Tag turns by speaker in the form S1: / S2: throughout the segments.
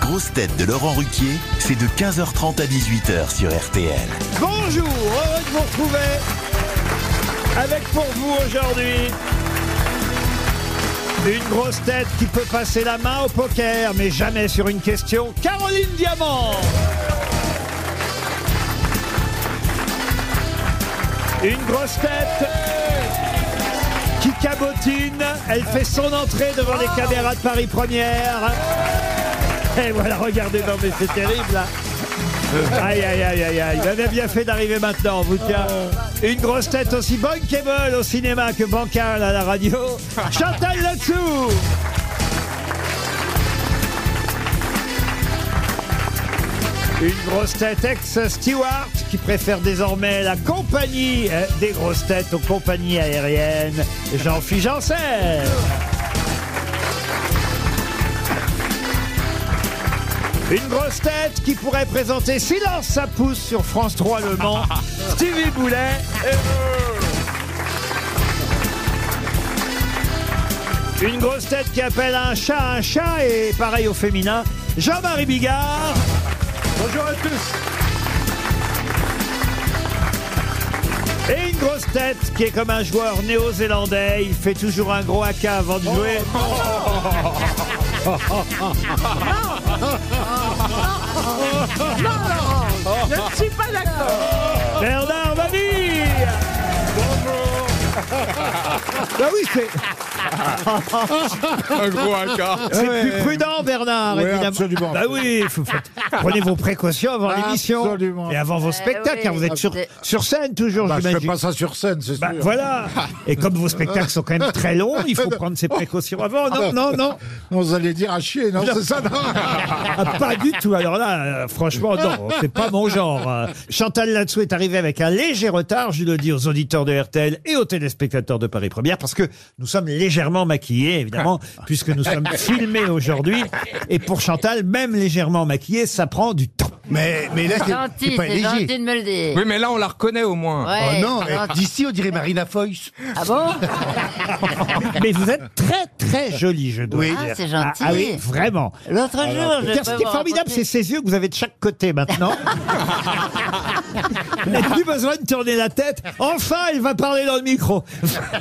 S1: grosses têtes de Laurent Ruquier, c'est de 15h30 à 18h sur RTL.
S2: Bonjour, heureux de vous retrouver avec pour vous aujourd'hui une grosse tête qui peut passer la main au poker, mais jamais sur une question, Caroline Diamant. Une grosse tête qui cabotine, elle fait son entrée devant les caméras de Paris Première. Et voilà, regardez, non mais c'est terrible là. Aïe, aïe, aïe, aïe, aïe. Vous avez bien fait d'arriver maintenant, vous tiens. Une grosse tête aussi bonne qu'Ebel au cinéma que bancale à la radio. Chantal là-dessous Une grosse tête ex-steward qui préfère désormais la compagnie euh, des grosses têtes aux compagnies aériennes. Jean-Philippe Janssen. Une grosse tête qui pourrait présenter Silence ça pousse sur France 3 Le Mans, Stevie Boulet. Et- Une grosse tête qui appelle un chat un chat et pareil au féminin, Jean-Marie Bigard. Bonjour à tous. Et une grosse tête qui est comme un joueur néo-zélandais, il fait toujours un gros haka avant de jouer.
S3: Non, Laurent, je ne suis pas d'accord.
S2: Bernard Mabille Bah oui, c'est.
S4: Un gros haka.
S2: C'est
S4: Ouais.
S2: plus prudent, Bernard,
S4: Ouais,
S2: évidemment.
S4: absolument.
S2: Bah oui, faut- faut- prenez vos précautions avant l'émission.
S4: Absolument.
S2: Et avant vos
S5: Eh
S2: spectacles,
S5: oui.
S2: car vous êtes sur, sur scène toujours,
S4: Bah, je fais
S2: j'imagine.
S4: pas ça sur scène, c'est
S2: Bah,
S4: sûr.
S2: voilà. Et comme vos spectacles sont quand même très longs, il faut prendre ses précautions avant. Non, non, non.
S4: Ah. On vous allez dire à chier, non, c'est ça, non
S2: Ah, pas du tout. Alors là, euh, franchement, non, c'est pas mon genre. Euh, Chantal Latsou est arrivée avec un léger retard, je le dis aux auditeurs de RTL et aux téléspectateurs de Paris Première, parce que nous sommes légèrement maquillés, évidemment,
S6: Ah.
S2: puisque nous sommes filmés aujourd'hui. Et pour Chantal, même légèrement maquillée, ça prend du temps.
S7: Mais, mais là, c'est- c'est
S5: Gentil,
S7: pas
S5: c'est gentil
S7: léger.
S5: de me le dire.
S6: Oui, mais là, on la reconnaît au moins.
S7: Oh
S5: Ouais,
S7: non,
S5: gentil.
S7: eh, d'ici, on dirait Marina Foïs.
S5: Ah bon
S2: Mais vous êtes très, très jolie, je dois
S7: Oui.
S2: dire.
S5: Ah, c'est gentil.
S2: Ah, ah oui, vraiment.
S5: L'autre jour, je
S2: Car ce
S5: peux
S2: qui est
S5: vous
S2: formidable, c'est
S5: raconter-
S2: ces yeux que vous avez de chaque côté maintenant. Vous n'avez plus besoin de tourner la tête. Enfin, il va parler dans le micro.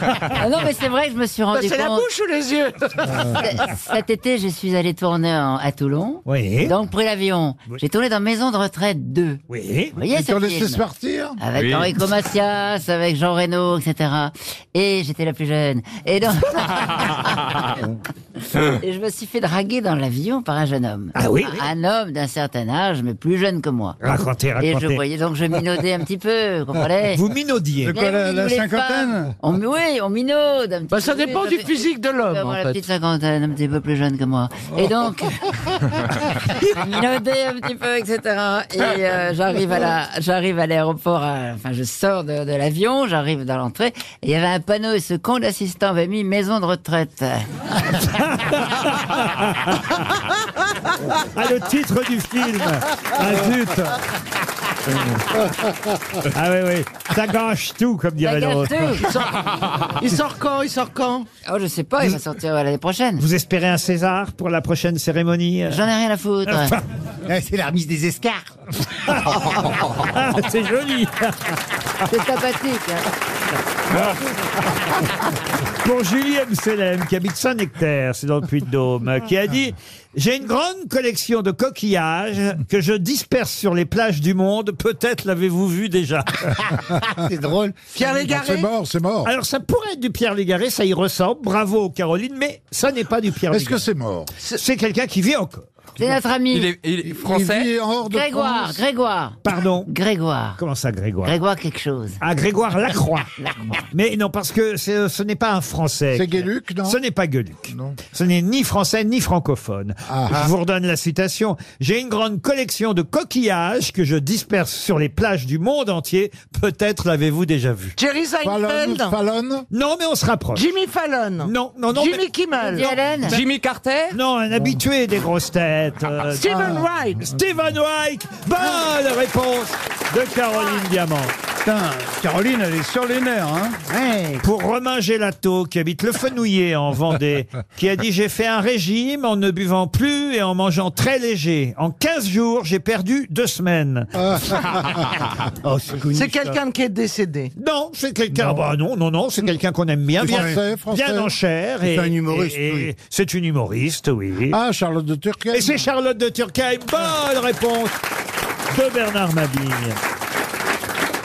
S5: Ah non, mais c'est vrai que je me
S6: Bah,
S5: suis rendu
S3: C'est la
S5: compte.
S3: bouche ou les yeux
S6: Euh.
S5: Cet été, je suis allé tourner en- à Toulon.
S2: Oui.
S5: Donc, pris l'avion. J'ai tourné dans Maison de retraite 2. Vous
S2: Oui.
S5: voyez
S4: Ils t'ont
S5: ce
S4: laissé se
S5: film
S4: partir
S5: Avec
S6: Oui.
S5: Enrico Macias, avec Jean Reno, etc. Et j'étais la plus jeune. Et donc... Ah, Et je me suis fait draguer dans l'avion par un jeune homme.
S2: Ah oui, oui.
S5: Un homme d'un certain âge, mais plus jeune que moi.
S2: Racontez,
S5: Et je
S2: racontez.
S5: voyais donc je minaudais un petit peu, vous comprenez
S2: Vous minaudiez.
S5: Mais
S4: la-
S5: oui,
S4: la
S5: nous, les
S4: cinquantaine
S5: femmes, on, Oui, on minaude un petit
S3: bah, Ça
S5: peu,
S3: dépend
S5: ça
S3: du
S5: fait-
S3: physique de
S5: Je vais
S3: l'homme,
S5: avoir
S3: en
S5: la
S3: fait. Oh.
S5: petite cinquantaine, un petit peu plus jeune que moi. Et donc, minaudé un petit peu, etc. Et euh, j'arrive à la, j'arrive à l'aéroport. à- Enfin, je sors de, de l'avion, j'arrive dans l'entrée. Et il y avait un panneau et ce con d'assistant avait mis maison de retraite.
S2: Ah, le titre du film. Ah, zut. Ah oui, oui. Ça gâche tout, comme dirait
S5: Bagage
S2: l'autre.
S5: tout.
S3: Il sort, il sort quand Il sort quand
S5: Oh, je sais pas, il va sortir euh, l'année prochaine.
S2: Vous espérez un César pour la prochaine cérémonie euh
S5: J'en ai rien à foutre.
S7: Eh, C'est la remise des escarres.
S2: Ah, c'est joli.
S5: C'est sympathique. hein.
S2: Pour Julie M. Selem, qui habite Saint-Nectaire, c'est dans le Puy-de-Dôme, qui a dit « J'ai une grande collection de coquillages que je disperse sur les plages du monde. Peut-être l'avez-vous vu déjà.
S7: C'est drôle.
S3: Pierre
S4: C'est
S3: Légaré
S4: mort, c'est » mort.
S2: Alors, ça pourrait être du Pierre Légaré, ça y ressemble. Bravo, Caroline, mais ça n'est pas du Pierre
S4: Est-ce que
S2: Légaré.
S4: c'est mort
S2: C'est quelqu'un qui vit encore.
S5: C'est notre ami.
S6: Il est, il est
S4: Il
S6: français.
S4: vit en hors de
S5: Grégoire,
S4: France
S5: Grégoire,
S2: Pardon
S5: Grégoire,
S2: Comment ça, Grégoire
S5: Grégoire quelque chose.
S2: Ah, Grégoire Lacroix. mais non, parce que c'est- ce n'est pas un Français.
S4: C'est
S2: qui-
S4: Guéluc, non
S2: Ce n'est pas Gueluc.
S4: Non.
S2: Ce n'est ni français ni francophone.
S4: Ah, ah.
S2: Je vous redonne la citation. J'ai une grande collection de coquillages que je disperse sur les plages du monde entier. Peut-être l'avez-vous déjà vu.
S3: Jerry
S4: Fallon,
S3: Seinfeld
S4: Fallon
S2: Non, mais on se rapproche.
S3: Jimmy Fallon
S2: Non, non, non.
S3: Jimmy
S2: mais-
S5: Woody
S3: Kimmel
S5: Allen
S6: Jimmy Carter
S2: Non, un habitué des grosses têtes. euh,
S3: Stephen Wright
S2: Stephen White. Bonne réponse de Caroline Diamant.
S7: Putain, Caroline, elle est sur les nerfs, hein. Ouais.
S2: pour Romain Gélato, qui habite Le Fenouillet en Vendée, qui a dit J'ai fait un régime en ne buvant plus et en mangeant très léger. En 15 jours, j'ai perdu deux semaines.
S7: Oh, c'est connu,
S6: Ah. C'est
S7: ça.
S6: quelqu'un qui est décédé.
S2: Non, c'est quelqu'un. ah Bah non, non, non, c'est quelqu'un qu'on aime bien, bien,
S4: Français, français.
S2: bien en chair.
S7: C'est
S2: et-
S7: un humoriste,
S2: et- et
S7: oui.
S2: C'est une humoriste, oui.
S4: Ah, Charlotte de Turquie.
S2: Et c'est Charlotte de Turckheim. Bonne réponse de Bernard Mabille.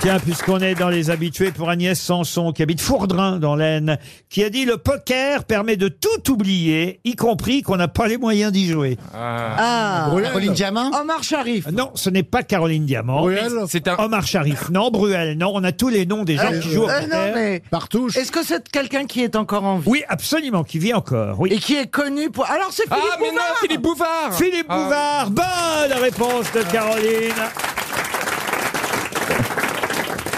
S2: Tiens, puisqu'on est dans les habitués pour Agnès Sanson, qui habite Fourdrin dans l'Aisne, qui a dit le poker permet de tout oublier, y compris qu'on n'a pas les moyens d'y jouer.
S6: Ah.
S7: Caroline Diamant
S6: Omar Sharif.
S2: Non, ce n'est pas Caroline Diamant.
S4: Bruel,
S8: C'est un.
S2: Omar Sharif, non, Bruel, non, on a tous les noms des gens qui jouent au
S6: Euh, non,
S2: poker.
S6: mais
S4: Partouche.
S6: est-ce que c'est quelqu'un qui est encore en vie
S2: Oui, absolument, qui vit encore, oui.
S6: et qui est connu pour. Alors c'est Philippe
S8: Ah, mais non,
S6: Bouvard
S8: Philippe Bouvard
S2: Philippe
S8: Ah,
S2: Bouvard, bonne réponse de Caroline.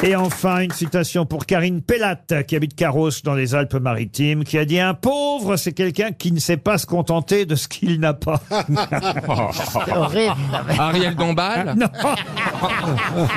S2: Et enfin, une citation pour Karine Pellatte, qui habite Carros dans les Alpes-Maritimes, qui a dit Un pauvre, c'est quelqu'un qui ne sait pas se contenter de ce qu'il n'a pas.
S5: C'est horrible.
S8: Ariel Dombal.
S2: non.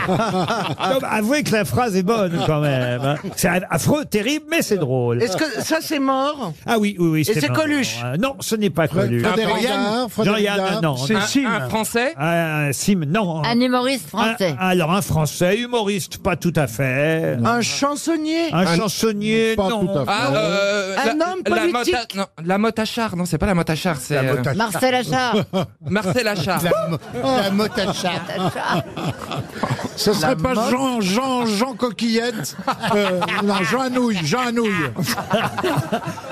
S2: Non, bah, Avouez que la phrase est bonne quand même. hein. C'est affreux, terrible, mais c'est drôle.
S6: Est-ce que ça c'est mort
S2: Ah oui, oui, oui. c'était
S6: c'est
S2: marrant,
S6: Coluche
S2: hein. Non, ce n'est pas Coluche.
S4: Frédéric
S8: Jean-Yann.
S4: Dard, Frédéric
S2: Jean-Yann,
S4: Dard.
S2: non.
S7: C'est
S8: Un-
S7: Sim.
S8: un Français.
S2: Ah, Sim, non.
S5: Un humoriste français.
S2: Un- alors, un français, humoriste, pas tout à fait.
S6: Un chansonnier
S2: Un, chansonnier,
S4: Pas
S2: non.
S4: tout à fait.
S8: Ah, euh,
S6: Un homme
S8: la motte
S6: politique.
S8: à- non, la motte à char. Non, c'est pas la motte à char, c'est
S7: La
S8: euh,
S7: motte à-
S5: Marcel Achard.
S8: Ah. Marcel Achard.
S7: la mo-
S3: Oh.
S7: la motte à chat.
S4: Ce serait pas Jean, Jean, Jean Coquillette. Euh, non, Jean Anouille, Jean Anouille.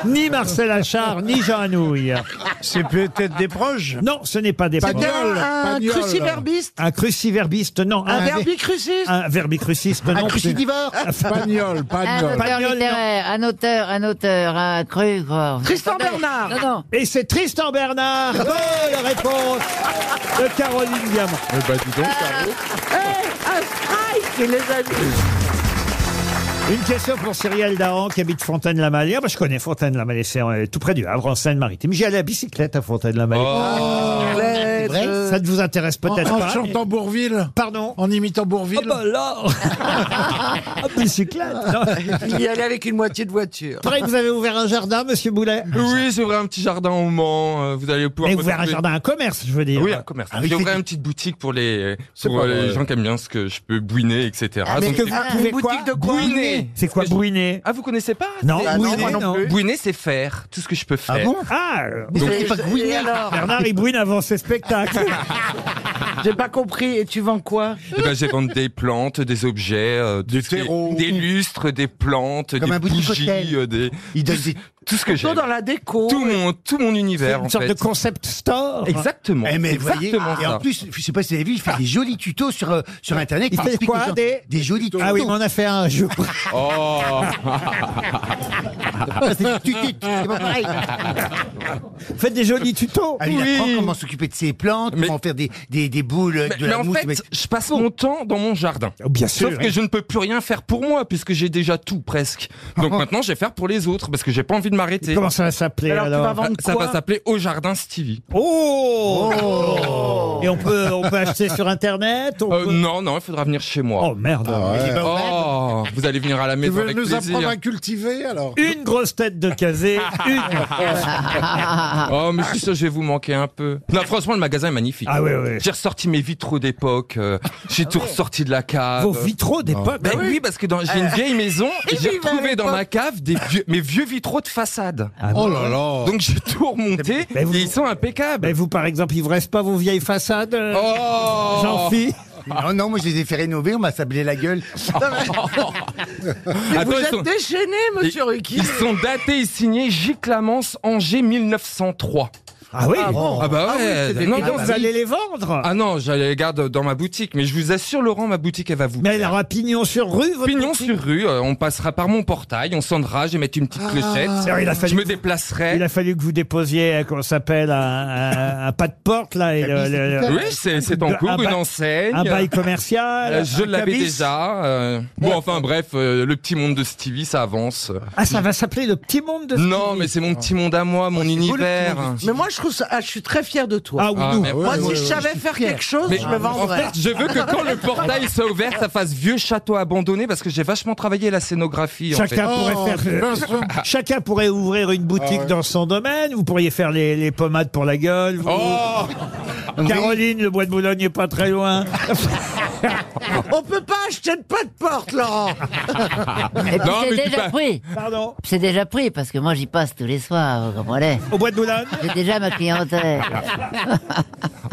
S2: Ni Marcel Achard, ni Jean Anouilh.
S7: C'est peut-être des proches.
S2: Non, ce n'est pas des
S4: Pas
S2: proches.
S4: bien.
S6: Un,
S4: Pagnol,
S6: un
S4: Pagnol.
S6: cruciverbiste
S2: Un cruciverbiste, non.
S6: Un
S2: ver-
S6: verbicruciste
S2: un verbicruciste, non.
S7: Un crucidivore
S4: Pagnol,
S5: Un
S4: Pagnol.
S5: auteur
S2: Pagnol,
S5: littéraire, un auteur, un auteur, un cru, quoi.
S6: Tristan
S5: Attendez.
S6: Bernard.
S5: Non, non.
S2: Et c'est Tristan Bernard. Bonne réponse de Caroline Diamant.
S7: ben,
S6: Eh, Un strike, les amis
S2: Une question pour Cyrielle Dahan qui habite Fontaine-la-Mallée. Ah, bah, je connais Fontaine-la-Mallée, c'est euh, tout près du Havre, en Seine-Maritime. J'y allais à bicyclette à Fontaine-la-Mallée.
S8: Oh.
S6: Les
S7: vrai
S6: deux.
S2: Ça ne vous intéresse
S4: En,
S2: peut-être
S4: en
S2: pas.
S4: chantant Bourville.
S2: Pardon.
S4: En imitant
S2: Ah
S4: Bourville.
S2: bah là Ah, bicyclette non.
S6: Il y allait avec une moitié de voiture.
S2: Pareil, vous avez ouvert un jardin, monsieur Boulet
S8: Oui, j'ai ouvert un petit jardin au Mans. euh, Vous allez pouvoir.
S2: Et ouvert un
S8: retrouver-
S2: jardin, un commerce, je veux dire.
S8: Oui, un commerce.
S7: Ah oui,
S8: j'ai
S7: c'est-
S8: ouvert une petite boutique pour les,
S4: C'est
S8: pour
S4: pas
S8: les
S4: vrai.
S8: gens qui aiment bien ce que je peux bouiner, etc.
S2: mais
S8: Donc,
S2: que vous
S8: ah,
S2: pouvez
S6: Une boutique
S2: quoi
S6: de quoi
S8: Bouiner.
S2: C'est quoi bouiner
S8: vous connaissez pas Bah,
S2: Non,
S8: c'est-
S6: Ah, non,
S2: bouiner,
S6: moi non
S2: non.
S6: plus.
S8: Bouiner, c'est faire tout ce que je peux faire.
S7: Ah bon
S2: Ah euh,
S7: Mais
S6: Et-
S7: c'est pas
S6: Eh. et
S7: Gouinet
S6: alors
S2: Bernard, il bouine avant ses spectacles.
S6: J'ai pas compris. Et tu vends quoi
S8: Eh ben, j'ai vendu des plantes, des objets, euh, tout
S4: Des
S8: ce qui est-
S4: terreaux.
S8: des lustres, des plantes,
S7: Comme
S8: des
S7: un boutique
S8: bougies,
S7: hôtel.
S8: euh, des,
S7: Il donne des...
S8: tout ce que j'ai.
S6: Plutôt dans la déco.
S8: Tout mon, tout mon univers,
S2: Une
S8: en
S2: sorte
S8: fait.
S2: de concept store.
S8: Exactement.
S7: Eh, mais vous voyez,
S8: exactement
S7: et en
S8: ça. Ah.
S7: plus, je sais pas si vous avez vu, il fait des jolis tutos sur, euh, sur Internet.
S2: Il
S7: qui
S2: fait
S7: expliquent
S2: quoi,
S7: aux gens-
S2: des-
S7: jolis tutos.
S2: Ah oui, mais on a fait un jour.
S8: Oh.
S7: Ah, c'est tu- tu- tu- c'est pas pareil.
S2: Faites des jolis tutos.
S7: Ah, il
S8: Oui.
S7: apprend comment s'occuper de ses plantes,
S8: Mais-
S7: comment faire des, des, des boules avec
S8: Mais,
S7: de
S8: mais
S7: la
S8: en
S7: mousse.
S8: fait,
S7: mais-
S8: je passe mon temps dans mon jardin.
S2: Oh, Bien sûr.
S8: Sauf que je ne peux plus rien faire pour moi, puisque j'ai déjà tout presque. Donc maintenant, je vais faire pour les autres, parce que j'ai pas envie de m'arrêter.
S2: Comment ça va s'appeler
S6: Alors, tu
S2: alors,
S6: vas vendre
S8: Ça
S6: quoi
S8: va s'appeler Au Jardin Stevie.
S2: oh, Et on peut, on peut acheter sur Internet on
S8: Euh,
S2: peut-
S8: non, non, il faudra venir chez moi.
S2: Oh merde.
S7: C'est pas vrai.
S8: Oh, vous allez venir à la
S4: Tu
S8: maison
S4: veux
S8: avec
S4: nous apprendre
S8: plaisir.
S4: à cultiver alors
S2: Une grosse tête de casé, une.
S8: Oh, mais je suis sûr, je vais vous manquer un peu. Non, franchement, le magasin est magnifique.
S2: Ah oui, oui.
S8: J'ai ressorti mes vitraux d'époque. euh, j'ai tout ressorti de la cave.
S2: Vos vitraux d'époque. Ah
S8: Ben oui. parce que dans- j'ai une vieille maison et j'ai
S6: vivait à
S8: retrouvé dans
S6: l'époque.
S8: ma cave des vieux- mes vieux vitraux de façade.
S4: Oh là là
S8: Donc j'ai tout remonté
S2: Ah Mais vous-
S8: et ils sont impeccables.
S2: Mais vous, par exemple, il vous reste pas vos vieilles façades euh,
S8: Oh
S2: Jean-Phi
S7: Non, non, moi je les ai fait rénover, on m'a sablé la gueule.
S8: Attends,
S6: Vous
S8: Ah, ils,
S6: êtes
S8: sont,
S6: déchaîné, monsieur Ruki.
S8: ils sont datés et signés J. Clamence Angers 1903.
S2: Ah oui
S8: Ah bah ouais. non,
S2: Et
S8: non,
S2: donc,
S8: ah,
S2: vous allez les vendre
S8: non, j'allais les garde dans ma boutique, mais je vous assure, Laurent, ma boutique, elle va vous.
S2: Mais elle aura pignon sur rue, votre
S8: Pignon
S2: boutique
S8: sur rue, euh, on passera par mon portail, on scindra, je vais mettre une petite clochette.
S2: Alors, Ah. il a
S8: Je
S2: fallu
S8: me
S2: que vous-
S8: déplacerai.
S2: Il a fallu que vous déposiez, euh, comment ça s'appelle, un, un- un pas de porte, là. et le- le- le-
S8: Oui, c'est c'est en
S2: Un
S8: cours,
S2: bail-
S8: une enseigne.
S2: un bail
S8: Euh,
S2: commercial.
S8: je
S2: un
S8: l'avais
S2: cabis.
S8: déjà. euh, Bon, enfin bref, euh, le petit monde de Stevie, ça avance.
S2: Ah, ça va s'appeler le petit monde de
S8: Non,
S2: Stevie.
S8: mais c'est mon petit monde à moi, mon
S7: beau, le petit monde de
S8: univers.
S7: Stevie.
S6: Mais moi, je trouve ça. ah, je suis très fière de toi.
S2: Ah oui,
S8: Ah,
S2: nous.
S8: mais-
S6: Moi, si
S4: ouais,
S6: je
S4: ouais,
S6: savais faire quelque chose,
S8: Ah, Mais
S6: je me
S8: en
S6: vendrais.
S8: fait, je veux que quand le portail soit ouvert, ça fasse vieux château abandonné parce que j'ai vachement travaillé la scénographie. En fait. Oh,
S2: Chacun pourrait faire. Chacun pourrait ouvrir une
S8: Ah
S2: boutique dans son domaine. Vous pourriez faire les, les pommades pour la gueule. Vous-
S8: Oh
S2: Caroline, le bois de Boulogne n'est pas très loin.
S6: On peut pas acheter de pas de porte, Laurent.
S4: Eh ben,
S5: Et puis
S8: Non, mais
S5: c'est
S8: tu
S5: déjà
S8: peux-
S5: pris.
S2: Pardon.
S5: C'est déjà pris parce que moi j'y passe tous les soirs, vous comprenez
S2: Au bois de Boulogne.
S5: J'ai déjà ma clientèle.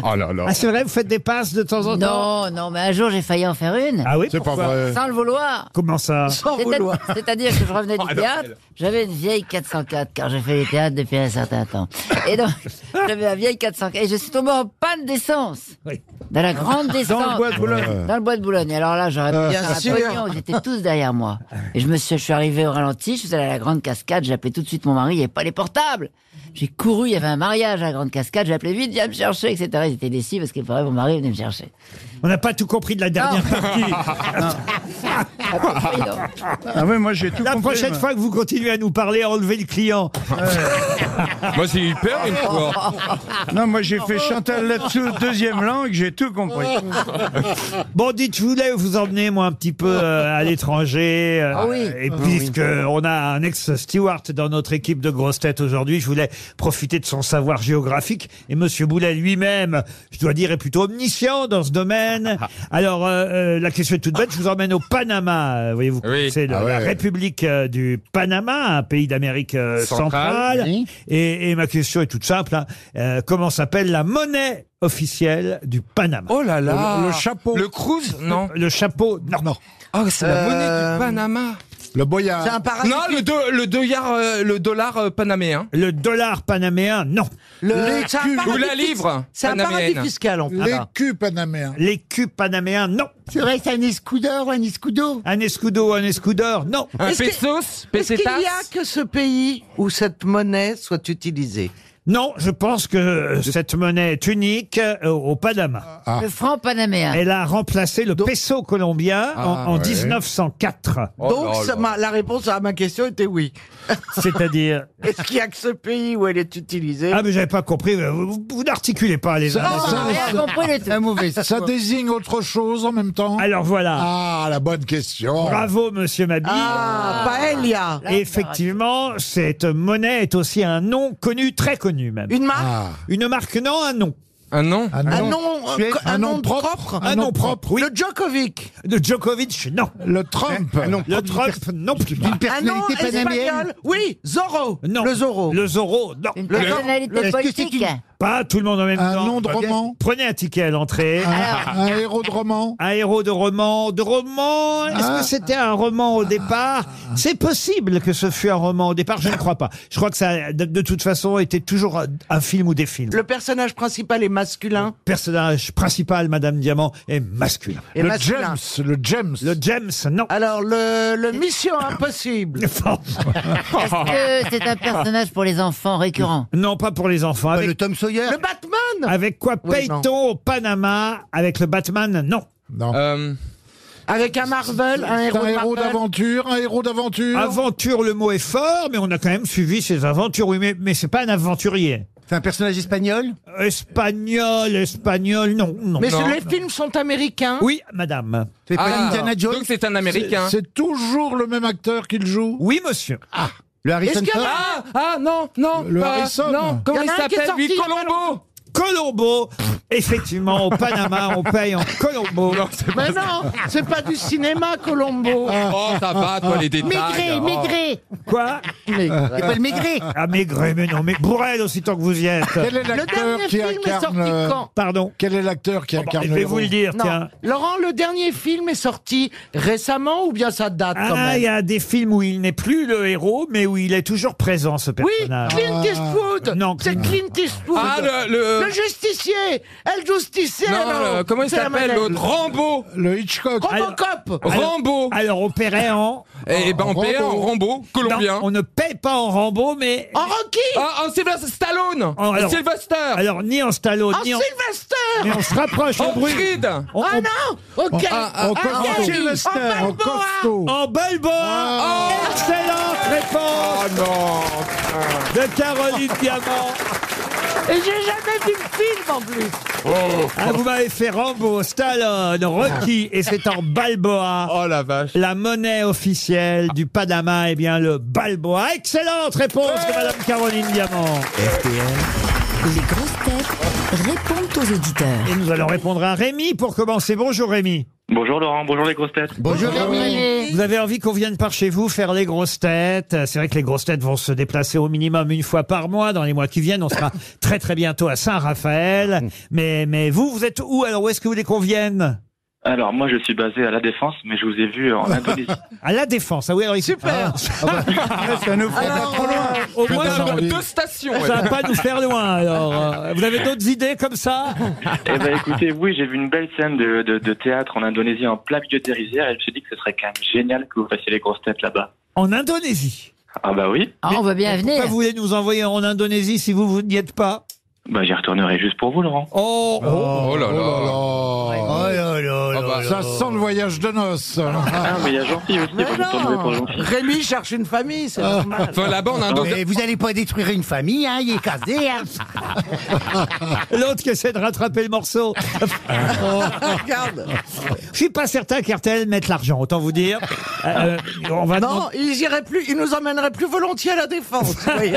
S8: Oh là là
S2: Ah, c'est vrai, vous faites des passes de temps en temps.
S5: non, non, mais un jour j'ai failli en faire une,
S2: Ah oui.
S4: C'est pas
S2: pourquoi
S4: vrai.
S5: sans le vouloir.
S2: Comment ça
S6: Sans
S5: C'est-à-
S6: vouloir.
S5: C'est-à-dire que je revenais
S8: Oh,
S5: du
S4: Ah,
S8: elle-
S5: théâtre,
S8: elle-
S5: j'avais une vieille 404, car j'ai fait du théâtre depuis un certain temps. Et donc, j'avais la vieille 404, et je suis tombé en panne d'essence.
S2: Oui.
S5: Dans la grande descente.
S7: Dans le bois de Boulogne.
S5: Dans le bois de Boulogne. Et Alors là, j'aurais pu
S6: Euh, Bien
S5: faire un
S6: sûr.
S5: pognon, ils étaient tous derrière moi. Et je me suis, je suis arrivé au ralenti, je suis allé à la grande cascade, j'ai appelé tout de suite mon mari, il n'y avait pas les portables. J'ai couru, il y avait un mariage à la grande cascade, j'ai appelé vite, viens me chercher, etc. Ils étaient déçus parce que pareil, mon mari venait me chercher.
S2: On n'a pas tout compris de la dernière
S8: Ah.
S2: partie.
S3: Ah,
S5: Après, ils ont-
S7: Ah oui, moi j'ai tout
S2: La
S7: compris.
S2: prochaine
S7: moi.
S2: fois que vous continuez à nous parler, enlevez le client.
S8: Ah. Moi j'ai eu peur une fois.
S7: Non, moi j'ai fait Chantal là-dessous, deuxième langue, j'ai tout compris.
S2: Bon, dites, je voulais vous emmener, moi, un petit peu euh, à l'étranger. euh,
S5: Ah oui.
S2: Et puisque on a un ex-steward dans notre équipe de grosses têtes aujourd'hui, je voulais profiter de son savoir géographique. Et Monsieur Boulet lui-même, je dois dire, est plutôt omniscient dans ce domaine.
S5: Ah.
S2: Alors, euh, euh, la question est toute bête. Je vous emmène au Panama. Euh, Voyez-vous,
S8: Oui.
S2: c'est le-
S4: Ah ouais.
S2: la République euh, du Panama, un pays d'Amérique euh, centrale.
S8: Centrale,
S2: et, et ma question est toute simple. hein. Euh, comment s'appelle la monnaie officielle du Panama
S8: Oh là là
S4: Le- le chapeau.
S8: Le cruise Non.
S2: Le chapeau normand.
S8: Oh c'est la monnaie
S6: Euh,
S8: du Panama.
S4: Le
S6: C'est un
S4: boyard.
S6: paradis.
S8: Non, le, do- le, dollar, euh, le dollar euh, panaméen.
S2: Le dollar panaméen, non.
S6: Le- c'est un
S4: L'écu.
S6: paradis
S8: Ou la
S6: fis-
S8: livre
S6: C'est un paradis
S8: panaméenne.
S6: fiscal, en fait.
S4: L'écu panaméen.
S2: L'écu panaméen, non.
S9: C'est vrai, c'est un escudeur ou un escudo
S2: Un escudo, un escudor, non.
S8: Un
S6: Est-ce que-
S8: pesos
S6: Est-ce qu'il
S8: pesetas
S6: y a que ce pays où cette monnaie soit utilisée
S2: Non, je pense que euh, cette monnaie est unique euh, au Panama.
S6: Ah.
S5: Le franc panaméen.
S2: Elle a remplacé le peso colombien en, en
S4: ouais.
S2: 1904.
S8: Oh
S6: Ah, Donc,
S8: là là.
S6: ça m'a- la réponse à ma question était oui.
S2: C'est-à-dire.
S6: Est-ce qu'il y a que ce pays où elle est utilisée
S2: Ah, mais j'avais pas compris. Vous, vous- vous n'articulez pas, les
S6: Ah,
S2: Ah, uns.
S5: On n'a rien compris du tout.
S9: Un mauvais.
S4: Ça désigne autre chose en même temps
S2: Alors voilà.
S4: Ah, la bonne question.
S2: Bravo, monsieur Mabille.
S6: Ah, paella
S5: Là,
S2: Effectivement, cette monnaie est aussi un nom connu, très connu même.
S6: Une marque
S4: Ah,
S2: Une marque, non, un nom.
S8: Un nom
S4: un
S6: Un
S4: nom.
S6: nom, euh,
S4: sué-
S6: co- un nom propre,
S2: Un, nom propre, oui.
S6: Le Djokovic
S2: De Djokovic, non.
S4: Le Trump.
S2: Le Trump, non plus.
S6: Un nom
S9: Personnalité panaméenne
S6: espagnol Oui, Zorro
S2: Non.
S6: Le Zorro
S2: Le Zorro, non.
S5: Une
S6: Le-
S5: personnalité
S9: Est-ce que c'est
S5: politique.
S9: une-
S2: Pas tout le monde en même
S4: Un
S2: temps.
S4: nom de roman. Ah,
S2: Prenez un ticket à l'entrée.
S4: Un, un héros de roman. Ah.
S2: Un héros de roman, de roman. Est-ce que c'était un roman au départ C'est possible que ce fût un roman au départ. Je ne crois pas. Je crois que ça, a, de, de toute façon, était toujours un- un film ou des films. Le
S6: Le personnage principal est masculin
S2: personnage principal, Madame Diamant, est masculin.
S6: Est
S4: le
S6: masculin.
S4: James. Le James.
S2: Le James, non.
S6: Alors, le, le Mission Impossible
S5: Est-ce que c'est un personnage pour les enfants récurrent
S2: non, pas pour les enfants. Avec,
S9: Le Tom Sawyer
S6: Le Batman
S2: avec quoi
S6: Oui, non.
S2: paye-t-on au Panama Avec le Batman, non.
S4: Non.
S8: Euh,
S6: Avec un Marvel, un
S4: C'est
S6: héros,
S4: un
S6: de
S4: héros
S6: Marvel.
S4: d'aventure. Un héros d'aventure.
S2: Aventure, le mot est fort, mais on a quand même suivi ses aventures. Oui, mais, mais c'est pas un aventurier.
S9: C'est un personnage espagnol
S2: Espagnol, espagnol, non, non.
S6: Mais
S8: Non.
S6: les hein. films sont américains
S2: Oui, madame.
S9: C'est pas
S8: ah,
S9: Indiana Jones
S8: Donc c'est un américain.
S4: C'est toujours le même acteur qu'il joue. Ah,
S2: Oui, monsieur.
S9: Le Harrison
S6: Est-ce qu'il y en
S9: Ford
S6: a-
S8: Ah, ah, non, non.
S4: Le
S8: pas-
S4: Harrison.
S8: Non, comment
S6: Il
S8: il
S6: y en a un qui est
S8: s'appelle
S6: sorti
S8: lui
S6: il y a pas
S8: Colombo
S2: Colombo, effectivement, au Panama, on paye en Colombo.
S6: Mais non, c'est pas du cinéma, Colombo
S8: Oh, ça va, toi, les détails.
S9: Maigret,
S8: Oh.
S9: Maigret
S2: Quoi
S9: C'est pas le Maigret
S2: Ah, maigret, mais non, mais bourrel aussitôt que vous y êtes.
S4: Quel est
S6: Le
S4: l'acteur
S6: dernier
S4: qui
S6: film est sorti
S4: incarne. euh,
S6: quand
S2: Pardon.
S4: Quel est l'acteur qui
S2: Oh, bah,
S4: incarne
S2: je vais
S4: héros
S2: vous le dire,
S6: Non.
S2: tiens.
S6: Laurent, le dernier film est sorti récemment ou bien ça date quand
S2: Ah,
S6: même
S2: il y a des films où il n'est plus le héros, mais où il est toujours présent, ce
S6: Oui,
S2: personnage. Ah.
S6: Clint Eastwood
S2: Non,
S6: C'est
S2: Clint-
S6: Clint Eastwood
S8: Ah, le. le...
S6: Le justicier El justicier
S8: non,
S6: alors.
S8: le- comment il
S6: C'est la
S8: s'appelle
S6: manette.
S8: l'autre Rambo
S4: Le Hitchcock.
S6: Robocop
S8: Rambo
S2: Alors, on paierait en...
S8: Eh ben, on
S4: Rambo.
S8: paye en Rambo, colombien.
S2: Non, on ne paie pas en Rambo, mais...
S6: En Rocky
S8: Ah, en Sylvester Stallone
S2: Oh, alors-
S8: Sylvester
S2: Alors, ni en Stallone,
S6: En
S2: ni en...
S6: Sylvester
S2: Mais on se rapproche,
S8: En
S2: on brûle.
S8: Creed
S2: On-
S6: Ah
S2: on-
S6: non Ok
S4: ah,
S6: Ah,
S4: en
S6: ok.
S4: costaud.
S6: En
S4: En
S6: Balboa.
S4: costaud.
S2: En Balboa
S3: Ah.
S2: Excellente réponse
S8: non
S2: de Caroline Diamant
S3: Et j'ai jamais vu le film en plus.
S8: Oh.
S2: Ah, vous m'avez fait Rambo, Stallone, Rocky, et c'est en Balboa.
S8: Ah. Oh la vache.
S2: La monnaie officielle du Panama, eh bien le Balboa. Excellente réponse de Madame Caroline Diamant.
S10: Les grosses têtes répondent aux auditeurs.
S2: Et nous allons répondre à Rémi pour commencer. Bonjour Rémi.
S11: Bonjour Laurent, bonjour les grosses têtes.
S9: Bonjour Rémi.
S2: Ah Vous avez envie qu'on vienne par chez vous faire les grosses têtes. Euh, C'est vrai que les grosses têtes vont se déplacer au minimum une fois par mois dans les mois qui viennent. On sera très très bientôt à Saint-Raphaël. Mais, mais vous, vous êtes où Alors où est-ce que vous voulez qu'on vienne
S11: Alors moi je suis basé à la défense, mais je vous ai vu en Indonésie.
S2: À la Défense. Ah oui, alors ici. Super
S7: Ah, Ça nous fait pas trop loin.
S2: Au moins,
S8: Putain,
S2: ça-
S8: deux- deux stations. ouais.
S2: ça va pas nous faire loin. Alors, Euh, vous avez d'autres idées comme ça
S11: eh ben écoutez, oui j'ai vu une belle scène de, de- de théâtre en Indonésie en plein milieu des rizières et je me suis dit que ce serait quand même génial que vous fassiez les grosses têtes là-bas.
S2: En Indonésie.
S11: Ah bah oui,
S5: Ah, on veut bien venir.
S2: Pourquoi vous voulez nous envoyer en Indonésie si vous, vous n'y êtes pas
S11: bah j'y retournerai juste pour vous Laurent.
S2: Oh, oh.
S8: Oh là là.
S4: Oh là.
S8: Ah bah,
S4: Ça sent le voyage de noces.
S11: Ah mais il y a gentil aussi,
S6: Mais
S11: vous retournerez pour
S6: non
S11: gentil.
S6: Rémi cherche une famille, c'est normal.
S8: Enfin, hein, là-bas, en Indonésie.
S9: Ah. Mais vous allez pas détruire une famille, hein, il est casé, hein.
S2: L'autre qui essaie de rattraper le morceau. Oh.
S6: Ah, Regarde.
S2: Je suis pas certain qu'RTL mette l'argent, autant vous dire. Euh, on va
S6: Non, ils iraient plus, ils nous emmèneraient plus volontiers à la défense. vous voyez.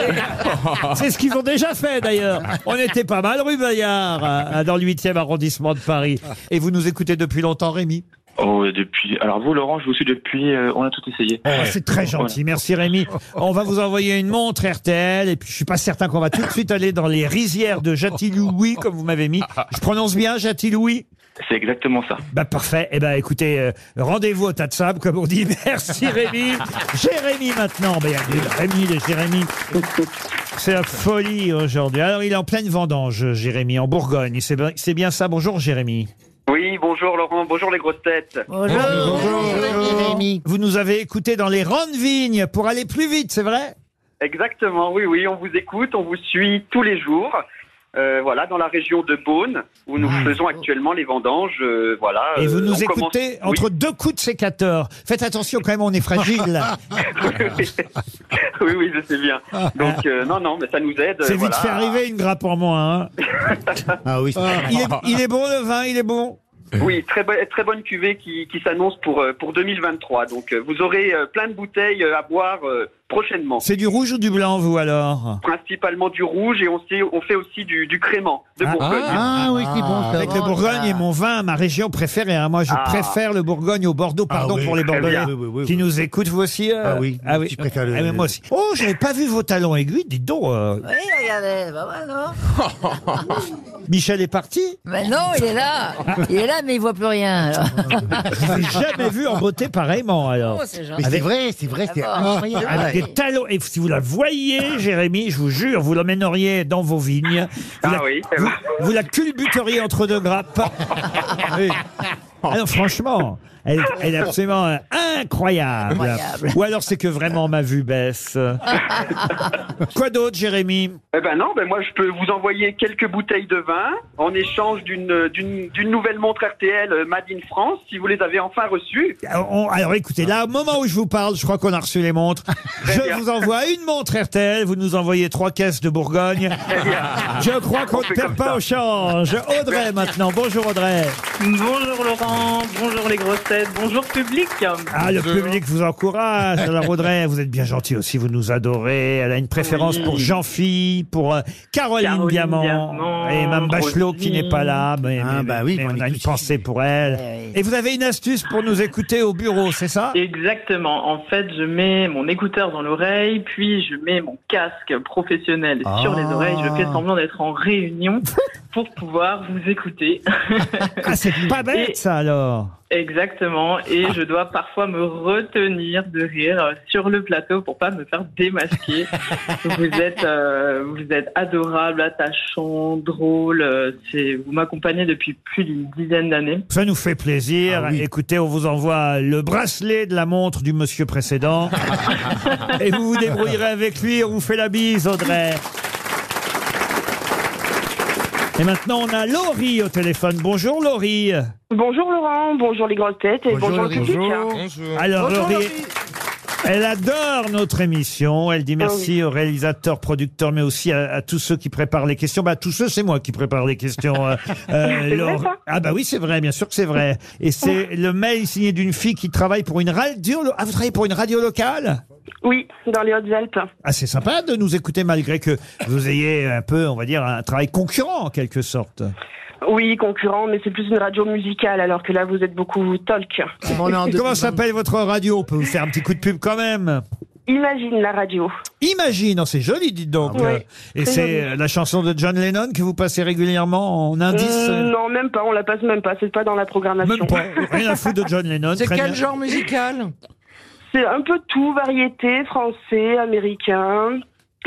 S2: C'est ce qu'ils ont déjà fait d'ailleurs. On était pas mal rue Bayard, euh, dans le 8e arrondissement de Paris. Et vous nous écoutez depuis longtemps, Rémi
S11: Oh et depuis, alors vous Laurent je vous suis depuis, euh, on a tout essayé.
S2: Ah, C'est très gentil, merci Rémi. On va vous envoyer une montre RTL, et puis je suis pas certain qu'on va tout de suite aller dans les rizières de Jatilouis, comme vous m'avez mis. Je prononce bien Jatilouis
S11: C'est exactement ça.
S2: Bah parfait. Eh ben écoutez, euh, rendez-vous au tas de sable, comme on dit. Merci Rémi. Jérémy maintenant. Ben, il y a des Rémi, des Jérémy. C'est la folie aujourd'hui. Alors il est en pleine vendange, Jérémy, en Bourgogne. C'est bien- C'est bien ça. Bonjour Jérémy.
S11: Oui bonjour Laurent, bonjour les grosses têtes.
S5: Bonjour.
S9: Rémi.
S2: Vous nous avez écouté dans les rangs de vignes pour aller plus vite, c'est vrai
S11: Exactement, oui, oui, on vous écoute, on vous suit tous les jours. Euh, voilà, dans la région de Beaune, où nous faisons actuellement les vendanges. euh, voilà.
S2: Ah. Et vous
S11: euh,
S2: nous
S11: on commence-
S2: écoutez
S11: Oui,
S2: entre deux coups de sécateur. Faites attention quand même, on est fragile. là.
S11: oui, oui, je sais bien. Donc, euh, non, non, mais ça nous aide.
S2: Ah. C'est
S11: euh,
S2: vite
S11: voilà.
S2: fait arriver une grappe en moins. hein.
S9: Ah oui, c'est-
S2: Il est- il est bon le vin, il est bon.
S11: Oui, très, bo- très bonne cuvée qui, qui s'annonce pour, euh, pour 2023. Donc, euh, vous aurez euh, plein de bouteilles euh, à boire euh, prochainement.
S2: C'est du rouge ou du blanc, vous alors
S11: Principalement du rouge et on, sait- on fait aussi du, du crément de
S2: Ah,
S11: Bourgogne.
S9: Ah oui, c'est bon, ça.
S2: Avec le Bourgogne est mon vin, ma région préférée. hein. Moi, je
S11: Ah.
S2: préfère le Bourgogne au Bordeaux. Pardon pour les
S11: très
S2: Bordelais
S11: bien.
S9: Ah Oui, oui, oui,
S2: qui
S9: oui.
S2: nous écoutent, vous aussi. euh,
S9: Ah oui,
S2: ah oui.
S9: tu préfères le-
S2: Ah, mais moi aussi. Oh, j'avais pas vu vos talons aiguilles. Dites donc, euh,
S5: Oui, regardez, pas mal, non
S2: Michel est parti.
S5: Mais non, il est là. Il est là, mais il voit plus rien. alors.
S2: Je l'ai jamais vu en beauté pareillement. Alors.
S5: Oh, c'est gentil.
S9: Mais c'est vrai, c'est vrai, c'est
S5: Ah,
S9: incroyable.
S2: Avec des talons. Et si vous la voyez, Jérémy, je vous jure, vous l'emmèneriez dans vos vignes. Vous
S11: Ah
S2: la-
S11: oui,
S2: vous, vous la culbuteriez entre deux grappes. Oui. Alors franchement, elle, elle est absolument euh, incroyable.
S5: Incroyable.
S2: Ou alors c'est que vraiment ma vue baisse. Quoi d'autre, Jérémy
S11: Eh ben non, ben moi je peux vous envoyer quelques bouteilles de vin en échange d'une euh, d'une d'une nouvelle montre RTL euh, Made in France si vous les avez enfin reçues.
S2: alors, on- alors, écoutez, là, au moment où je vous parle, je crois qu'on a reçu les montres. Je
S11: bien.
S2: vous envoie une montre RTL, vous nous envoyez trois caisses de Bourgogne. Je crois qu'on
S11: On
S2: ne
S11: fait
S2: perd
S11: comme
S2: pas
S11: ça.
S2: au change. Audrey maintenant, bonjour Audrey.
S12: Bonjour Laurent, bonjour les grosses têtes, bonjour public.
S2: Ah, le public vous encourage. Alors, Audrey, vous êtes bien gentil aussi, vous nous adorez. Elle a une préférence
S12: Oui.
S2: pour Jean-Phi, pour euh, Caroline,
S12: Caroline
S2: Diamant,
S12: Diamant,
S2: et Mme Bachelot qui
S12: Roselyne.
S2: n'est pas là. Mais,
S9: Ah,
S2: mais-
S9: bah oui,
S2: mais
S9: on
S2: on
S9: est
S2: a une
S9: tous
S2: pensée pour elle.
S5: Eh oui.
S2: Et vous avez une astuce pour nous écouter au bureau, c'est ça
S12: Exactement, en fait je mets mon écouteur dans l'oreille, puis je mets mon casque professionnel
S2: Ah.
S12: sur les oreilles, je fais semblant d'être en réunion pour pouvoir vous écouter.
S2: Ah, c'est pas bête,
S12: Et-
S2: ça, alors.
S12: Exactement, et je dois parfois me retenir de rire euh, sur le plateau pour pas me faire démasquer. vous êtes, euh, vous êtes adorable, attachant, drôle. euh, C'est, vous m'accompagnez depuis plus d'une dizaine d'années.
S2: Ça nous fait plaisir.
S9: Ah oui.
S2: Écoutez, on vous envoie le bracelet de la montre du monsieur précédent. et vous vous débrouillerez avec lui. On vous fait la bise, Audrey. Et maintenant, on a Laurie au téléphone. Bonjour, Laurie.
S12: Bonjour hein. Laurent, bonjour les grosses têtes et
S9: Bonjour, bonjour le public.
S8: Bonjour.
S2: Alors,
S6: Bonjour,
S2: Laurie,
S6: Laurie.
S2: Elle adore notre émission. Elle dit merci
S13: Ah oui.
S2: aux réalisateurs, producteurs, mais aussi à, à tous ceux qui préparent les questions. Bah, tous ceux, c'est moi qui prépare les questions. euh,
S13: C'est vrai,
S2: Laure-
S13: ça Ah.
S2: Ah bah oui, c'est vrai, bien sûr que c'est vrai. Et c'est le mail signé d'une fille qui travaille pour une radio. lo- Ah, vous travaillez pour une radio locale
S13: Oui, dans les Hautes-Alpes.
S2: Ah, c'est sympa de nous écouter malgré que vous ayez un peu, on va dire, un travail concurrent en quelque sorte.
S13: Oui, concurrent, mais c'est plus une radio musicale, alors que là, vous êtes beaucoup talk.
S2: Ah, Comment s'appelle votre radio On peut vous faire un petit coup de pub quand même.
S13: Imagine la radio.
S2: Imagine, oh, c'est joli, dites donc.
S13: Ah ouais.
S2: Euh, Et
S13: Très
S2: c'est
S13: joli.
S2: euh, la chanson de John Lennon que vous passez régulièrement en indice.
S13: Euh,
S2: euh,
S13: non, même pas, on la passe même pas, c'est pas dans la programmation.
S2: Même pas, rien à foutre de John Lennon. très bien.
S13: musical C'est un peu tout, variété, français, américain,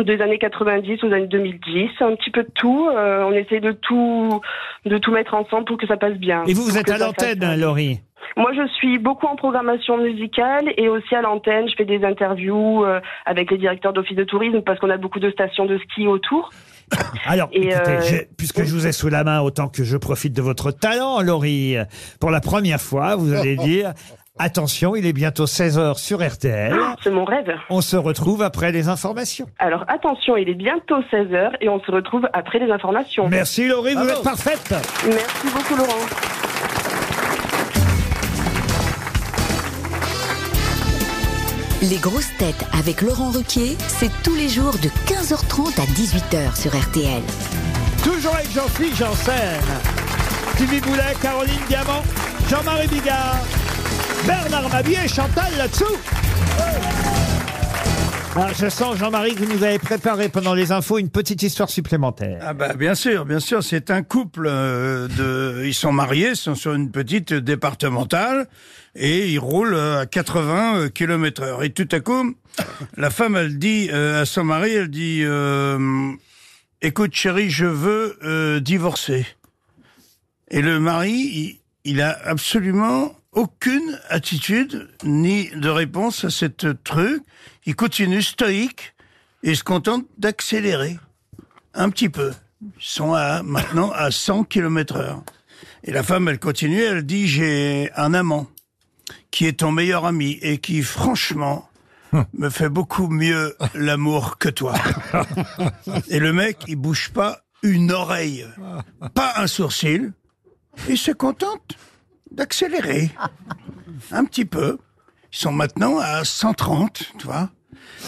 S13: des années 90 aux années 2010, un petit peu de tout. euh, on essaie de tout, de tout mettre ensemble pour que ça passe bien.
S2: Et vous, vous
S13: pour
S2: êtes
S13: que
S2: à
S13: ça
S2: l'antenne,
S13: fasse-
S2: hein, Laurie.
S13: Moi, je suis beaucoup en programmation musicale et aussi à l'antenne. Je fais des interviews euh, avec les directeurs d'office de tourisme parce qu'on a beaucoup de stations de ski autour.
S2: Alors,
S13: Et,
S2: écoutez,
S13: euh,
S2: j'ai- puisque je vous ai sous la main, autant que je profite de votre talent, Laurie, pour la première fois, vous allez dire attention, il est bientôt 16h sur RTL.
S13: Ah, C'est mon rêve.
S2: On se retrouve après les informations.
S13: Alors attention, il est bientôt 16h et on se retrouve après les informations.
S2: Merci Laurie, vous êtes parfaite.
S13: Merci beaucoup Laurent.
S10: Les grosses têtes avec Laurent Ruquier, c'est tous les jours de 15h30 à 18h sur RTL.
S2: Toujours avec Jean-Philippe Janssen, Stevie Boulet, Caroline Diamant, Jean-Marie Bigard, Bernard Mabier et Chantal là-dessous. Alors, je sens, Jean-Marie, que vous nous avez préparé pendant les infos une petite histoire supplémentaire.
S7: Ah bah, bien sûr, bien sûr, c'est un couple euh, de, ils sont mariés, ils sont sur une petite départementale et ils roulent euh, à 80 km heure. Et tout à coup, la femme, elle dit euh, à son mari, elle dit, euh, écoute chérie, je veux euh, divorcer. Et le mari, il, il a absolument aucune attitude ni de réponse à cette truc. Il continue stoïque et se contente d'accélérer un petit peu. Ils sont à, maintenant à 100 km heure. Et la femme, elle continue, elle dit, j'ai un amant qui est ton meilleur ami et qui, franchement, me fait beaucoup mieux l'amour que toi. et le mec, il bouge pas une oreille, pas un sourcil. Il se contente d'accélérer un petit peu. Ils sont maintenant à 130, tu vois.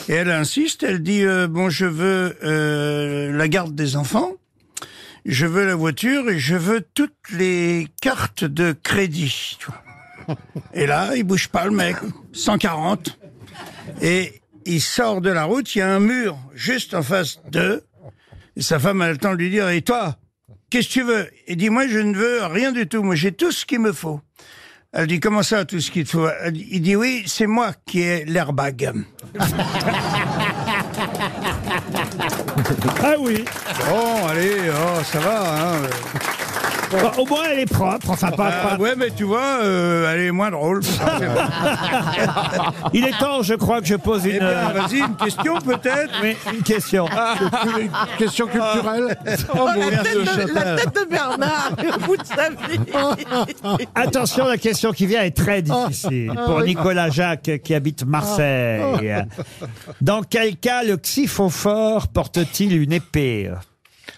S7: Et elle insiste, elle dit euh, bon, je veux euh, la garde des enfants, je veux la voiture et je veux toutes les cartes de crédit. tu vois. Et là, il bouge pas le mec, 140. Et il sort de la route, il y a un mur juste en face d'eux. Et sa femme a le temps de lui dire et toi, qu'est-ce que tu veux Il dit moi, je ne veux rien du tout. Moi, j'ai tout ce qu'il me faut. Elle dit comment ça, tout ce qu'il te faut Elle dit- Il dit oui, c'est moi qui ai l'airbag.
S2: Ah oui.
S7: Bon, allez, oh, ça va. Hein.
S2: au moins, elle est propre. Enfin, pas.
S7: Ah, ouais, mais tu vois, euh, elle est moins drôle.
S2: Ah, Il est temps, je crois, que je pose une.
S7: Eh bien, vas-y, une question peut-être
S2: Euh.
S7: Ah.
S2: Oui, une question.
S4: Une question culturelle.
S3: Oh, Ah. la, tête de, la tête de Bernard, vous le savez.
S2: Attention, la question qui vient est très difficile
S3: Ah,
S2: pour
S3: oui.
S2: Nicolas Jacques qui habite Marseille.
S3: Ah.
S2: Dans quel cas le xyphophore porte-t-il une épée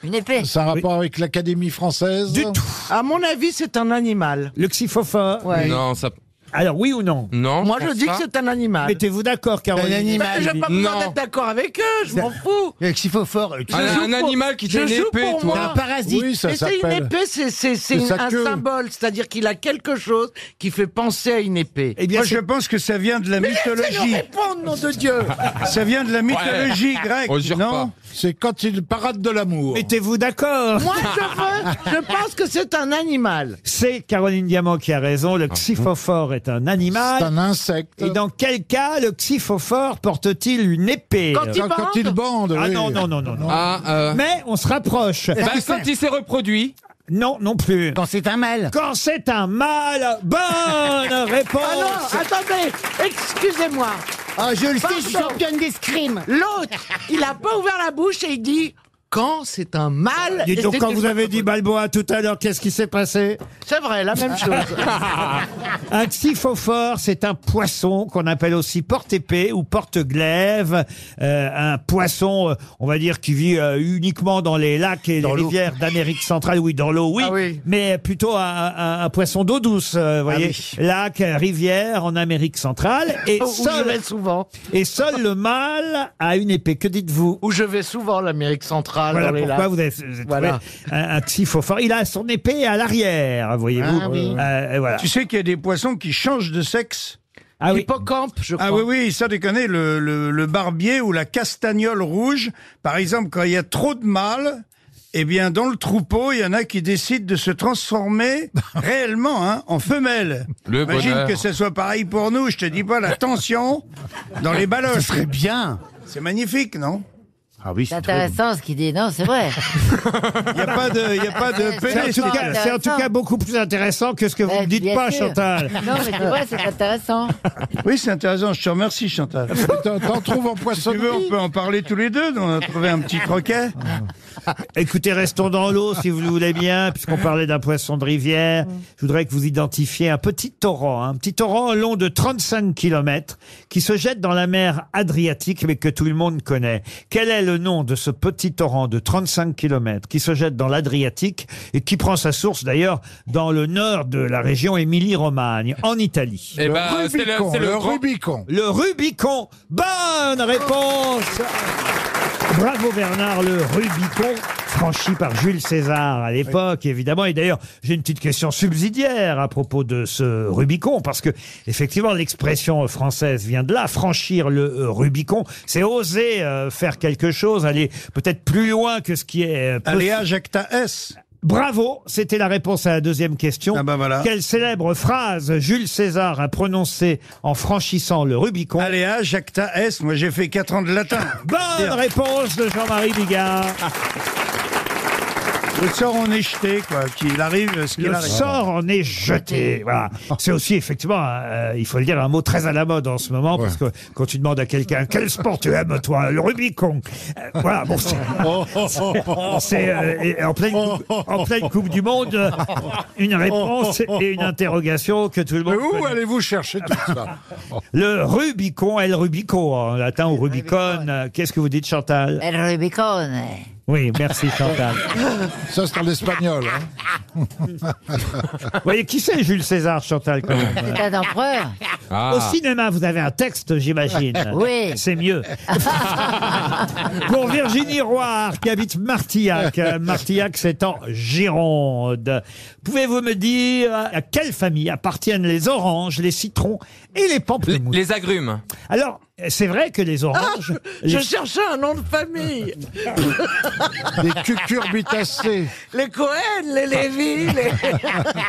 S5: Une épée.
S4: Ça a rapport avec l'Académie française. Du tout.
S6: À mon avis, c'est un animal.
S2: Le xyphophore
S6: Ouais.
S8: Non, ça.
S2: Alors oui ou non
S8: Non.
S6: Moi, je
S8: pense
S6: dis que
S8: pas.
S6: c'est un animal. Ben,
S2: Mettez-vous d'accord, Caroline.
S6: Mais j'ai pas besoin d'être d'accord avec eux, je m'en fous.
S9: Le xyphophore. le
S6: Je
S9: xyphophore.
S6: joue pour- je joue pour moi.
S9: Un parasite.
S6: Mais c'est une épée, c'est- c'est c'est
S9: C'est
S6: une-
S9: sa
S6: un
S9: queue.
S6: symbole, c'est-à-dire qu'il a quelque chose qui fait penser à une épée.
S2: Eh
S7: Moi, je pense que ça vient de la mythologie.
S6: répondre, nom de Dieu
S7: Ça vient de la mythologie
S6: Ouais.
S7: grecque,
S8: On jure
S7: non
S4: C'est quand il parade de l'amour.
S2: Mettez-vous d'accord.
S6: Moi, je veux, je pense que c'est un animal.
S2: C'est Caroline Diamant qui a raison.
S4: Ah
S2: Le xyphophore est un animal. C'est un
S4: insecte.
S2: Et dans quel cas le xyphophore porte-t-il une épée
S8: euh,
S4: Quand il Quand- quand bande. il bande,
S2: Ah
S4: oui.
S2: non, non, non, non. non.
S8: Ah, euh.
S2: Mais on se rapproche.
S8: Bah, quand il s'est reproduit.
S2: Non, non plus.
S9: Quand c'est un mâle.
S2: Quand c'est un mâle. Bonne réponse.
S6: Ah non, attendez, excusez-moi.
S9: Ah, je le sais, je suis
S6: Pardon.
S9: championne d'escrime.
S6: L'autre, il a pas ouvert la bouche et il dit quand c'est un mâle.
S2: Dites
S6: et
S2: donc,
S6: c'est
S2: quand
S6: une
S2: vous avez dit Balboa tout à l'heure, qu'est-ce qui s'est passé
S6: C'est vrai, la même chose.
S2: Un xyphophore, c'est un poisson qu'on appelle aussi porte-épée ou porte-glaive. Euh, un poisson, euh, on va dire, qui vit euh, uniquement dans les lacs et les rivières d'Amérique centrale. Oui, dans l'eau, oui.
S6: Ah
S2: Mais plutôt un, un- un poisson d'eau douce, euh,
S6: Ah
S2: vous voyez. Lac, euh, rivière en Amérique centrale. Et
S6: Où je
S2: seul,
S6: vais souvent.
S2: Et seul le mâle a une épée. Que dites-vous
S6: Où je vais souvent, l'Amérique centrale.
S2: Voilà
S6: dans les
S2: pourquoi
S6: lacs.
S2: vous avez, vous avez
S6: Voilà.
S2: trouvé un, un xyphophore. Il a son épée à l'arrière, voyez-vous.
S6: Ah oui.
S2: Euh, et voilà.
S7: Tu sais qu'il y a des poissons qui changent de sexe
S2: ah oui.
S6: je
S7: Ah oui,
S6: crois.
S7: oui, ça déconne, le, le, le barbier ou la castagnole rouge, par exemple, quand il y a trop de mâles, eh bien, dans le troupeau, il y en a qui décident de se transformer réellement hein, en femelle.
S8: Le
S7: Imagine
S8: bonheur.
S7: que ce soit pareil pour nous, je te dis pas la tension dans les baloches. Ce serait bien. C'est magnifique, non
S9: Ah oui,
S5: C'est intéressant ce qu'il dit. Non, c'est vrai.
S7: Il n'y a pas de, il y a pas de
S6: Ah,
S2: C'est en
S7: pénis.
S2: tout cas-
S7: Chantal.
S2: C'est en tout cas beaucoup plus intéressant que ce que vous
S6: Eh,
S2: ne dites
S5: Bien
S2: pas,
S5: sûr.
S2: Chantal.
S5: Non, mais c'est vrai, c'est intéressant.
S7: Oui, c'est intéressant. Je te remercie, Chantal. T'en trouves en poisson. Si tu veux, on peut en parler tous les deux. On a trouvé un petit croquet.
S2: Écoutez, restons dans l'eau si vous le voulez bien, puisqu'on parlait d'un poisson de rivière. Je voudrais que vous identifiez un petit torrent, hein. un petit torrent long de 35 km qui se jette dans la mer Adriatique, mais que tout le monde connaît. Quel est le nom de ce petit torrent de 35 km qui se jette dans l'Adriatique et qui prend sa source d'ailleurs dans le nord de la région Émilie-Romagne, en Italie
S8: Eh ben, c'est le- c'est le grand-
S2: Rubicon. Le Rubicon. Bonne réponse. Bravo Bernard, le Rubicon franchi par Jules César à l'époque, évidemment. Et d'ailleurs, j'ai une petite question subsidiaire à propos de ce Rubicon, parce que effectivement, l'expression française vient de là, franchir le euh, Rubicon, c'est oser euh, faire quelque chose, aller peut-être plus loin que ce qui est... euh,
S7: Aller à
S2: possible.
S7: Jacta S.
S2: Bravo, c'était la réponse à la deuxième question. Quelle célèbre phrase Jules César a prononcée en franchissant le Rubicon
S7: Aléa, jacta S. Moi, j'ai fait 4 ans de latin.
S2: Bonne réponse de Jean-Marie Bigard.
S4: Ah,
S7: Le sort, on est jeté, quoi. Qu'il arrive ce qu'il
S2: Le
S7: arrive.
S2: sort en est jeté. Voilà.
S4: Ah.
S2: C'est aussi effectivement, euh, il faut le dire, un mot très à la mode en ce moment, parce que quand tu demandes à quelqu'un quel sport tu aimes, toi, le Rubicon. Euh, voilà, bon, c'est c'est, euh, et- et en, pleine coupe, en pleine Coupe du Monde, euh, une réponse et une interrogation que tout le monde.
S4: Où
S2: connaît.
S4: allez-vous chercher tout ça
S2: Le Rubicon, El Rubico en latin ou Rubicon. euh, Qu'est-ce que vous dites, Chantal
S5: El Rubicon.
S2: Oui, merci Chantal.
S4: Ça, c'est en espagnol.
S2: hein. Vous voyez qui c'est Jules César, Chantal quand même.
S5: C'est un empereur.
S8: Ah.
S2: Au cinéma, vous avez un texte, j'imagine.
S5: Oui.
S2: C'est mieux. Pour Virginie Roire, qui habite Martillac. Euh, Martillac, c'est en Gironde. Pouvez-vous me dire à quelle famille appartiennent les oranges, les citrons et les pamplemousses
S8: Les agrumes.
S2: Alors, c'est vrai que les oranges... les-
S6: Ah, Je cherchais un nom de famille.
S2: Des cucurbitacées.
S6: Les Cohen, les Lévy, les...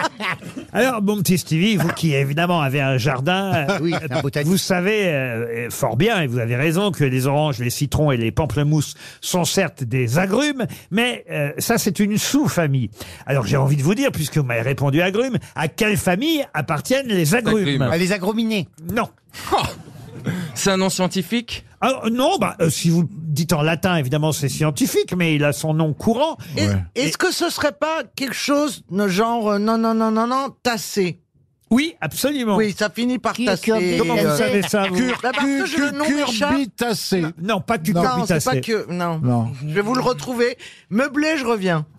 S2: Alors, mon petit Stevie, vous qui évidemment avez un jardin,
S6: Ah
S2: euh,
S9: Oui, un
S2: vous savez euh, euh, fort bien, et vous avez raison, que les oranges, les citrons et les pamplemousses sont certes des agrumes, mais euh, ça c'est une sous-famille. Alors j'ai envie de vous dire, puisque vous m'avez répondu agrumes, à quelle famille appartiennent les agrumes
S8: Agrumes. Ah, les
S2: agrominés Non.
S8: C'est un nom scientifique
S2: Ah, non, bah, euh, si vous dites en latin, évidemment c'est scientifique, mais il a son nom courant.
S6: Et- Est-ce que ce serait pas quelque chose de genre euh, non, non, non, non, non, tassé
S2: Oui, absolument.
S6: Oui, ça finit par tasser.
S2: Comment vous savez ça vous
S6: Bah, Parce que je le nom m'échappe.
S4: Cucurbitacé.
S2: Non, pas
S6: Non, c'est pas
S2: cucurbitacé.
S6: que. Non.
S4: Non.
S6: Je vais vous le retrouver. Meublé, je reviens.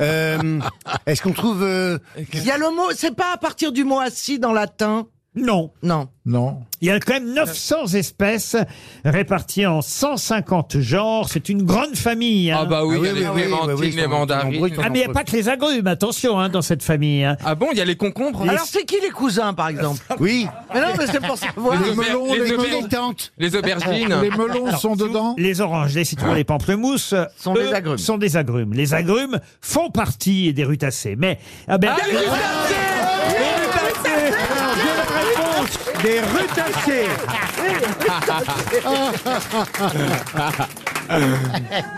S9: Euh, Est-ce qu'on trouve. euh,
S6: Il y a le mot. C'est pas à partir du mot assis dans latin.
S2: Non.
S6: Non.
S4: Non.
S2: Il y a quand même 900 espèces réparties en 150 genres. C'est une grande famille. hein.
S8: Ah bah oui, il y a les clémentines, les mandarines.
S2: Ah, mais il n'y a pas que les agrumes, attention, hein, dans cette famille. hein.
S8: Ah bon, il y a les concombres
S6: Alors, c'est qui les cousins, par exemple
S9: Oui.
S6: Mais non, mais c'est pour savoir.
S8: Les melons, les melons.
S9: Tante.
S8: Les aubergines.
S4: Les melons sont dedans
S2: Les oranges, les citrons, les pamplemousses euh,
S6: Sont des
S2: eux,
S6: agrumes.
S2: sont des agrumes. Les agrumes font partie des rutacées. Mais ah ben,
S3: Des rutacées
S2: Des rutacées Alors, j'ai la réponse. Des rutacées.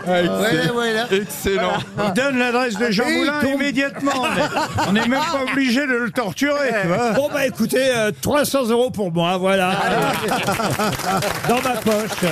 S9: Ouais, ouais, là.
S8: Excellent.
S7: Il donne l'adresse de Jean
S9: Ah, Et il
S7: Moulin
S9: tombe.
S7: immédiatement. mais on n'est même pas obligé de le torturer, tu vois.
S2: Bon bah écoutez, euh, 300 euros pour moi, Ah, voilà. Dans ma poche.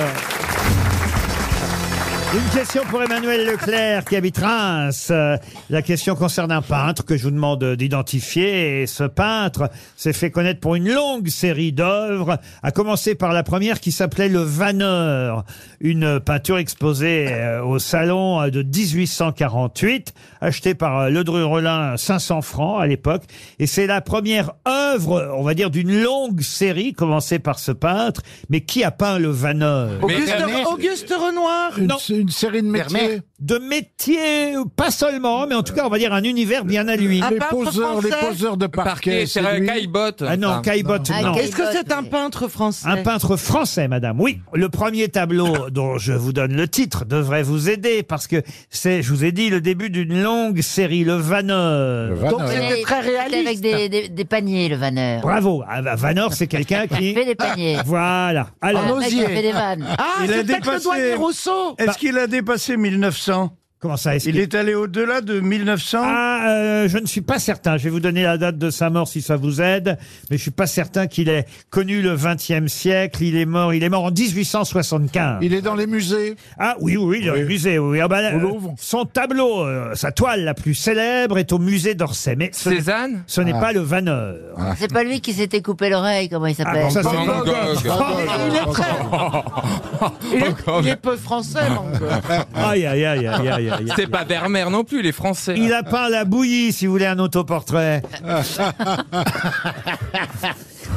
S2: Une question pour Emmanuel Leclerc qui habite Reims. Euh, La question concerne un peintre que je vous demande d'identifier. Et ce peintre s'est fait connaître pour une longue série d'œuvres, à commencer par la première qui s'appelait Le Vanneur, une peinture exposée euh, au salon euh, de 1848, achetée par euh, Ledru Rollin 500 francs à l'époque. Et c'est la première œuvre, on va dire, d'une longue série commencée par ce peintre. Mais qui a peint Le Vanneur
S6: Auguste,
S4: euh,
S6: Auguste Renoir
S2: non. une série de métiers. De métiers, pas seulement, mais en tout cas, on va dire un univers bien à lui.
S4: Un Les peintre poseurs, les français poseurs de parquet, Parquet, c'est c'est lui Caillebotte.
S2: Ah non,
S4: Ah,
S2: Caillebotte,
S4: non.
S2: non.
S6: Est-ce que c'est un peintre français
S2: Un peintre français, madame, oui. Le premier tableau dont je vous donne le titre devrait vous aider parce que c'est, je vous ai dit, le début d'une longue série, Le Vanneur.
S5: c'était très réaliste. Avec des, des- des paniers, le vanneur.
S2: Bravo. Ah bah, Vanneur, c'est quelqu'un qui.
S5: Fait des paniers.
S2: Voilà.
S5: Ah, le mec, il fait des vannes. Ah,
S7: il a
S5: c'est peut-être le douanier
S7: dépassé.
S5: Rousseau.
S7: Est-ce qu'il a dépassé 1900
S2: Bah. Comment ça est-ce
S7: Il
S2: qu'il-
S7: est allé au-delà de 1900
S2: Ah, euh, je ne suis pas certain. Je vais vous donner la date de sa mort si ça vous aide, mais je suis pas certain qu'il ait connu le XXe siècle. Il est mort. Il est mort en 1875. Il est dans les musées. Ah oui, oui, oui, dans les musées. Oui. Ah, bah, là, euh, son tableau, euh, sa toile la plus célèbre est au musée d'Orsay. Mais ce n'est-
S8: Cézanne
S2: Ce n'est
S8: Ah.
S2: pas le Vanneur.
S5: Bah, C'est pas lui qui s'était coupé l'oreille, comment il
S2: Ah,
S5: s'appelle
S2: bon, ça, c'est Van Van Gogh. Ah, Gogh.
S6: Il est très- Il est peu français, Van Gogh.
S2: Aïe, aïe, aïe, aïe, aïe, aïe.
S8: C'est pas Vermeer non plus, les Français.
S2: Il a peint la bouillie, si vous voulez, un autoportrait.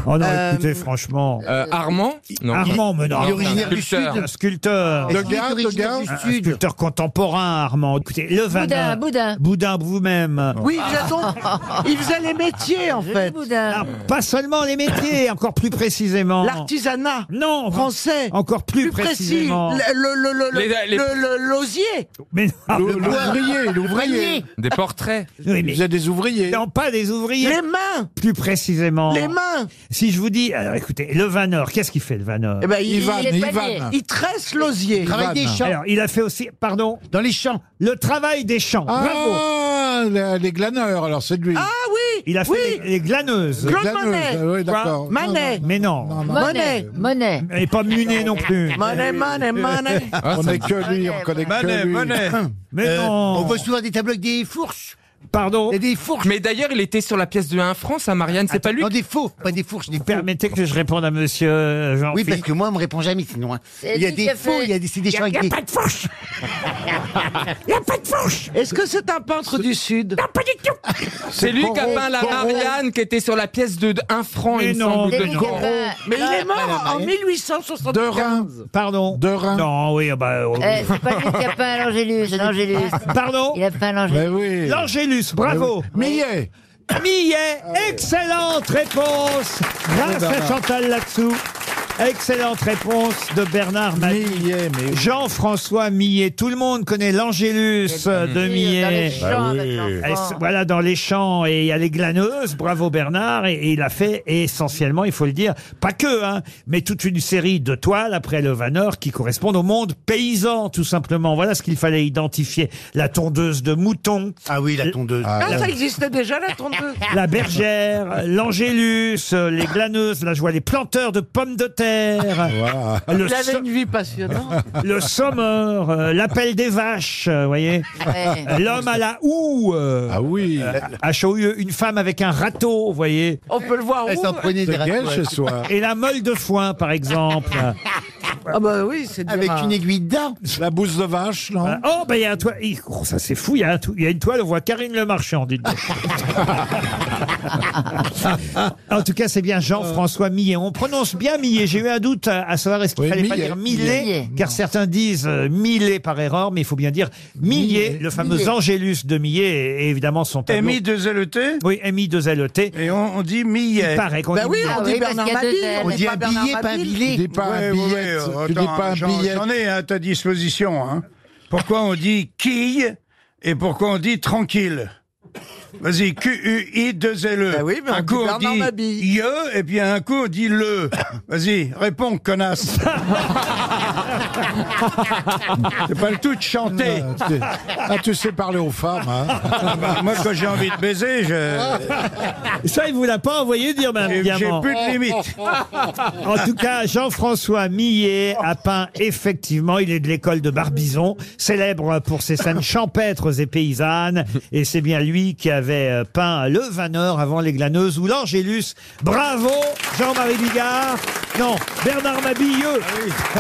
S2: Oh non,
S8: Euh,
S2: écoutez, franchement.
S8: Euh, Armand Non.
S2: Armand, mais non.
S8: Il est originaire du
S2: Sculpteur.
S8: Sud.
S2: Sculpteur.
S8: Est-ce qu'il est Degas, originaire Degas. du
S2: Un
S8: Sud
S2: Sculpteur contemporain, Armand. Écoutez, le Vanneur.
S5: Boudin.
S2: Boudin, vous-même.
S6: Oui, il faisait, donc, il faisait les métiers, en fait.
S2: Ah, Pas seulement les métiers, encore plus précisément.
S6: L'artisanat
S2: Non.
S6: Français.
S2: Encore plus,
S6: Plus précis.
S2: précisément.
S6: le- le- le- le-
S2: Les- les-
S6: le- le- L'osier.
S2: Mais non.
S6: Le- l'ouvrier, l'ouvrier.
S8: Des portraits.
S2: Oui, mais-
S4: des ouvriers.
S2: Non, pas des ouvriers.
S6: Les mains.
S2: Plus précisément.
S6: Les mains.
S2: Si je vous dis, alors écoutez, le Vanor, qu'est-ce qu'il fait le Vanor
S6: Eh ben, il- Il vanne, il il vanne. vanne. Il tresse l'osier. Il travaille des champs.
S2: Alors, il a fait aussi, pardon. Dans les champs. Le travail des champs. Bravo.
S4: Ah, la- les glaneurs, alors c'est de lui. Ah
S6: oui
S2: Il a fait les, les glaneuses.
S4: Les Claude glaneuses, Monet. ah oui, d'accord.
S2: Quoi
S4: Manet.
S2: Mais non.
S5: Monet. Monet.
S2: Et pas Munet non plus.
S6: Monet, Monet, Monet.
S4: On n'est que lui, on Ah, connaît que lui.
S8: Hein.
S2: Mais
S8: Euh,
S2: non.
S9: On voit souvent des tableaux avec des fourches.
S2: Pardon
S9: Et des fourches.
S8: Mais d'ailleurs, il était sur la pièce de 1 franc, ça, Marianne, c'est pas lui
S9: Non, des faux, pas des fourches, des faux.
S2: Permettez que je réponde à monsieur euh, jean
S9: Oui, parce que moi, on me répond jamais, sinon. hein.
S6: C'est
S9: Il y a
S6: lui
S9: des
S6: qui a
S9: faux,
S6: fait-
S9: il y a des, c'est des
S6: Il y a-
S9: gens
S6: il y a
S9: avec des-
S6: pas de fourches. Il n'y a pas de fourche Est-ce que c'est un peintre du Sud Non, pas du tout
S8: C'est lui qui a
S6: Corot,
S8: peint la
S6: Corot.
S8: Marianne qui était sur la pièce de 1 franc,
S2: Mais
S8: il me
S2: non,
S8: semble.
S2: mais
S8: de
S2: non.
S8: Corot.
S6: Mais il est mort en
S4: De
S6: 1875
S4: Reims.
S2: Pardon. De Reims. Non, oui, ah bah. oh,
S5: Eh,
S2: oui.
S5: c'est pas lui qui a peint l'Angélus, l'Angélus.
S2: Ah, Pardon
S5: Il a peint l'Angélus.
S2: L'Angélus, bravo. Millet. Millet, excellente réponse. Grâce à
S5: Ah Bernard.
S2: Chantal là-dessous. Excellente réponse de Bernard Mabi. Jean-François Millet. Tout le monde connaît l'Angélus euh, de Millet. Eh,
S5: dans les champs Bah avec oui. l'enfant.
S2: Et c- Voilà, dans les champs. Et il y a les glaneuses. Bravo Bernard. Et, et il a fait essentiellement, il faut le dire, pas que, hein, mais toute une série de toiles après le Vanor qui correspondent au monde paysan, tout simplement. Voilà ce qu'il fallait identifier. La tondeuse de moutons.
S9: Ah oui, la tondeuse.
S6: Ah, ça existait déjà, la tondeuse
S2: La bergère, l'angélus, euh, les glaneuses, là je vois les planteurs de pommes de terre,
S9: Ah,
S2: le,
S6: Il avait
S2: so-
S6: une vie passionnante.
S2: le sommeur, euh, l'appel des vaches, euh, vous voyez,
S6: Ah Ouais.
S2: l'homme à la houe, ah oui. une femme avec un râteau, vous voyez.
S6: On peut le voir où euh
S2: C'est quel chez soi Et la meule de foin, par exemple.
S6: Ah bah oui, c'est
S9: Avec une aiguille
S6: d'arbre.
S2: La bouse de vache, non Oh, bah il y a un toile. Ih, oh, ça, c'est fou. Il y, a un tou- il y a une toile, on voit Karine Le Marchand, dites donc. en tout cas, c'est bien Jean-François Millet. On prononce bien Millet. J'ai eu un doute euh, à, à savoir est-ce qu'il
S4: Oui,
S2: fallait pas
S4: Millet.
S2: dire Millet,
S4: Millet.
S2: car certains disent euh, Millet par erreur, mais il faut bien dire Millet, le fameux
S7: Millet.
S2: Angélus de Millet, et, et évidemment son tableau.
S7: MI 2 LET
S2: Oui, MI 2 LET.
S7: Et on, on dit Millet.
S2: E Il paraît qu'on
S7: Bah
S2: dit
S7: oui,
S2: Millet.
S7: on
S6: dit Bernard Mabille, on dit un billet, pas un billet.
S4: Tu dis pas un billet. Tu dis pas un billet.
S7: J'en ai à ta disposition. hein. Pourquoi on dit quille et pourquoi on dit tranquille Vas-y, Q-U-I-2-L-E.
S6: Ah oui, mais on
S7: E. un
S6: dit
S7: coup on
S6: Bernard
S7: dit
S6: Mabille.
S7: IE, et puis un coup on dit LE. Vas-y, réponds, connasse. C'est pas le tout de chanter.
S4: Ah, tu sais parler aux femmes. hein.
S7: Ah bah, moi, quand j'ai envie de baiser, je.
S9: Euh,
S2: Ça, il vous l'a pas envoyé dire, même.
S7: Ah, Eh, J'ai j'ai plus de limite.
S2: En tout cas, Jean-François Millet a peint effectivement, il est de l'école de Barbizon, célèbre pour ses scènes champêtres et paysannes, et c'est bien lui qui avait euh, peint Le Vaneur avant les Glaneuses ou l'Angélus. Bravo, Jean-Marie Bigard. Non, Bernard Mabilleux. À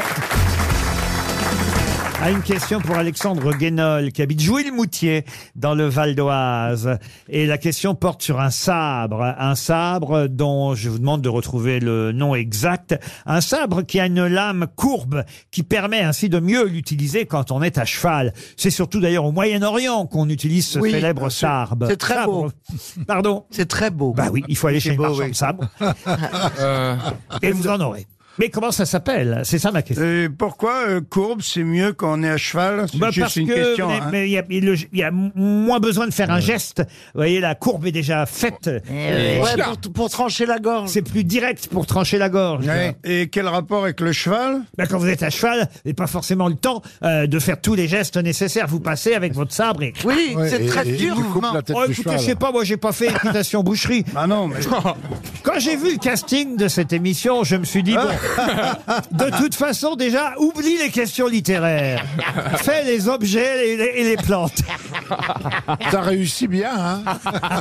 S2: Ah, une question pour Alexandre Guénol, qui habite Jouy-le-Moutier, dans le Val d'Oise. Et la question porte sur un sabre. Un sabre dont je vous demande de retrouver le nom exact. Un sabre qui a une lame courbe, qui permet ainsi de mieux l'utiliser quand on est à cheval. C'est surtout d'ailleurs au Moyen-Orient qu'on utilise ce
S6: Oui,
S2: célèbre
S6: bien sûr.
S2: sabre.
S6: C'est très beau.
S2: Sabre. Pardon C'est très beau. Bah oui, il faut aller chez le marchand de sabre. Et vous en aurez. Mais comment ça s'appelle C'est ça ma question.
S7: Et pourquoi euh, courbe, c'est mieux quand on est à cheval C'est
S2: Bah,
S7: juste
S2: parce
S7: une
S2: que
S7: question.
S2: mais-
S7: hein.
S2: mais il y a- il le- il y, a m- moins besoin de faire un geste. Vous voyez, la courbe est déjà faite.
S7: ouais. Ouais, pour-
S2: trancher la gorge. C'est plus direct pour trancher la gorge.
S7: Ouais. Et quel rapport avec le cheval
S2: Bah, quand vous êtes à cheval, vous n'avez pas forcément le temps euh, de faire tous les gestes nécessaires. Vous passez avec votre sabre et...
S6: Oui, Ouais, c'est et- très et dur, tu coupes mouvement. la tête
S2: Oh,
S6: du
S2: écoutez,
S6: cheval.
S2: je sais pas, moi j'ai pas fait équitation boucherie.
S7: Ah non, mais...
S2: Quand j'ai vu le casting de cette émission, je me suis dit, bon, de toute façon, déjà, oublie les questions littéraires. Fais les objets et les, et les plantes.
S4: T'as réussi bien, hein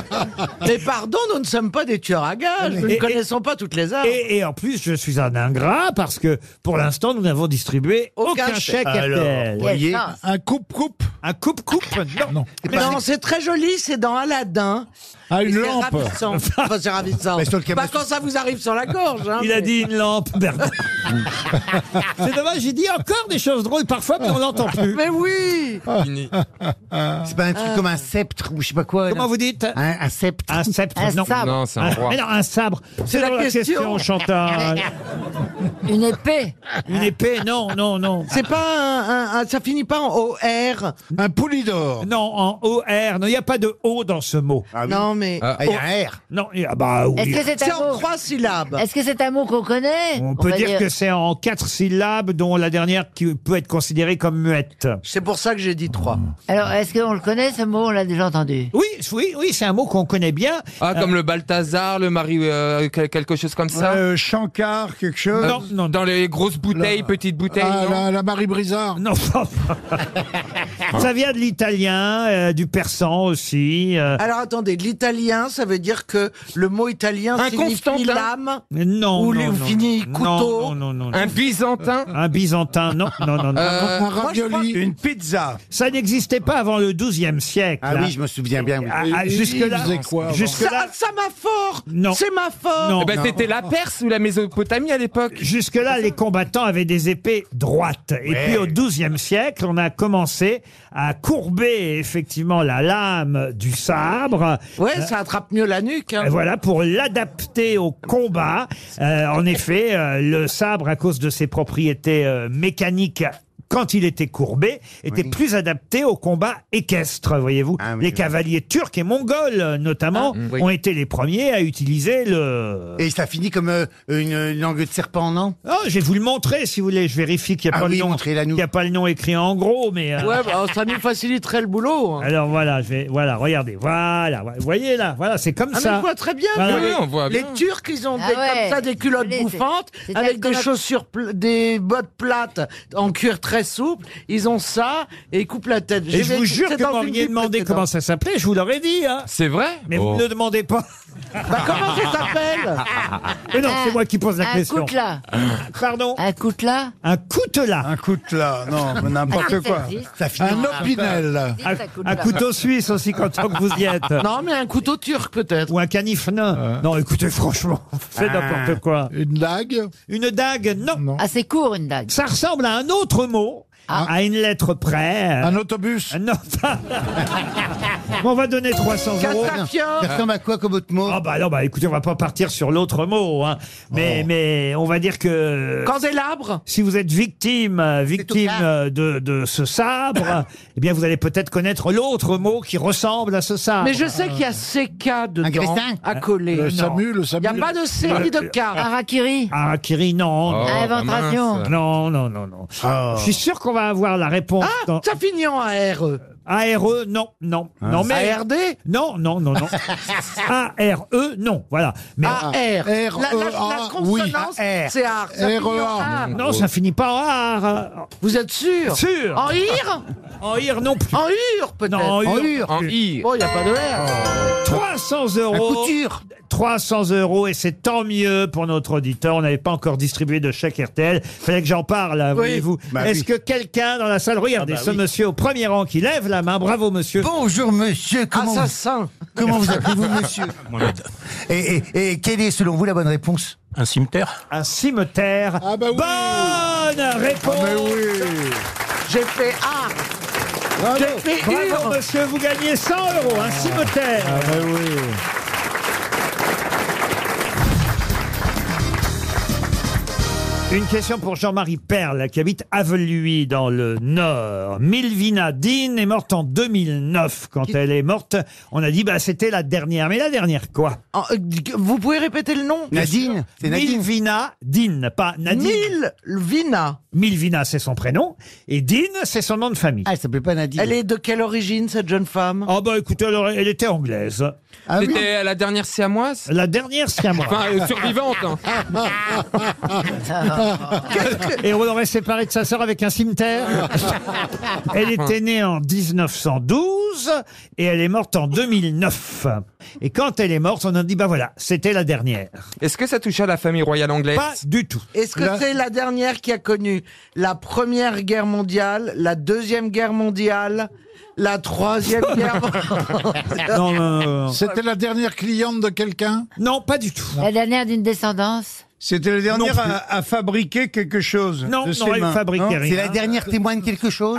S6: Mais pardon, nous ne sommes pas des tueurs à gages. Nous
S2: Et-
S6: ne connaissons pas toutes les armes.
S2: Et, et en plus, je suis un ingrat parce que pour l'instant, nous n'avons distribué aucun,
S6: Aucun
S2: chèque
S6: chèque.
S4: Alors,
S2: RTL.
S4: voyez, Quelle chance.
S2: un coupe-coupe. Un coupe-coupe, non.
S6: Mais non, c'est très joli, c'est dans Aladdin.
S4: Ah,
S2: une
S6: Et c'est
S2: lampe.
S6: ravissant. Enfin, c'est ravissant.
S2: Mais sur le
S6: Pas
S2: Kama-
S6: quand ça vous arrive sur la gorge. hein,
S2: Il a
S6: mais-
S2: dit une lampe, Bernard. c'est dommage, j'ai dit encore des choses drôles parfois, mais on l'entend plus.
S6: Mais oui
S9: C'est pas un truc comme un sceptre ou je sais pas quoi.
S2: Comment vous dites
S9: un, un sceptre.
S2: Un sceptre, non. Ah, Mais non, un sabre. C'est
S6: la
S2: dans la question,
S6: question.
S2: Chantal.
S5: Une épée.
S2: Ah. Une épée, non, non, non.
S6: C'est pas un, un- un- Ça finit pas en OR.
S4: Un poulidor.
S2: Non, en OR. Non, il n'y a pas de O dans ce mot.
S6: Non, mais.
S2: Ah, il y a
S9: un R.
S2: Non, il y a- bah oui.
S5: Est-ce que c'est
S6: C'est
S5: un
S6: en
S5: mot
S6: trois syllabes.
S5: Est-ce que c'est un mot qu'on connaît
S2: On peut
S5: va
S2: dire que c'est en quatre syllabes, dont la dernière qui peut être considérée comme muette.
S6: C'est pour ça que j'ai dit trois.
S5: Alors, est-ce qu'on le connaît ce mot On l'a déjà entendu.
S2: Oui, oui, oui, c'est un mot qu'on connaît bien.
S8: Ah, comme le Balthazar, le Marie, euh, quel- quelque chose comme ça.
S7: Euh, Chancard, quelque chose
S8: Euh, Dans les grosses bouteilles, petites bouteilles.
S4: Ah,
S8: non
S4: la, la Marie Brizard.
S2: Non,
S6: Ah.
S2: ça vient de l'italien, euh, du persan aussi. euh,
S6: Alors attendez, l'italien, ça veut dire que le mot italien
S8: Un
S6: signifie
S8: Constantin
S6: l'âme.
S2: mais non,
S6: Ou
S2: non,
S6: les- ou
S2: non.
S6: fini
S2: Non,
S6: couteau.
S2: Non, non, non, non.
S8: Un byzantin
S2: Un byzantin, non, non, non, non.
S8: Euh,
S4: un
S6: moi, je
S4: ravioli.
S6: crois-
S7: Une pizza.
S2: Ça n'existait pas avant le XIIe siècle.
S9: Ah oui, je me souviens bien. oui.
S2: Ah, ah,
S4: Il- il
S2: jusque-là-
S4: faisait quoi avant
S2: jusque-là-
S6: Ça, Ah, ça m'a fort
S2: Non.
S6: C'est ma fort
S2: Non.
S8: Eh ben, c'était la Perse ou la Mésopotamie à l'époque.
S2: Jusque-là, les combattants avaient des épées droites. Et puis au XIIe siècle, on a commencé à courber effectivement la lame du sabre.
S6: Ouais, ça attrape mieux la nuque. hein.
S2: Euh, Voilà, pour l'adapter au combat. Euh, en effet, euh, le sabre, à cause de ses propriétés euh, mécaniques, quand il était courbé, était plus adapté au combat équestre, voyez-vous.
S9: Ah oui,
S2: les
S9: oui.
S2: cavaliers turcs et mongols, euh, notamment,
S9: oui.
S2: ont été les premiers à utiliser le...
S9: Et ça finit comme euh, une, une langue de serpent, non
S2: Oh, je vais vous le montrer, si vous voulez. Je vérifie qu'il n'y a,
S9: Ah
S2: pas le
S9: oui,
S2: nom-
S9: montrez-la nous.
S2: qu'il y a pas le nom écrit en gros, mais... euh,
S6: Ouais, bah, ça nous faciliterait le boulot. hein.
S2: Alors voilà, je vais, voilà, regardez, voilà, vous voyez là, voilà, c'est comme
S6: Ah, mais
S2: ça.
S6: je vois très bien.
S2: Voilà.
S6: mais
S8: Oui,
S6: les-
S8: on voit
S6: les
S8: bien.
S6: Turcs, ils ont
S5: Ah
S6: des,
S5: ouais.
S6: comme ça des culottes
S5: C'est-
S6: bouffantes,
S5: c'est
S6: avec
S5: un
S6: des
S5: connard.
S6: chaussures, pl- des bottes plates en cuir très souple. Ils ont ça et ils coupent la tête.
S2: Et je vous jure que quand vous m'auriez demandé comment ça s'appelait, je vous l'aurais dit, hein.
S8: C'est vrai
S2: Mais vous
S8: Oh.
S2: ne le demandez pas.
S6: Bah, comment ça s'appelle Euh,
S2: Mais non, c'est moi qui pose la
S5: un
S2: question.
S5: coutelas.
S2: Pardon
S5: Un coutelas
S2: Un coutelas.
S7: Un coutelas. Non, mais
S5: Ah,
S7: n'importe
S5: ça
S7: quoi.
S5: existe.
S9: Ça finit
S4: Un
S9: en-
S4: opinel.
S5: Dites
S2: Un,
S5: un
S2: Ah, un
S5: coutelas.
S2: couteau suisse aussi, quand tant que vous y êtes.
S6: Non, mais un couteau turc peut-être.
S2: Ou un canif nain. Non, écoutez, franchement, faites n'importe quoi.
S4: Une dague.
S2: Une dague, non.
S4: Non.
S5: Ah, c'est court, une dague. Ah.
S2: Ça ressemble à un autre mot à une lettre près. Un autobus Non. on va donner 300 euros.
S9: Castafiore. Ça ressemble
S2: à quoi comme autre mot Ah bah non, bah écoutez, on va pas partir sur l'autre mot. hein. Mais, mais on va dire que...
S6: Candélabre
S2: Si vous êtes victime, euh, victime euh, de, de ce sabre, eh bien vous allez peut-être connaître l'autre mot qui ressemble à ce sabre.
S6: Mais je sais qu'il y a
S2: Euh.
S6: CK dedans,
S2: crestin
S6: à coller.
S2: Hein Le
S6: Non.
S2: Euh, Samu, le Samu.
S6: Il n'y a pas de C ni de
S2: Le-
S6: K.
S5: Harakiri
S2: Ah, Kiri, non. non.
S5: Ah, éventration. mince.
S2: Non, non, non, non. Je suis sûr qu'on va avoir la réponse. Euh, Ah, ça finit en
S6: E.
S2: ARE. ARE, E, non, non,
S6: Ah.
S2: non, mais. ARD Non, non, non, non. ARE, non, voilà. Mais E
S6: AR. La- E. la- la
S2: R-E-A,
S6: consonance,
S2: AR.
S6: c'est Ah. art. Ça finit en art.
S2: Non, E ça finit pas en art. Vous êtes sûr Sûr.
S6: En IR
S2: En IR non plus.
S6: En UR peut-être.
S2: Non, en
S6: UR.
S2: ur. En i. Oh.
S6: Bon, il n'y a pas de R.
S2: 300 euros.
S6: La couture.
S2: 300 euros et c'est tant mieux pour notre auditeur. On n'avait pas encore distribué de chèque RTL. Fallait que j'en parle, hein, voyez-vous.
S14: Bah
S2: Est-ce
S14: oui.
S2: que quelqu'un dans la salle, regardez
S14: Ah bah
S2: ce
S14: oui.
S2: monsieur au premier rang qui lève la main. Bravo, monsieur.
S14: Bonjour, monsieur. Comment
S2: Assassin.
S14: Vous, comment vous appelez-vous, monsieur et, et- et quelle est, selon vous, la bonne réponse Un cimetière
S2: Un cimetière.
S5: Ah bah
S2: Bonne réponse.
S6: J'ai fait A.
S2: J'ai fait
S6: Bravo.
S2: ur, monsieur. Vous gagnez 100 euros. hein, Un cimetière. Ah, bah oui. Une question pour Jean-Marie Perle, qui habite Aveluy, dans le Nord. Milvina Dean est morte en 2009. Quand elle est morte, on a dit bah c'était la dernière. Mais la dernière quoi
S6: euh, Vous pouvez répéter le nom
S2: Nadine, c'est Nadine. Milvina Dean, pas Nadine.
S6: Milvina.
S2: Milvina, c'est son prénom. Et Dean, c'est son nom de famille.
S6: Ah, elle s'appelait pas Nadine. Elle est de quelle origine, cette jeune femme
S2: Ah bah écoutez, elle, aurait- elle était anglaise.
S6: Ah
S8: C'était la dernière siamoise
S2: La dernière siamoise.
S8: Enfin, euh, survivante. hein.
S2: Et on l'aurait séparée de sa sœur avec un cimetière. Elle
S8: Ah.
S2: était née en 1912 et elle est morte en 2009. Et quand elle est morte, on a dit, bah voilà, c'était la dernière.
S8: Est-ce que ça touchait à la famille royale anglaise
S2: Pas du tout.
S6: Est-ce que
S2: La-
S6: c'est la dernière qui a connu la Première Guerre mondiale, la Deuxième Guerre mondiale, la Troisième Guerre mondiale
S2: Non, non, non, non.
S4: C'était la dernière cliente de quelqu'un
S2: Non, pas du tout.
S5: La dernière d'une descendance
S7: C'était la dernière
S5: Non
S7: à, à fabriquer quelque chose.
S2: Non,
S7: de
S2: non,
S7: ses
S2: elle
S7: mains,
S2: fabriquait
S7: non
S2: rien.
S7: C'est la
S2: dernière témoin de quelque chose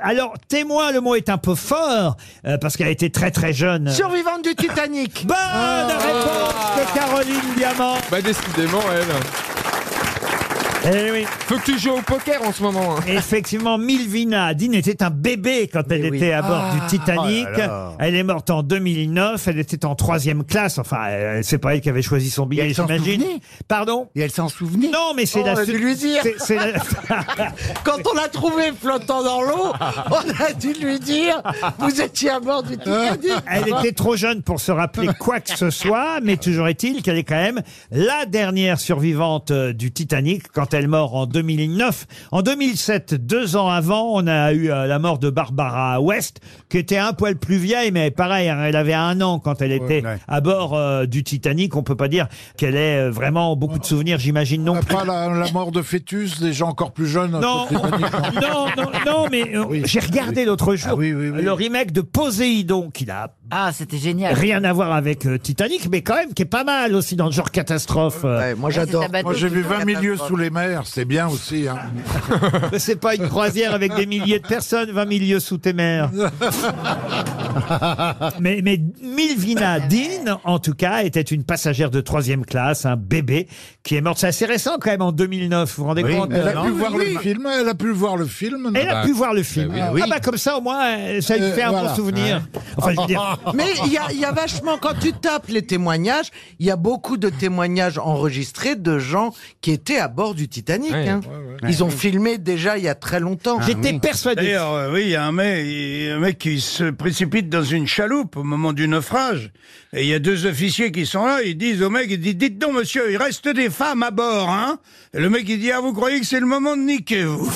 S2: Alors, témoin, le mot est un peu fort, euh, parce qu'elle était très très jeune.
S6: Survivante du Titanic.
S2: Bonne réponse de Caroline Diamant.
S8: Bah décidément, elle.
S2: Eh oui.
S8: Faut que tu joues au poker en ce moment. hein.
S2: Effectivement, Milvina Dean était un bébé quand elle était à bord du
S8: Ah.
S2: Titanic.
S8: Oh là là.
S2: Elle est morte en 2009. Elle était en troisième classe. Enfin, elle- c'est pas elle qui avait choisi son billet, j'imagine. Pardon
S9: Et elle s'en souvenait
S2: Non, mais c'est
S6: Oh,
S2: la
S6: elle a
S2: su-
S6: dû lui dire.
S2: c'est- c'est la-
S6: Quand on l'a trouvé flottant dans l'eau, on a dû lui dire Vous étiez à bord du Titanic.
S2: Elle était trop jeune pour se rappeler quoi que ce soit, mais toujours est-il qu'elle est quand même la dernière survivante euh, du Titanic quand elle mort en 2009. En 2007, deux ans avant, on a eu euh, la mort de Barbara West, qui était un poil plus vieille, mais pareil, hein, elle avait un an quand elle était à bord euh, du Titanic. On peut pas dire qu'elle ait euh, vraiment beaucoup de souvenirs, j'imagine non plus.
S4: Pas la, la mort de fœtus, des gens encore plus jeunes.
S2: Non,
S4: c'est pas dit.
S2: non, non, non, mais euh, j'ai regardé l'autre jour
S4: Ah
S2: le remake de Poséidon qu'il a.
S5: Ah, c'était génial.
S2: Rien à voir avec euh, Titanic, mais quand même qui est pas mal aussi dans le genre catastrophe. euh.
S4: Moi j'adore. Moi j'ai vu 20 milieux sous les mers, c'est bien aussi. hein.
S2: Mais c'est pas une croisière avec des milliers de personnes, 20 000 lieues sous tes mers. mais, mais Milvina Dean, en tout cas, était une passagère de troisième classe, un bébé, qui est morte. C'est assez récent quand même, en 2009, vous vous rendez compte
S4: elle a
S2: euh,
S4: pu
S2: non
S4: voir le film. Elle a pu voir le film. non
S2: Elle a pu voir le film.
S4: Ah oui.
S2: Ah bah comme ça, au moins, euh, ça lui
S4: Euh,
S2: fait un
S4: voilà.
S2: bon souvenir. Enfin, je veux dire...
S6: Hein Mais il y a, il y a vachement, quand tu tapes les témoignages, il y a beaucoup de témoignages enregistrés de gens qui étaient à bord du Titanic.
S7: Ouais.
S6: hein.
S7: ouais. Ah
S6: Ils ont filmé déjà il y a très
S2: Ah
S6: longtemps.
S7: D'ailleurs, euh, oui, il y a un mec, il y a un mec qui se précipite dans une chaloupe au moment du naufrage. Et il y a deux officiers qui sont là, ils disent au mec, ils disent, dites donc monsieur, il reste des femmes à bord, hein Et le mec, il dit, ah, vous croyez que c'est le moment de niquer, vous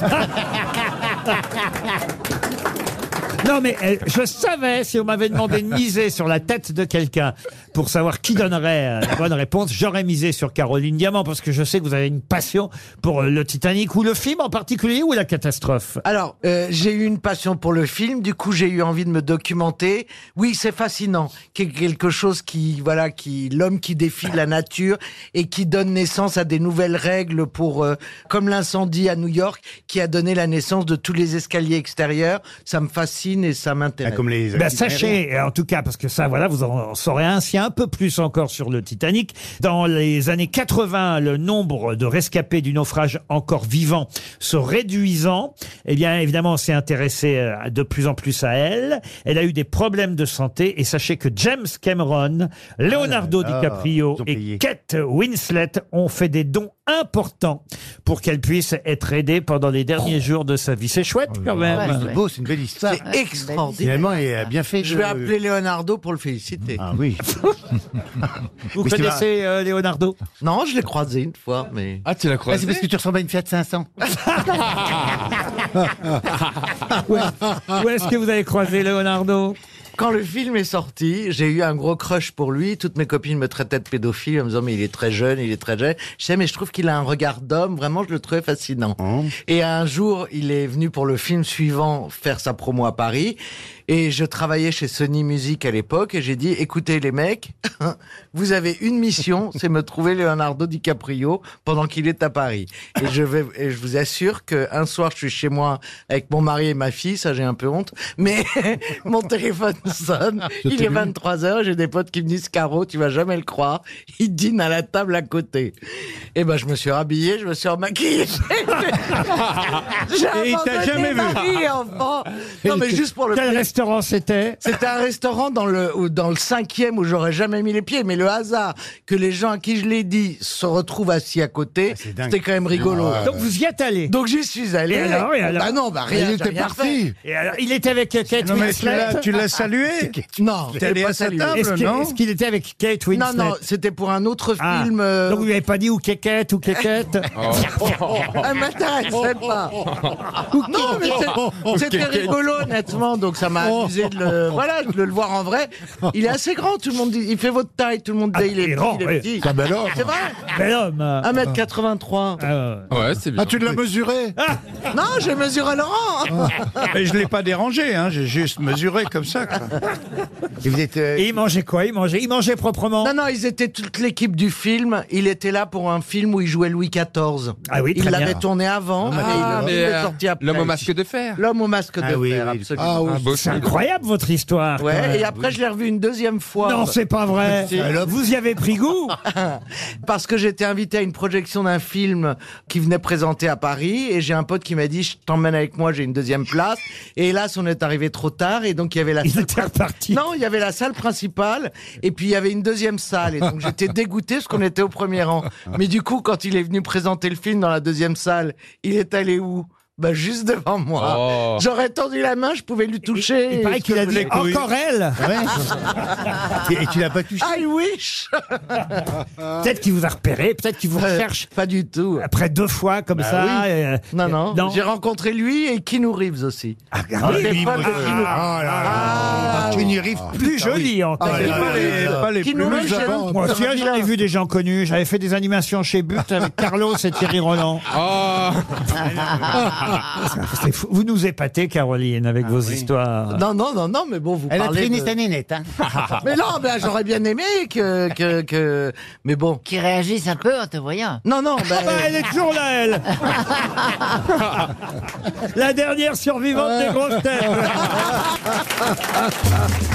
S2: Non, mais euh, je savais, si on m'avait demandé de miser sur la tête de quelqu'un pour savoir qui donnerait euh, la bonne réponse, j'aurais misé sur Caroline Diamant parce que je sais que vous avez une passion pour euh, le Titanic ou le film en particulier ou la catastrophe.
S6: Alors, euh, j'ai eu une passion pour le film, du coup j'ai eu envie de me documenter. Oui, c'est fascinant, Quel- quelque chose qui, voilà, qui l'homme qui défie la nature et qui donne naissance à des nouvelles règles pour, euh, comme l'incendie à New York, qui a donné la naissance de tous les escaliers extérieurs. Ça me fascine et ça m'intéresse.
S2: Ben, sachez, en tout cas, parce que ça, voilà, vous en saurez ainsi un peu plus encore sur le Titanic. Dans les années 80, le nombre de rescapés du naufrage encore vivants se réduisant, eh bien, évidemment, on s'est intéressé euh, de plus en plus à elle. Elle a eu des problèmes de santé et sachez que James Cameron, Leonardo
S9: Ah là là,
S2: DiCaprio
S9: ils ont
S2: et
S9: payé.
S2: Kate Winslet ont fait des dons importants pour qu'elle puisse être aidée pendant les
S9: Oh.
S2: derniers jours de sa vie. C'est chouette quand même.
S9: là. Oh, Ouais, C'est beau, c'est une belle histoire.
S6: C'est extraordinaire.
S9: Finalement, il a bien fait.
S6: Je
S9: de-
S6: vais appeler Leonardo pour le féliciter.
S9: Ah oui.
S6: Vous
S9: Mais c'est
S6: connaissez,
S9: marrant.
S2: Leonardo
S6: Non, je l'ai croisé une fois, mais.
S8: Ah, tu l'as
S9: Ah, c'est parce que tu ressembles à une Fiat 500.
S2: Où est- où est-ce que vous avez croisé Leonardo
S6: Quand le film est sorti, j'ai eu un gros crush pour lui. Toutes mes copines me traitaient de pédophile en me disant mais il est très jeune, il est très jeune. Je sais mais je trouve qu'il a un regard d'homme. Vraiment, je le trouvais fascinant. Et un jour, il est venu pour le film suivant faire sa promo à Paris. Et je travaillais chez Sony Music à l'époque et j'ai dit écoutez les mecs, vous avez une mission, c'est me trouver Leonardo DiCaprio pendant qu'il est à Paris. Et je vais et je vous assure que un soir je suis chez moi avec mon mari et ma fille, ça j'ai un peu honte, mais mon téléphone sonne,
S9: Ah, C'était
S6: il est
S9: lui.
S6: 23h, j'ai des potes qui me disent Caro, tu vas jamais le croire, il dîne à la table à côté. Et ben je me suis habillé, je me suis remaquillé.
S9: Et il t'a
S6: abandonné
S9: jamais vu.
S6: mari et enfant. Non mais juste pour le
S2: Quel restaurant c'était
S6: c'était un restaurant dans le, ou dans le cinquième où j'aurais jamais mis les pieds, mais le hasard que les gens à qui je l'ai dit se retrouvent assis à côté,
S9: dingue.
S6: c'était quand même rigolo.
S9: Ah ouais.
S2: Donc vous y êtes allé
S6: Donc j'y suis allé.
S2: Et alors, et alors
S6: Bah non, bah rien.
S2: Il
S6: j'ai
S2: était
S6: rien
S2: parti. Ah,
S6: fait.
S2: Et alors, il était avec Kate
S6: Non, mais tu
S2: Winslet.
S6: l'as- tu l'as salué Non,
S2: T'es allé
S6: je l'ai
S2: à sa
S6: salué.
S2: table, Est-ce qu'il- non est-ce qu'il était avec Kate Winslet
S6: Non, non, c'était pour un autre
S2: Ah.
S6: film. euh, Oh.
S2: Donc vous n'avez pas dit ou Kékette ou Kékette
S6: Elle m'intéressait pas.
S7: Oh.
S6: Non,
S2: Oh,
S6: mais c'est- c'était rigolo, honnêtement, donc ça m'a amusé de le,
S2: oh,
S6: voilà, de le voir en vrai. Il est assez grand, tout le monde dit, il fait votre taille, tout le monde dit, il est petit,
S2: Ah, grand,
S6: il
S2: oui.
S6: est petit.
S2: C'est un bel homme.
S6: C'est vrai
S2: Bel homme.
S6: 1m83.
S2: Ah,
S8: Ouais, c'est bien.
S4: Ah, tu l'as mesuré
S6: Non, j'ai mesuré Laurent.
S7: Ah, Mais je l'ai pas dérangé, hein, j'ai juste mesuré comme ça. quoi. euh,
S2: Et il mangeait quoi Il mangeait, il mangeait proprement
S6: Non, non, ils étaient toute l'équipe du film. Il était là pour un film où il jouait Louis XIV.
S2: Ah oui,
S6: Il
S2: très
S6: l'avait
S2: bien. Ah, euh,
S6: tourné avant, mais il- il est sorti après.
S8: L'homme au masque de fer.
S6: L'homme au masque de
S8: Ah oui,
S6: fer,
S8: oui.
S6: absolument.
S8: Ah oui. Un beau
S2: C'est
S8: film.
S2: incroyable votre histoire. quand même.
S6: Ouais, et après, je l'ai revu une deuxième fois.
S2: hein. Non, c'est pas vrai.
S6: Si.
S2: Vous y avez pris goût
S6: Parce que j'étais invité à une projection d'un film qui venait présenter à Paris et j'ai un pote qui m'a dit je t'emmène avec moi, j'ai une deuxième place. Et hélas, on est arrivé trop tard et donc il y avait la salle principale. Non, il y avait la salle principale et puis il y avait une deuxième salle et donc j'étais dégoûté parce qu'on était au premier rang. Mais du coup, quand il est venu présenter le film dans la deuxième salle, il est allé où bah, juste devant moi.
S9: Oh.
S6: J'aurais tendu la main, je pouvais lui toucher.
S2: il paraît qu'il a dit, Encore elle
S9: Et, et tu l'as pas touché
S6: I wish
S2: Peut-être qu'il vous a repéré, peut-être qu'il vous recherche.
S6: Euh, Pas du tout.
S2: Après deux fois comme
S6: Bah
S2: ça.
S6: oui.
S2: euh,
S6: Non, non.
S2: Non.
S6: J'ai rencontré lui et Keanu Reeves aussi. Ah,
S2: ah oui,
S6: Keanu
S2: oui, oui. Ah,
S6: Ah,
S9: Tu n'y arrives
S2: Plus joli encore.
S9: Ah, là, là, là, là.
S6: Qui nous met jaloux.
S2: Moi aussi, hein, j'en ai vu des gens connus. J'avais fait des animations chez But avec Carlos et Thierry Roland.
S9: Ah.
S2: Ah. C'est fou. Vous nous épatez, Caroline, avec
S9: Ah
S2: vos histoires.
S6: Non, non, non, non, mais bon, vous
S9: Elle a
S6: parlez
S9: traîné
S6: de-
S9: sa nénette. Hein.
S6: Mais non, ben, j'aurais bien aimé que, que, que- Mais bon.
S5: Qui réagissent un peu en te voyant.
S6: Non, non, ben...
S2: Bah, elle est toujours là, elle La dernière survivante des grosses têtes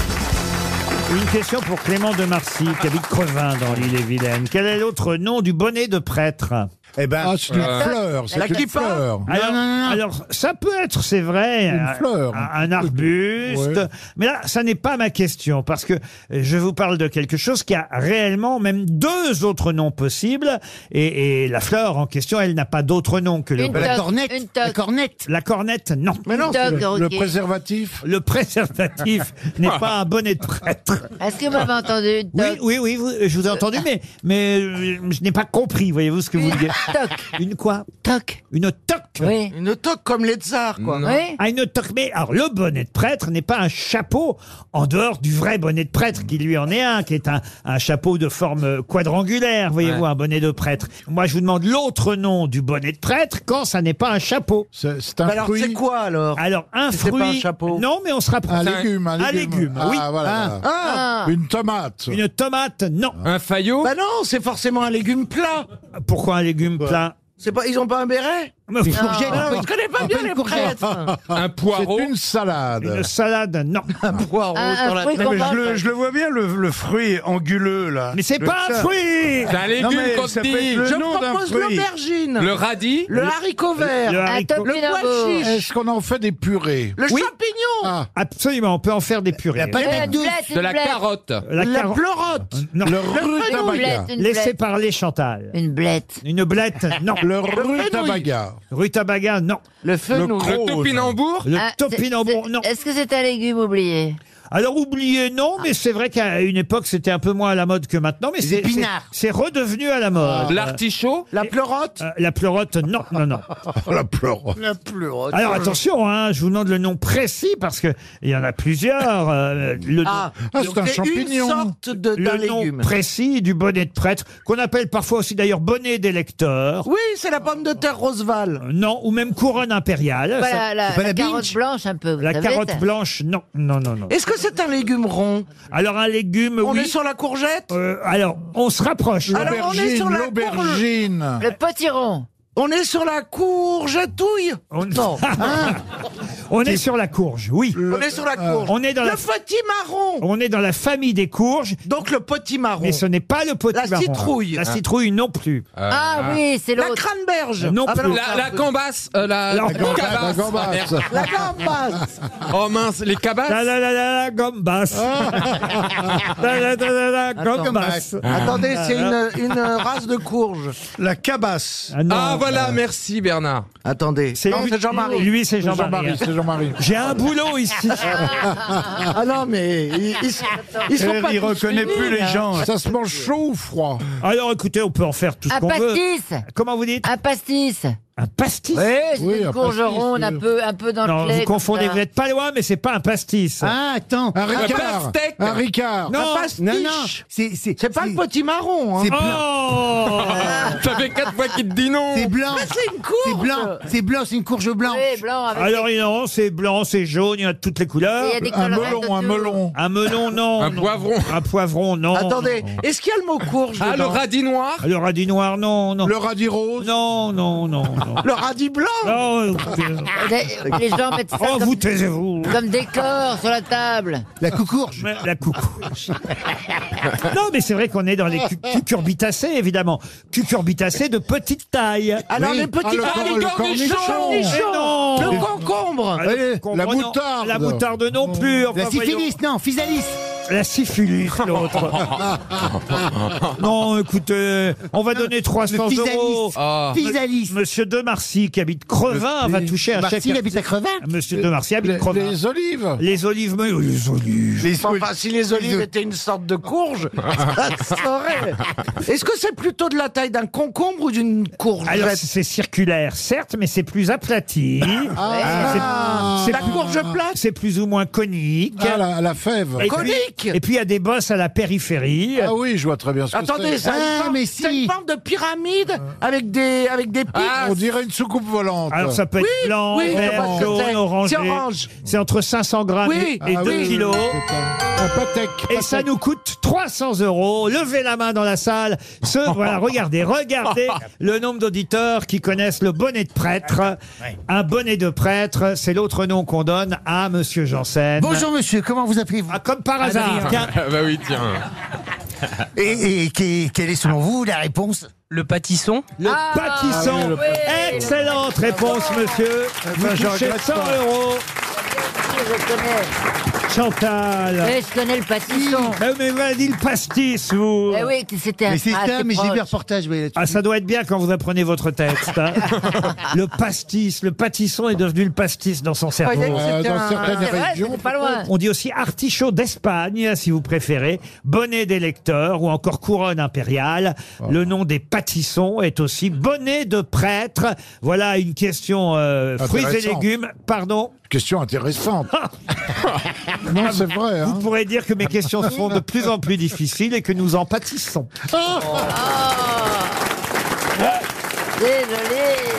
S2: Une question pour Clément de Marcy, qui habite Crevin dans l'île et Vilaine. Quel est l'autre nom du bonnet de prêtre
S9: Eh ben, ah, c'est une fleur. C'est une
S2: kippa
S9: fleur.
S2: Alors, alors, ça peut être, c'est vrai,
S9: Une
S2: un,
S9: fleur.
S2: un- un arbuste.
S9: Ouais.
S2: Mais là, ça n'est pas ma question, parce que euh, je vous parle de quelque chose qui a réellement même deux autres noms possibles. Et, et la fleur en question, elle n'a pas d'autre nom que le
S5: Une
S2: la
S5: toque,
S2: cornette.
S5: une toque.
S2: La cornette. La cornette, non.
S5: Mais non, Une c'est le- toque,
S9: Le
S5: ok.
S9: préservatif.
S2: Le préservatif n'est pas un bonnet de prêtre.
S5: Est-ce que vous m'avez entendu une
S2: Oui,
S5: toque
S2: oui, oui, vous- je vous ai entendu, mais, mais euh, je n'ai pas compris, voyez-vous, ce que vous dites. Une quoi Toc. Une toque.
S6: Une toque comme les tsars, quoi.
S2: Ah, une toque. Mais alors, le bonnet de prêtre n'est pas un chapeau en dehors du vrai bonnet de prêtre qui lui en est un, qui est un, un chapeau de forme euh, quadrangulaire, voyez-vous, un bonnet de prêtre. Moi, je vous demande l'autre nom du bonnet de prêtre quand ça n'est pas un chapeau. C'est
S6: un Mais Bah, alors, fruit. c'est quoi, alors
S2: Alors, un
S6: Si c'est pas
S2: fruit.
S6: un chapeau.
S2: Non, mais on se rapproche.
S4: Un légume, un légume. Ah,
S2: oui.
S4: voilà,
S2: Un-
S4: voilà.
S2: un-
S4: Une tomate.
S2: ah. Une tomate, non.
S8: Un faillot
S6: Bah non, c'est forcément un légume plat.
S2: Pourquoi un légume plat
S6: C'est pas, ils ont pas un béret
S2: Une courgette.
S6: Ah non, je connais pas bien les
S2: Ah,
S6: prêtres.
S8: Un
S4: poireau. C'est une salade.
S2: Une salade, non.
S6: Un poireau
S7: Non, mais je, le, je le vois bien, le, le fruit anguleux, là.
S2: Mais c'est
S7: Le
S2: pas un
S7: chat.
S2: fruit
S7: Non, mais ça peut être le
S6: Je
S7: nom d'un
S6: propose
S7: fruit.
S6: l'aubergine.
S8: Le radis.
S6: Le haricot vert. Le pois chiche.
S4: Est-ce qu'on en fait des purées
S6: Le
S2: Oui.
S6: champignon.
S2: Absolument, on peut en faire des purées.
S4: La palmette
S2: Euh,
S4: douce.
S8: De la carotte.
S2: La,
S6: La
S2: caro- Euh,
S6: pleurote.
S2: Non.
S4: Le
S5: rutabaga. Une blette.
S2: Laissez parler Chantal.
S5: Une blette.
S2: Une blette, non.
S4: Le rutabaga.
S2: Rutabaga, non.
S6: Le
S2: fenouil.
S8: Le topinambour.
S2: Le
S5: Ah, c'est-
S2: topinambour,
S5: c'est-
S2: non.
S5: Est-ce que c'est un légume oublié
S2: Alors oublié,
S5: Ah.
S2: non, mais c'est vrai qu'à une époque, c'était un peu moins à la mode que maintenant. Mais c'est- c'est
S5: épinards.
S2: c'est redevenu à la mode.
S8: L'artichaut.
S6: La pleurote.
S2: Euh, la pleurote, non, non, non.
S4: La pleurote.
S6: La pleurote.
S2: Alors attention, hein, je vous demande le nom précis parce que il y en a plusieurs. euh, le
S6: Ah,
S2: nom-
S4: Ah, c'est
S6: donc
S4: un
S6: c'est
S4: champignon.
S6: une sorte de- d'un
S2: le nom
S6: légume.
S2: précis du bonnet de prêtre, qu'on appelle parfois aussi d'ailleurs bonnet d'électeur.
S6: Oui, c'est la pomme de terre Roseval.
S2: Euh, Non, ou même couronne impériale.
S5: Voilà,
S2: Ça-
S5: la,
S14: pas
S5: la
S14: la
S5: carotte
S14: binge
S5: blanche un peu. vous
S2: la
S5: savez,
S2: carotte
S5: ça.
S2: blanche, non, non, non, non.
S6: Est-ce que c'est un légume rond
S2: Alors un légume,
S6: On est
S2: oui.
S6: sur la courgette
S2: Euh, alors, on se rapproche. là.
S6: Alors, on est sur
S4: L'aubergine,
S6: la
S2: Ah.
S4: l'aubergine.
S5: Le potiron.
S6: On est sur la courgetouille
S2: On- Ah.
S6: Non. Hein Ah.
S2: On est sur la courge, oui.
S6: on est sur la courge.
S2: Ah. on est dans
S6: le
S2: la-
S6: petit marron.
S2: On est dans la famille des courges,
S6: Donc le petit marron.
S2: mais ce n'est pas le potimarron.
S6: La citrouille.
S2: La citrouille non plus.
S5: Ah, oui, c'est
S6: La
S5: l'autre.
S6: crâneberge.
S2: Ah, Non
S6: bah
S2: plus.
S6: c'est
S8: La,
S6: un
S8: la
S6: peu-
S8: cambasse. euh, la
S2: La
S8: la
S2: cambasse,
S4: La
S8: cabasse.
S4: gambasse.
S8: Merde.
S6: La cambasse.
S8: Oh mince, les cabasses.
S2: La
S8: Ah.
S2: la la la la gambas. La la la la la Ah, gambas.
S6: Attendez, c'est une, une race de courge.
S7: La cabasse.
S2: Ah, non.
S8: Ah voilà, merci Bernard.
S6: Euh. Attendez.
S2: C'est
S6: Non,
S2: lui-
S6: c'est Jean-Marie.
S2: Lui, c'est Jean-Marie.
S4: Jean-Marie, c'est Jean-Marie.
S2: J'ai un boulot ici.
S6: Ah non, mais ils, ils- ils sont pas
S7: Il
S6: tous
S7: reconnaît
S6: finis,
S7: plus les
S6: là.
S7: gens.
S4: Ça se mange chaud ou froid
S2: Alors écoutez, on peut en faire tout ce
S5: Un
S2: qu'on veut.
S5: pastis.
S2: Comment vous dites
S5: Un pastis.
S2: Un pastis
S5: Oui, c'est
S4: Oui, un
S5: une courge
S4: pastis,
S5: ronde,
S4: oui.
S5: un peu, un peu dans
S2: Non,
S5: le clé.
S2: vous
S5: comme
S2: confondez,
S5: ça.
S2: vous n'êtes pas loin, mais c'est pas un pastis.
S14: Ah, attends.
S4: Un
S8: Un
S4: ricard.
S8: pastèque.
S4: Un ricard.
S2: Non.
S6: Un pastiche.
S14: Non, non. C'est c'est-
S6: C'est pas
S14: c'est-
S6: le petit marron. Hein.
S14: C'est blanc.
S2: Oh
S8: Ça fait quatre fois qu'il te dit non.
S14: C'est blanc.
S6: c'est une
S14: C'est
S6: courge.
S14: blanc. C'est blanc. C'est une courge blanche.
S5: Oui, blanc avec.
S2: Ah, Alors non, c'est blanc, c'est jaune, il y en a de toutes les couleurs.
S5: Et il y a des
S4: Un
S5: colorettes
S4: melon, un
S5: autour.
S4: melon.
S2: Un melon, non.
S8: Un
S2: non.
S8: poivron.
S2: Un poivron, non.
S6: Oh. Attendez, est-ce qu'il y a le mot courge
S8: Ah, le
S6: dedans
S8: radis noir.
S2: Le radis noir, non, non.
S4: Le radis rose.
S2: Non, non, non, non.
S6: Le radis blanc
S2: non euh,
S5: Les- Les gens mettent ça
S2: oh,
S5: comme,
S2: vous taisez-vous.
S5: comme décor sur la table.
S14: La coucourge.
S2: Mais La coucourge. non, mais c'est vrai qu'on est dans les cu- cucurbitacées, évidemment. Cucurbitacées de petite taille.
S6: Alors
S4: Oui.
S6: les
S4: Ah,
S6: petits
S4: le
S6: ah,
S4: cor-
S6: les
S4: le
S6: cornichons,
S4: cornichon.
S2: Mais non.
S6: le concombre,
S2: Alors,
S4: Allez,
S2: qu'on-
S4: la
S2: oh, non,
S4: moutarde.
S2: La moutarde non plus. enfin,
S14: La syphilis. Non, physalis.
S2: voyons. La syphilis, l'autre. non, écoutez, on va donner 300 euros.
S8: Ah.
S14: Physalis. Physalis.
S2: Monsieur de Marcy, qui habite Crevin, va toucher à
S14: Marcy, il
S2: chaque...
S14: habite à Crevin.
S2: Monsieur de Marcy habite
S4: Les,
S2: Crevin.
S4: les olives.
S2: Les olives, mais les olives.
S6: Enfin, si les olives étaient une sorte de courge, ça serait. Est-ce que c'est plutôt de la taille d'un concombre ou d'une courge
S2: Alors c'est circulaire, certes, mais c'est plus aplati.
S4: Ah.
S2: c'est
S6: La
S2: plus-
S6: courge plate
S2: C'est plus ou moins conique.
S4: Ah, la, la fève.
S2: Et puis-
S6: Conique
S2: Et puis il y a des bosses à la périphérie.
S4: Ah oui, je vois très bien ce que
S6: Attendez,
S4: c'est.
S6: ça a une
S14: Ah,
S6: forme-
S14: mais
S6: c'est
S14: si.
S6: une forme de pyramide avec des, avec des pics.
S8: Ah,
S4: On dirait une soucoupe volante.
S2: Alors ça peut être
S6: Oui,
S2: blanc,
S6: oui, je vois
S2: vert,
S6: ce que
S2: jaune,
S6: c'est.
S2: orangé.
S6: C'est orange.
S2: C'est entre 500 grammes
S6: Oui,
S2: et, et
S4: Ah
S2: 2
S4: oui.
S2: kilos.
S4: C'est Un un pâtèque.
S2: Et ça nous coûte 300 euros. Levez la main dans la salle. Ce, voilà, regardez, regardez le nombre d'auditeurs qui connaissent le bonnet de prêtre. Un bonnet de prêtre, c'est l'autre nom qu'on donne à Monsieur Janssen.
S14: Bonjour monsieur. Comment vous appelez-vous
S2: Ah, comme par hasard. Tiens,
S8: Ah, bah oui, tiens.
S14: Et, et que- quelle est selon vous la réponse
S15: Le pâtisson
S2: le
S5: Ah,
S2: pâtisson.
S5: oui, le pâtisson.
S2: Excellente réponse, monsieur. Vous
S4: je
S2: touchez
S4: regrette
S2: 100
S4: pas.
S2: euros.
S5: Je connais.
S2: Chantal.
S5: Eh, je connais le pâtisson.
S2: Mais, Ben, mais vous avez dit le pastis, vous.
S5: Eh oui, c'était un- Mais c'est ah, ça, c'est mais j'ai vu proche. un reportage, oui, là-dessus.
S2: Ah, ça doit être bien quand vous apprenez votre texte. hein. le pastis, le pâtisson est devenu le pastis dans son cerveau.
S4: Ouais, Euh, c'était dans un- certaines C'est vrai,
S5: régions, c'était pas loin. peut-être.
S2: On dit aussi artichaut d'Espagne, si vous préférez, bonnet des lecteurs ou encore couronne impériale. Le nom des pâtissons est aussi bonnet de prêtre. Voilà une question euh, fruits et
S4: Intéressant.
S2: légumes. Pardon Ah.
S4: Question intéressante. non, c'est vrai.
S2: Vous pourrez dire que mes questions sont de plus en plus difficiles et que nous en pâtissons. Oh.
S5: Ah. C'est joli.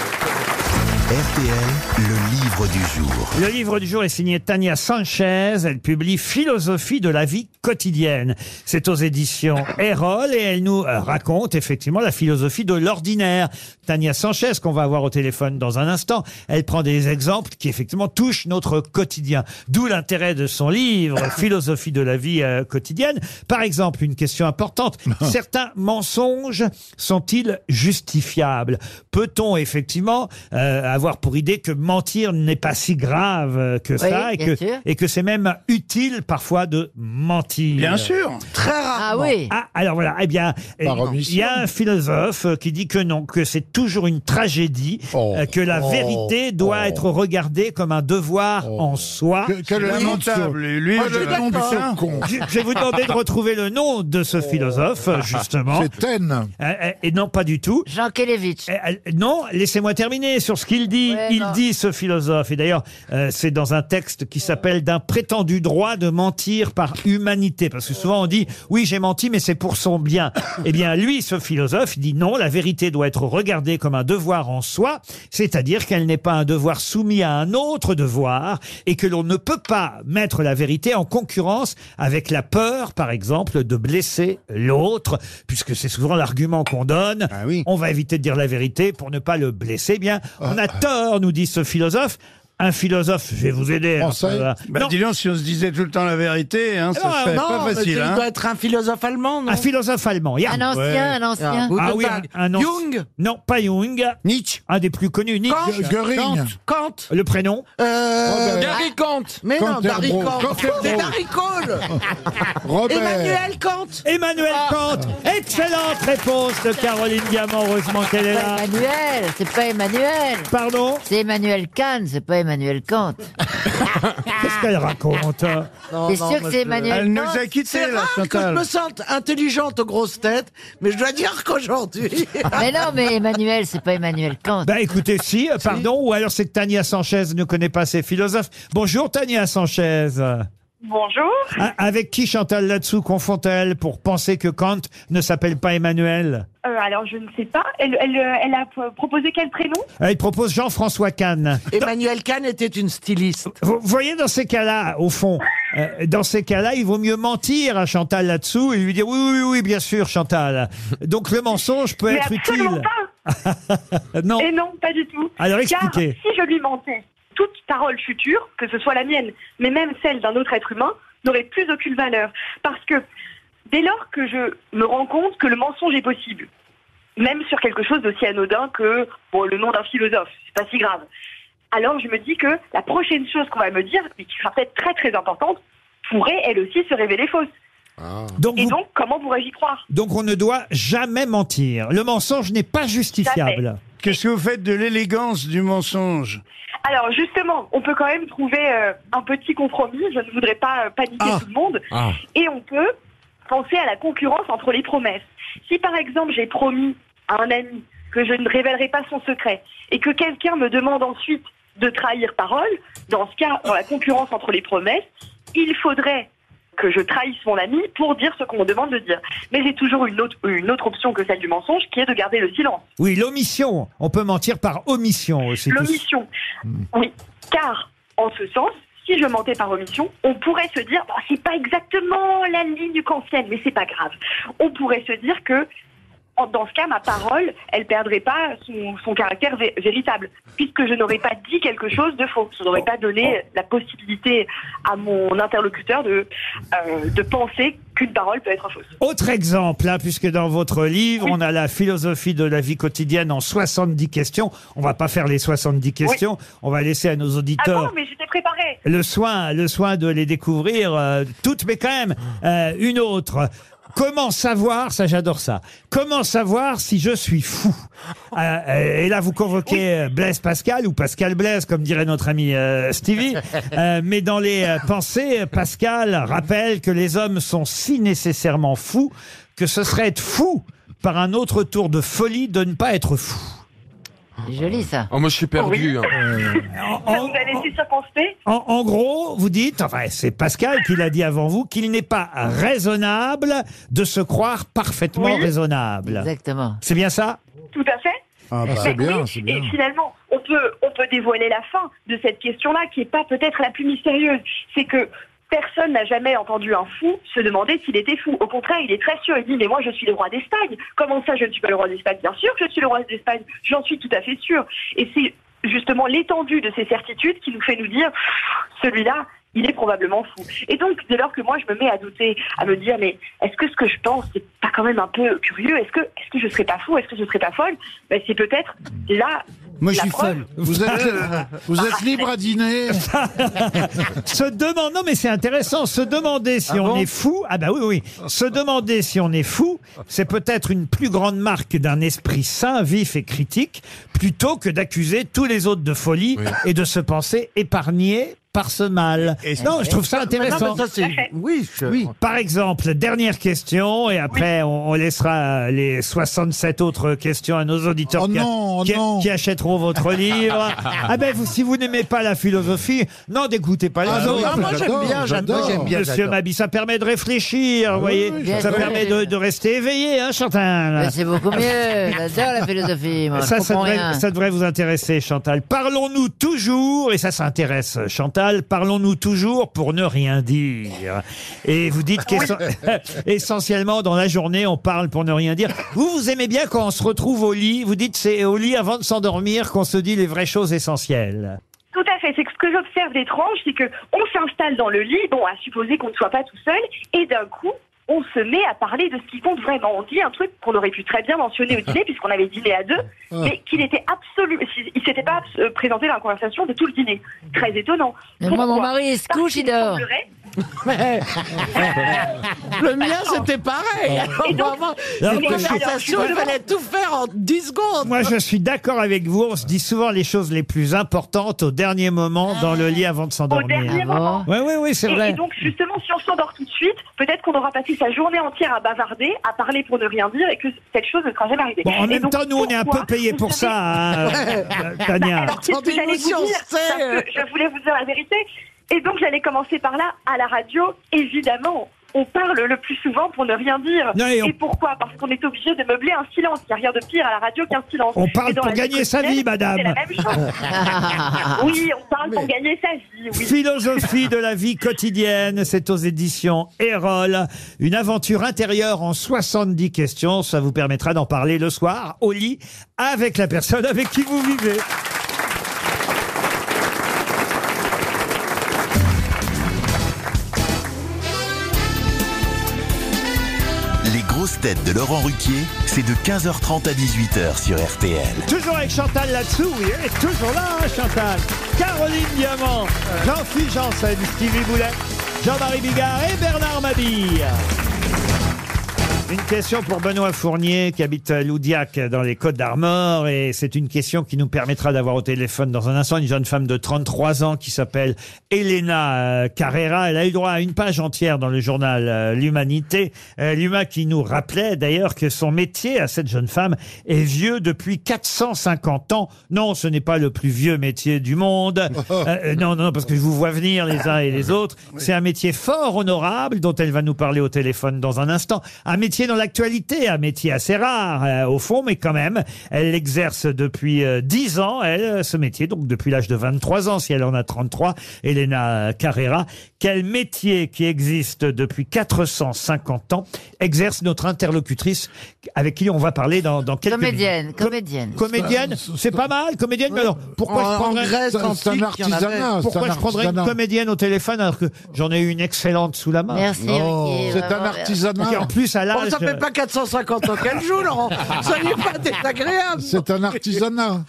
S1: RTL, le livre du jour.
S2: Le livre du jour est signé Tania Sanchez. Elle publie Philosophie de la vie quotidienne. C'est aux éditions Erol et elle nous euh, raconte effectivement la philosophie de l'ordinaire. Tania Sanchez, qu'on va avoir au téléphone dans un instant, elle prend des exemples qui effectivement touchent notre quotidien. D'où l'intérêt de son livre Philosophie de la vie euh, quotidienne. Par exemple, une question importante. Certains mensonges sont-ils justifiables Peut-on effectivement euh, avoir pour idée que mentir n'est pas si grave euh, que
S5: Oui,
S2: ça et
S5: bien
S2: que,
S5: sûr.
S2: et que c'est même utile parfois de mentir
S7: Bien sûr.
S5: Très rarement. Ah oui.
S2: Ah, alors voilà, eh bien, euh,
S4: Par omission.
S2: il y a un philosophe euh, qui dit que non, que c'est toujours une tragédie, euh, que la
S4: Oh.
S2: vérité doit
S4: Oh.
S2: être regardée comme un devoir en soi.
S4: Que- que le Oui. lamentable, lui, Oh, je- le nom de ce con.
S2: Je- je vais vous demander de retrouver le nom de ce philosophe, euh, justement.
S4: C'est Taine.
S2: Euh, euh, Et non, pas du tout. Euh,
S5: Jean Kelevitch.
S2: Non, laissez-moi terminer sur ce qu'il dit.
S5: Ouais,
S2: Il
S5: non.
S2: dit, ce philosophe, et d'ailleurs, euh, c'est dans un texte qui s'appelle D'un prétendu droit de mentir par humanité. Parce que souvent on dit, oui, j'ai menti, mais c'est pour son bien. Eh bien, lui, ce philosophe, il dit non, la vérité doit être regardée comme un devoir en soi, c'est-à-dire qu'elle n'est pas un devoir soumis à un autre devoir, et que l'on ne peut pas mettre la vérité en concurrence avec la peur, par exemple, de blesser l'autre, puisque c'est souvent l'argument qu'on donne.
S7: Ah
S2: On va éviter de dire la vérité pour ne pas le blesser. Eh bien, on
S7: Ah.
S2: a tort, nous dit ce philosophe. Un philosophe, je vais vous aider. hein, ça va.
S7: Bah,
S2: Non.
S7: dis donc, si on se disait tout le temps la vérité, hein, ça
S2: Non,
S7: serait
S2: non,
S7: pas
S2: mais
S7: facile.
S2: tu
S7: hein.
S2: dois
S6: être un philosophe allemand, non
S2: Un philosophe allemand. Ah, Yann.
S5: Un ancien, un ancien.
S2: Ah oui,
S5: Gutenberg.
S2: un, un ancien.
S5: Jung
S2: Non, pas Jung. Nietzsche. Un des plus connus. Nietzsche.
S4: Kant. Göring. Kant.
S2: Le prénom
S6: Euh, Gary Kant. Mais non, Gary Kant. C'est Gary Cole. Emmanuel Kant.
S2: Emmanuel
S6: Ah.
S2: Kant. Excellente réponse de Caroline Diamant. Heureusement qu'elle est
S5: C'est
S2: là.
S5: pas Bah, Emmanuel, c'est pas Emmanuel.
S2: Pardon
S5: C'est Emmanuel Kahn, c'est pas Emmanuel Kant.
S2: Qu'est-ce qu'elle raconte hein
S5: Non, T'es non, sûr que moi, c'est je- Emmanuel
S6: Elle
S5: Elle
S6: nous
S5: nous a
S6: a quittés,
S5: quittés,
S6: C'est
S5: là,
S6: rare que je
S5: Chantal.
S6: me sente intelligente aux grosses têtes, mais je dois dire qu'aujourd'hui.
S5: mais non, mais Emmanuel, c'est pas Emmanuel Kant.
S2: Bah écoutez, si, euh, pardon, ou alors c'est que Tania Sanchez ne connaît pas ses philosophes. Bonjour Tania Sanchez.
S12: Bonjour.
S2: A- Avec qui Chantal là-dessous confond-elle pour penser que Kant ne s'appelle pas Emmanuel
S15: Euh, alors, je ne sais pas. Elle, elle, euh, elle a p- proposé quel prénom
S2: Elle Euh, propose Jean-François Kahn.
S6: Emmanuel Kahn était une styliste.
S2: Vous voyez, dans ces cas-là, au fond, euh, dans ces cas-là, il vaut mieux mentir à Chantal là-dessous et lui dire oui, oui, oui, bien sûr, Chantal. Donc le mensonge peut
S15: Mais
S2: être
S15: absolument
S2: utile. non.
S15: Et non, pas du tout.
S2: Alors, expliquez.
S15: Car si je lui mentais, toute parole future, que ce soit la mienne, mais même celle d'un autre être humain, n'aurait plus aucune valeur. Parce que dès lors que je me rends compte que le mensonge est possible, même sur quelque chose d'aussi anodin que bon, le nom d'un philosophe, c'est pas si grave. Alors je me dis que la prochaine chose qu'on va me dire, mais qui sera peut-être très très importante, pourrait elle aussi se révéler fausse.
S2: Donc,
S15: Et
S2: vous-
S15: donc comment pourrais-je y croire
S2: donc on ne doit jamais mentir. Le mensonge n'est pas justifiable.
S7: Qu'est-ce que vous faites de l'élégance du mensonge
S15: Alors justement, on peut quand même trouver euh, un petit compromis. Je ne voudrais pas euh, paniquer tout le monde.
S7: Ah.
S15: Et on peut penser à la concurrence entre les promesses. Si par exemple j'ai promis à un ami que je ne révélerai pas son secret et que quelqu'un me demande ensuite de trahir parole, dans ce cas, dans la concurrence entre les promesses, il faudrait que je trahisse mon ami pour dire ce qu'on me demande de dire. Mais j'ai toujours une autre, une autre option que celle du mensonge qui est de garder le silence.
S2: Oui, l'omission. On peut mentir par omission aussi.
S15: L'omission. Oui, car en ce sens, si je mentais par omission, on pourrait se dire, Bah, c'est pas exactement la ligne du kantienne, mais c'est pas grave. On pourrait se dire que en- dans ce cas, ma parole, elle perdrait pas son, son caractère vé- véritable, puisque je n'aurais pas dit quelque chose de faux. Je n'aurais pas donné la possibilité à mon interlocuteur de, euh, de penser qu'une parole peut être fausse.
S2: Autre exemple, hein, puisque dans votre livre, on a la philosophie de la vie quotidienne en 70 questions. On va pas faire les 70 questions, on va laisser à nos
S15: Ah
S2: auditeurs
S15: bon, mais j'étais préparée.
S2: le soin, le soin de les découvrir euh, toutes, mais quand même euh, une autre. Comment savoir, ça j'adore ça, comment savoir si je suis fou Euh, euh, Et là vous convoquez euh, Blaise Pascal ou Pascal Blaise, comme dirait notre ami euh, Stevie. Euh, mais dans les euh, pensées, euh, Pascal rappelle que les hommes sont si nécessairement fous que ce serait être fou par un autre tour de folie de ne pas être fou.
S5: Joli ça.
S8: Oh, moi, je suis perdu. hein.
S2: Oh,
S15: Ça vous a laissé circonspect
S2: En, en gros, vous dites, enfin c'est Pascal qui l'a dit avant vous, qu'il n'est pas raisonnable de se croire parfaitement
S15: Oui.
S2: raisonnable.
S5: Exactement.
S2: C'est bien ça
S15: Tout à fait.
S2: Ah bah,
S15: Mais
S2: c'est bien,
S15: oui,
S2: c'est bien.
S15: Et finalement, on peut, on peut dévoiler la fin de cette question-là, qui n'est pas peut-être la plus mystérieuse. C'est que personne n'a jamais entendu un fou se demander s'il était fou. Au contraire, il est très sûr. Il dit Mais moi, je suis le roi d'Espagne. Comment ça, je ne suis pas le roi d'Espagne Bien sûr que je suis le roi d'Espagne. J'en suis tout à fait sûr. Et c'est justement l'étendue de ces certitudes qui nous fait nous dire Celui-là, il est probablement fou. Et donc, dès lors que moi, je me mets à douter, à me dire, mais est-ce que ce que je pense, c'est pas quand même un peu curieux Est-ce que, est-ce que je serais pas fou Est-ce que je serais pas folle Ben, C'est peut-être là.
S4: Moi, je
S15: la
S4: suis
S15: preuve.
S4: folle. Vous êtes- vous êtes libre à dîner.
S2: se demander, non mais c'est intéressant, se demander si
S4: Ah
S2: on
S4: bon
S2: est fou, ah bah oui oui, se demander si on est fou, c'est peut-être une plus grande marque d'un esprit sain, vif et critique, plutôt que d'accuser tous les autres de folie et de se penser épargné par ce mal. non, je trouve ça intéressant.
S6: Non, mais ça, c'est- Oui, je-
S2: Oui. Par exemple, dernière question, et après on, on laissera les 67 autres questions à nos auditeurs
S6: Oh
S2: qui, a- qui a- qui achèteront votre livre. ah ben, vous, si vous n'aimez pas la philosophie, n'en dégoûtez pas les
S6: Ah non,
S2: autres.
S6: ah, moi, j'aime J'adore, bien, Ah j'adore. j'adore.
S2: Monsieur
S6: j'adore.
S2: Mabi, ça permet de réfléchir, vous voyez.
S5: oui,
S2: ça
S5: j'adore.
S2: permet de, de rester éveillé, hein, Chantal
S5: Mais c'est beaucoup mieux. J'adore la philosophie. Moi.
S2: ça,
S5: je
S2: ça
S5: comprends
S2: devrait,
S5: rien.
S2: ça devrait vous intéresser, Chantal. Parlons-nous toujours, et ça, ça intéresse Chantal, parlons-nous toujours pour ne rien dire. Et vous
S5: Ah
S2: dites qu'essentiellement, dans la journée, on parle pour ne rien dire. Vous, vous aimez bien quand on se retrouve au lit, vous dites c'est au lit avant de s'endormir qu'on se dit les vraies choses essentielles.
S15: Tout à fait. C'est que ce que j'observe d'étrange, c'est que on s'installe dans le lit, bon, à supposer qu'on ne soit pas tout seul, et d'un coup, on se met à parler de ce qui compte vraiment. On dit un truc qu'on aurait pu très bien mentionner au dîner, puisqu'on avait dîné à deux,
S6: Ah.
S15: mais qu'il était absolu, il s'était pas euh, présenté dans la conversation de tout le dîner. Très étonnant.
S5: Mais moi, mon
S15: Pourquoi
S5: mari, il se
S15: Parce
S5: couche,
S15: qu'il
S5: il dort.
S15: semblerait-
S6: Le mien, c'était
S2: Ah.
S6: pareil.
S15: Et donc-
S6: Vraiment,
S2: Non,
S6: une
S2: mais je-
S6: conversation, il fallait tout faire en 10 secondes.
S2: Moi, je suis d'accord avec vous. On se dit souvent les choses les plus importantes au dernier moment dans le lit avant de s'endormir.
S15: dernier Ah bon moment.
S2: Oui, oui, oui, c'est
S15: et,
S2: vrai.
S15: et donc, justement, si on s'endort tout de suite, peut-être qu'on aura passé sa journée entière à bavarder, à parler pour ne rien dire, et que cette chose ne sera jamais arrivée.
S2: Bon, en
S15: Et
S2: même
S15: donc,
S2: temps, nous, on est un
S15: pourquoi
S2: peu payés
S15: vous
S2: pour
S15: savez-
S2: ça,
S15: Bah,
S2: hein, Tania.
S15: alors, qu'est-ce que
S6: Attendez,
S15: j'allais
S6: nous,
S15: vous
S6: si on
S15: dire
S6: sait,
S15: Parce que
S6: euh.
S15: Je voulais vous dire la vérité. Et donc, j'allais commencer par là, à la radio, évidemment. On parle le plus souvent pour ne rien dire.
S2: Non, et
S15: et,
S2: on-
S15: pourquoi Parce qu'on est obligé de meubler un silence. Il n'y a rien de pire à la radio qu'un silence.
S2: On parle
S15: Et dans
S2: pour
S15: la
S2: gagner sa vie,
S15: quotidienne,
S2: madame.
S15: C'est la même chose. oui, on parle pour gagner sa vie. Oui.
S2: Philosophie de la vie quotidienne, c'est aux éditions Erol. Une aventure intérieure en 70 questions. Ça vous permettra d'en parler le soir au lit avec la personne avec qui vous vivez.
S1: Les grosses têtes de Laurent Ruquier, c'est de 15h30 à 18h sur RTL.
S2: Toujours avec Chantal là-dessous, oui, elle est toujours là, hein, Chantal. Caroline Diamant, Jean-Philippe Janssen, Stevie Boulet, Jean-Marie Bigard et Bernard Mabille. Une question pour Benoît Fournier qui habite à Loudiac dans les Côtes d'Armor et c'est une question qui nous permettra d'avoir au téléphone dans un instant une jeune femme de 33 ans qui s'appelle Elena euh, Carrera. Elle a eu droit à une page entière dans le journal euh, L'Humanité. Euh, L'Huma qui nous rappelait d'ailleurs que son métier à cette jeune femme est vieux depuis 450 ans. Non, ce n'est pas le plus vieux métier du monde. Euh, euh, non, non, parce que je vous vois venir les uns et les autres. C'est un métier fort honorable dont elle va nous parler au téléphone dans un instant. Un métier métier dans l'actualité, un métier assez rare euh, au fond, mais quand même, elle l'exerce depuis euh, 10 ans, elle, euh, ce métier, donc depuis l'âge de 23 ans, si elle en a 33, Elena Carrera. Quel métier qui existe depuis 450 ans exerce notre interlocutrice avec qui on va parler dans, dans quelques
S5: Comédienne,
S2: minutes Com-
S5: comédienne.
S2: Comédienne, c'est pas mal, comédienne, mais alors pourquoi
S5: En-
S2: je prendrais
S5: en Grèce
S4: C'est un antique, il y en avait. artisanat,
S2: Pourquoi
S4: c'est un
S2: je prendrais une
S4: artisanat.
S2: comédienne au téléphone alors que j'en ai eu une excellente sous la main
S4: Merci, Non, Ruquier, c'est un vraiment, merci. artisanat.
S2: Et en plus, à
S6: Oh,
S2: l'âge.
S6: ça fait pas 450 ans qu'elle joue, Laurent. Ça n'est pas désagréable.
S4: C'est un artisanat.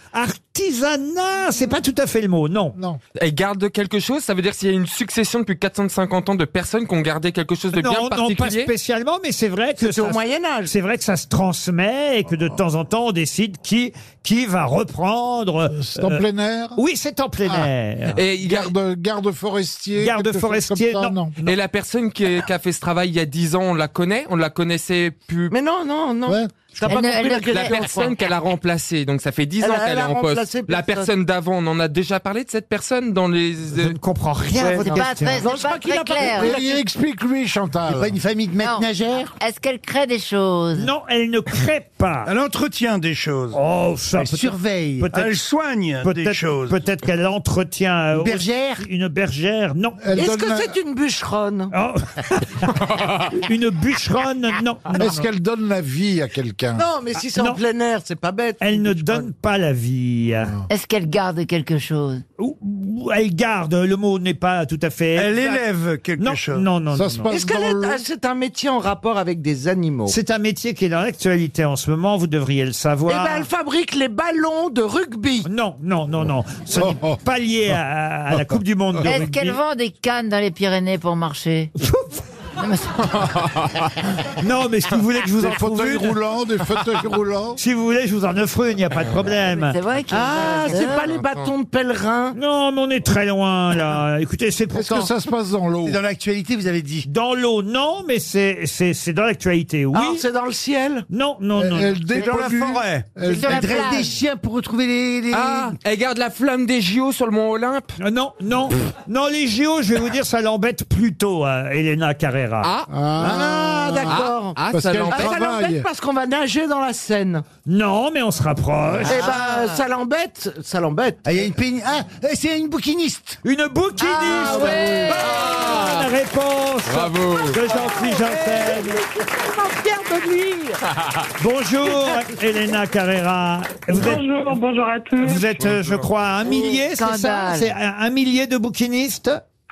S2: Artisanat, c'est pas tout à fait le mot, non.
S4: Non.
S8: Elle garde quelque chose Ça veut dire s'il y a une succession depuis 450 ans de personnes qui ont gardé quelque chose de bien
S2: non, non,
S8: particulier
S2: pas spécialement, mais c'est vrai que
S8: C'était au
S2: ça-
S8: Moyen Âge.
S2: C'est vrai que ça se transmet et que de
S4: Oh.
S2: temps en temps on décide qui qui va reprendre. euh,
S4: C'est en plein air Ah.
S2: Oui, c'est en plein air.
S8: Et il garde
S4: Garde, garde forestier. quelque chose comme ça,
S8: Et la personne qui, est- qui a fait ce travail il y a 10 ans, on la connaît On la connaissait plus Mais
S6: non, non, non. T'as pas Elle ne- compris elle la ne- question,
S8: la personne
S6: quoi.
S8: qu'elle a remplacée, donc ça fait 10
S6: Elle
S8: ans
S6: a-
S8: qu'elle
S6: elle
S8: est
S6: a
S8: en poste.
S6: remplacé
S8: La
S6: personne.
S8: personne d'avant, on en a déjà parlé de cette personne dans les... Je ne
S2: comprends
S5: rien à votre question. Non, je crois qu'il a pas compris la question.
S4: Explique-lui, Chantal.
S5: C'est pas une
S4: famille
S5: Non. Est-ce qu'elle crée des choses
S2: Non, elle ne crée pas.
S7: Elle entretient des choses.
S2: Ah. Oh, ça, peut-être- peut-être-
S7: Elle soigne des
S2: peut-être-
S7: choses.
S2: Peut-être qu'elle entretient. euh,
S7: Une bergère
S2: aussi- Une bergère, non.
S6: Est-ce que c'est une bûcheronne
S2: Oh. Une bûcheronne, non.
S4: Est-ce qu'elle donne la vie à quelqu'un
S6: Non, mais si c'est en plein air, c'est pas bête.
S2: Elle ne donne pas la vie.
S7: Ah.
S5: Est-ce qu'elle garde quelque chose
S2: Elle garde, le mot n'est pas tout à fait.
S7: Elle
S2: exact.
S7: élève quelque
S2: non,
S7: chose.
S2: Non, non, non, non.
S6: Est-ce qu'elle est- ah, c'est un métier en rapport avec des animaux
S2: C'est un métier qui est dans l'actualité en ce moment, vous devriez le savoir.
S6: Eh ben, elle fabrique les ballons de rugby.
S2: Non, non, non, non. Ce n'est pas lié à, à la Coupe du Monde de
S5: Est-ce
S2: rugby.
S5: qu'elle vend des cannes dans les Pyrénées pour marcher Non, mais c'est-
S2: Non, mais si vous voulez que je vous
S5: Des
S2: en trouve
S5: fauteuils
S2: une-
S5: roulants, des fauteuils roulants.
S2: Si vous voulez, je vous en offre une, il n'y a pas de problème.
S5: C'est vrai qu'il y a
S6: Ah,
S5: des
S6: c'est
S5: odeurs.
S6: pas les bâtons de pèlerin.
S2: Non, mais on est très loin, là. Écoutez, c'est pour
S4: Est-ce que ça se passe dans l'eau Dans l'actualité, vous avez dit.
S2: Dans l'eau, non, mais c'est c'est- c'est dans l'actualité, oui.
S6: Ah, c'est dans le ciel
S2: Non, non, non.
S4: Elle
S2: non.
S4: dépollue. Elle-
S14: elle dresse des chiens pour retrouver les. les-
S8: Ah, elle garde la flamme des JO sur le mont Olympe
S2: Euh, Non, non, non, les JO, je vais vous dire, ça l'embête plutôt, euh, Elena Carrera.
S8: Ah,
S6: Ah, d'accord.
S2: Ah, ah, Parce ça qu'elle l'embête.
S6: Ah, ça
S2: travaille.
S6: l'embête parce qu'on va nager dans la Seine.
S2: Non, mais on se
S6: Eh
S2: rapproche.
S6: ben, ça l'embête, ça l'embête.
S14: Ah, il y a une péni- Ah, euh, c'est une bouquiniste.
S2: Une bouquiniste. Ah.
S14: Ah, ouais.
S2: Bonne réponse
S14: Bravo.
S2: de Jean-Philippe Janssen.
S6: fier de lui.
S2: Bonjour, Elena Carrera.
S12: Bonjour, bonjour à tous.
S2: Vous êtes, euh, je crois, un millier, c'est ça
S12: Scandale.
S2: C'est un, un millier de bouquinistes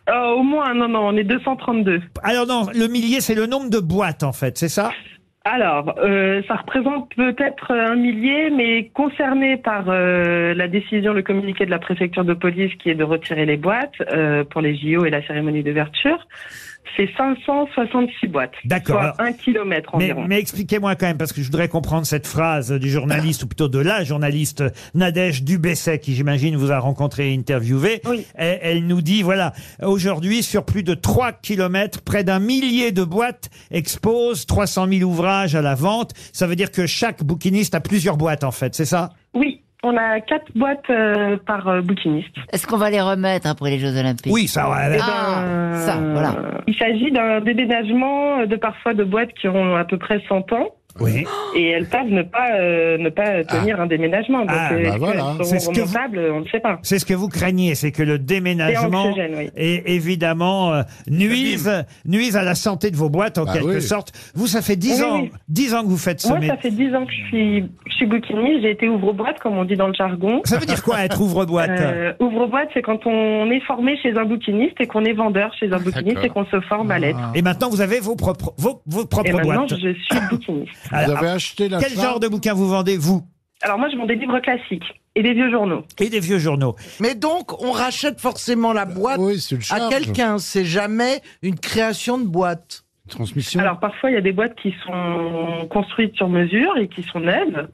S12: Euh, au moins, non, non, on est 232.
S2: Alors non, le millier, c'est le nombre de boîtes, en fait, c'est ça
S12: Alors, euh, ça représente peut-être un millier, mais concerné par euh, la décision, le communiqué de la préfecture de police qui est de retirer les boîtes euh, pour les JO et la cérémonie d'ouverture, c'est 566 boîtes.
S2: D'accord, alors-
S12: Soit un kilomètre
S2: Mais,
S12: environ.
S2: mais expliquez-moi quand même, parce que je voudrais comprendre cette phrase du journaliste, ou plutôt de la journaliste Nadège Dubesset, qui j'imagine vous a rencontré et interviewé. Elle, elle nous dit, voilà, aujourd'hui, sur plus de 3 kilomètres, près d'un millier de boîtes exposent 300 000 ouvrages à la vente. Ça veut dire que chaque bouquiniste a plusieurs boîtes, en fait, c'est ça
S12: Oui, on a quatre boîtes euh, par euh, bouquiniste.
S5: Est-ce qu'on va les remettre après les Jeux Olympiques
S2: Oui, ça, ouais.
S5: Ah,
S12: Euh,
S5: ça, voilà.
S12: Il s'agit d'un déménagement euh, de parfois de boîtes qui ont à peu près 100 ans.
S2: Oui.
S12: Et elles peuvent ne pas, euh, ne pas tenir un déménagement. Donc,
S2: Ah,
S12: euh,
S2: bah
S12: est-ce
S2: voilà.
S12: qu'elles
S2: C'est
S12: seront
S2: ce que vous-
S12: remontables, on ne sait pas.
S2: C'est ce que vous craignez, c'est que le déménagement
S12: anxiogène, oui.
S2: et évidemment euh, nuise, nuise à la santé de vos boîtes en
S12: Bah
S2: quelque
S12: oui.
S2: sorte. Vous, ça fait 10
S12: Oui,
S2: ans,
S12: oui.
S2: 10 ans que vous faites ce
S12: Moi, ça
S2: métier.
S12: fait 10 ans que je suis, je suis bouquiniste. J'ai été ouvre-boîte, comme on dit dans le jargon.
S2: Ça veut dire quoi être ouvre-boîte
S12: Euh, ouvre-boîte, c'est quand on est formé chez un bouquiniste et qu'on est vendeur chez un bouquiniste
S2: d'accord.
S12: et qu'on se forme à l'être.
S2: Et maintenant, vous avez vos propres, vos, vos propres
S12: Et maintenant,
S2: boîtes.
S12: je suis bouquiniste.
S2: Alors,
S4: acheté
S2: Quel genre de bouquins vous vendez, vous
S12: Alors moi, je vends des livres classiques et des vieux journaux.
S2: Et des vieux journaux.
S6: Mais donc, on rachète forcément la boîte à
S12: charge.
S6: quelqu'un. C'est jamais une création de boîte.
S4: Transmission.
S12: Alors parfois, il y a des boîtes qui sont construites sur mesure et qui sont neuves.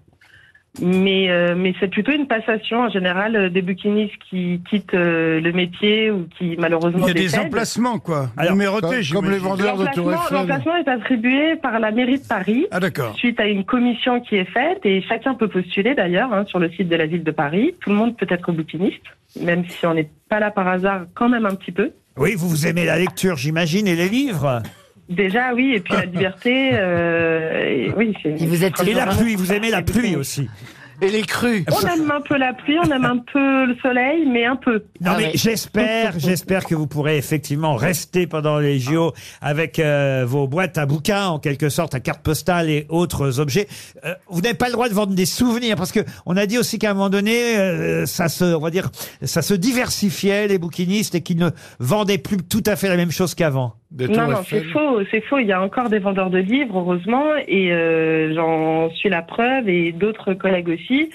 S12: Mais, euh, mais c'est plutôt une passation en général euh, des bouquinistes qui quittent euh, le métier ou qui malheureusement
S7: Il y a des
S12: décèdent.
S7: emplacements, quoi.
S2: Alors,
S7: Numérotés,
S4: comme- comme
S7: j'imagine.
S4: les vendeurs de Tour
S12: L'emplacement l'emplacement est attribué par la mairie de Paris
S7: Ah, d'accord.
S12: suite à une commission qui est faite et chacun peut postuler d'ailleurs hein, sur le site de la ville de Paris. Tout le monde peut être bouquiniste, même si on n'est pas là par hasard, quand même un petit peu.
S2: Oui, vous, vous aimez la lecture, j'imagine, et les livres
S12: Déjà, oui, et puis la liberté, euh, et oui, c'est.
S2: Et la pluie, vous aimez la pluie aussi.
S6: Et les crues.
S12: On aime un peu la pluie, on aime un peu le soleil, mais un peu.
S2: Non mais j'espère, j'espère que vous pourrez effectivement rester pendant les JO avec euh, vos boîtes à bouquins en quelque sorte, à cartes postales et autres objets. Euh, vous n'avez pas le droit de vendre des souvenirs parce que on a dit aussi qu'à un moment donné, euh, ça se, on va dire, ça se diversifiait les bouquinistes et qu'ils ne vendaient plus tout à fait la même chose qu'avant.
S12: Non, non, c'est faux, c'est faux. Il y a encore des vendeurs de livres, heureusement, et euh, j'en suis la preuve, et d'autres collègues aussi.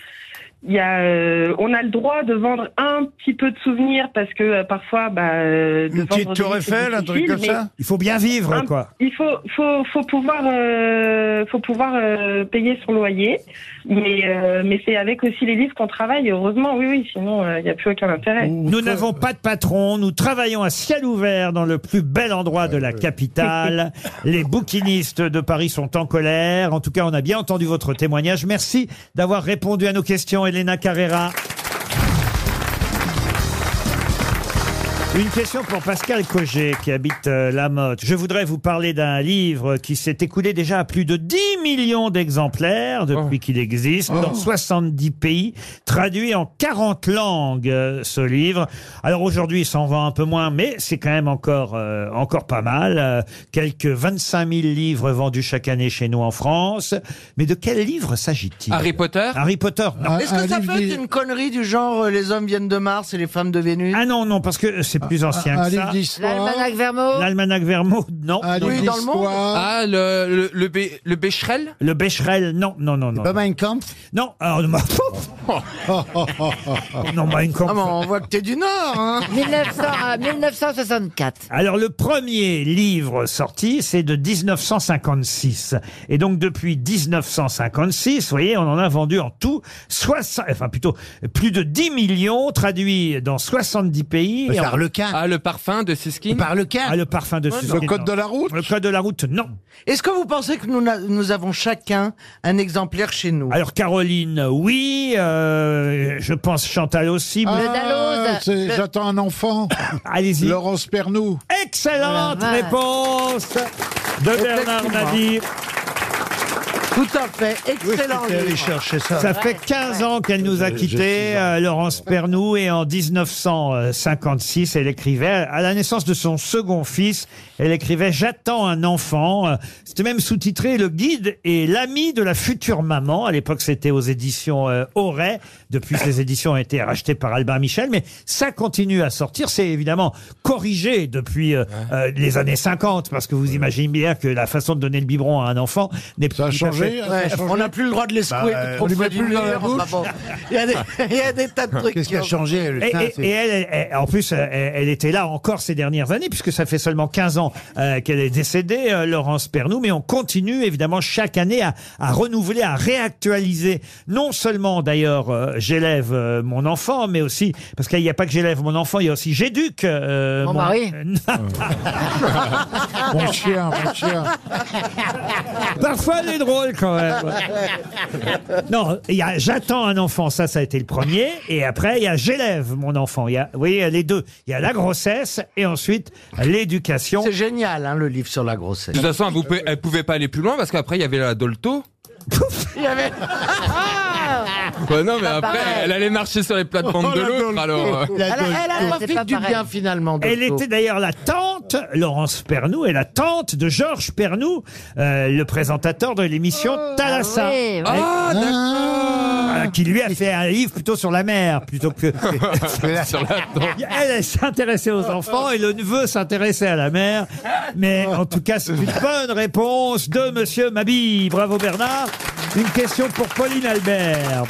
S12: Il y a, euh, on a le droit de vendre un petit peu de souvenirs parce que euh, parfois, bah, euh, de
S7: Une petite
S12: vendre
S7: tour
S12: des livres,
S7: Eiffel,
S12: c'est
S7: un truc
S12: difficile,
S7: comme ça
S2: Il faut bien vivre,
S12: Un-
S2: quoi.
S12: Il faut, faut, faut pouvoir, euh, faut pouvoir euh, payer son loyer, mais, euh, mais c'est avec aussi les livres qu'on travaille. Heureusement, oui, oui, sinon euh, il n'y a plus aucun intérêt.
S2: Nous n'avons pas de patron, nous travaillons à ciel ouvert dans le plus bel endroit de la capitale. Les bouquinistes de Paris sont en colère. En tout cas, on a bien entendu votre témoignage. Merci d'avoir répondu à nos questions, Elena Carrera. Une question pour Pascal Cogé qui habite euh, La Motte. Je voudrais vous parler d'un livre qui s'est écoulé déjà à plus de 10 millions d'exemplaires depuis qu'il existe dans 70 pays, traduit en 40 langues euh, ce livre. Alors aujourd'hui, il s'en vend un peu moins, mais c'est quand même encore euh, encore pas mal. Euh, quelques 25 000 livres vendus chaque année chez nous en France. Mais de quel livre s'agit-il
S8: Harry Potter
S2: Harry Potter.
S5: Ah,
S2: non.
S6: Est-ce que ça peut être une connerie du genre euh, les hommes viennent de Mars et les femmes de Vénus
S2: Ah non, non, parce que c'est
S5: Ah,
S2: plus
S6: Ah,
S2: ancien que ça.
S5: L'almanach Vermeau.
S2: L'almanach Vermeau, non.
S6: Ah,
S2: non, non.
S8: Ah, le, le, le, bé- le Becherel
S2: Le Becherel, non, non, non, non. Pas Mein Kampf Non, alors, non, non, Mein Kampf.
S6: Ah, mais on voit que t'es du Nord, hein
S5: 1900 à 1964.
S2: Alors, le premier livre sorti, c'est de 1956. Et donc, depuis 1956, vous voyez, on en a vendu en tout 60, enfin, plutôt, plus de 10 millions, traduits dans 70 pays. Et en-
S8: Ah, le parfum de Siskin Oh,
S2: Ah, le parfum de
S8: Ouais,
S2: Suzuki,
S8: le code
S2: non.
S8: de
S7: la route
S2: Le code de la route, non.
S6: Est-ce que vous pensez que nous, n'a- nous avons chacun un exemplaire chez nous
S2: Alors, Caroline, oui, euh, je pense Chantal aussi.
S4: Ah,
S2: mais-
S4: c'est- J'attends un enfant.
S2: Allez-y.
S4: Laurence Pernou.
S2: Excellente
S4: Voilà.
S2: réponse de Bernard
S4: Effectivement.
S2: Mabille.
S6: Tout à fait, excellent.
S4: c'était aller
S6: livre.
S4: chercher ça.
S2: Ça fait 15 ans qu'elle nous a
S4: Je- je
S2: quittés, euh, Laurence Pernou, et en 1956, elle écrivait, à la naissance de son second fils, elle écrivait « J'attends un enfant ». Euh, C'était même sous-titré « Le guide et l'ami de la future maman ». À l'époque, c'était aux éditions euh, Auray. Depuis, ces éditions ont été rachetées par Albin Michel, mais ça continue à sortir. C'est évidemment corrigé depuis euh, euh, les années 50, parce que vous imaginez bien que la façon de donner le biberon à un enfant n'est pas
S4: changé, hein, ça a
S6: Ouais, on n'a plus le droit de les secouer
S4: Bah,
S6: trop
S4: on lui
S6: près
S4: met
S6: du
S4: plus dans la
S6: mur,
S3: Bah
S4: bouche.
S6: enfin bon. Il y a des- il y a des tas
S2: Ah,
S6: de trucs.
S14: Qu'est-ce qui a
S6: ont-
S14: changé le
S2: Et,
S14: sein,
S2: et-
S14: c'est-
S2: et elle, elle- elle- en plus, elle, elle était là encore ces dernières années, puisque ça fait seulement 15 ans euh, qu'elle est décédée, euh, Laurence Pernou. Mais on continue, évidemment, chaque année à, à renouveler, à réactualiser. Non seulement, d'ailleurs, euh, j'élève euh, mon enfant, mais aussi, parce qu'il n'y a pas que j'élève mon enfant, il y a aussi j'éduque euh,
S5: Mon mari.
S4: Mon chien, mon chien.
S2: Parfois, elle est drôle quand même. Non, il y a j'attends un enfant, ça, ça a été le premier. Et après, il y a j'élève mon enfant. Il y a, vous voyez, les deux. Il y a la grossesse et ensuite l'éducation.
S6: C'est génial, hein, le livre sur la grossesse.
S8: De toute façon, elle, vous pouvait- elle pouvait pas aller plus loin parce qu'après, il y avait la Dolto.
S6: Il y avait...
S2: Ah
S8: Ouais, non, mais
S6: Pas
S8: après,
S6: Bah, pareil.
S8: elle allait marcher sur les plates-bandes
S6: Oh,
S8: de
S6: la
S8: l'autre,
S6: Dolto.
S8: alors. euh.
S6: Elle a- elle a pas
S5: C'est
S6: fait
S5: pas
S6: que du
S5: pareil.
S6: bien finalement.
S2: Elle
S6: Dolto.
S2: était d'ailleurs la tante, Laurence Pernou, est la tante de Georges Pernou, euh, le présentateur de l'émission Thalassa.
S5: ah oui, oui.
S8: Ah,
S2: Euh, qui lui a fait un livre plutôt sur la mer, plutôt que...
S8: Sur la dent.
S2: elle, elle s'intéressait aux enfants et le neveu s'intéressait à la mer. Mais en tout cas, c'est une bonne réponse de Monsieur Mabi. Bravo Bernard. Une question pour Pauline Albert.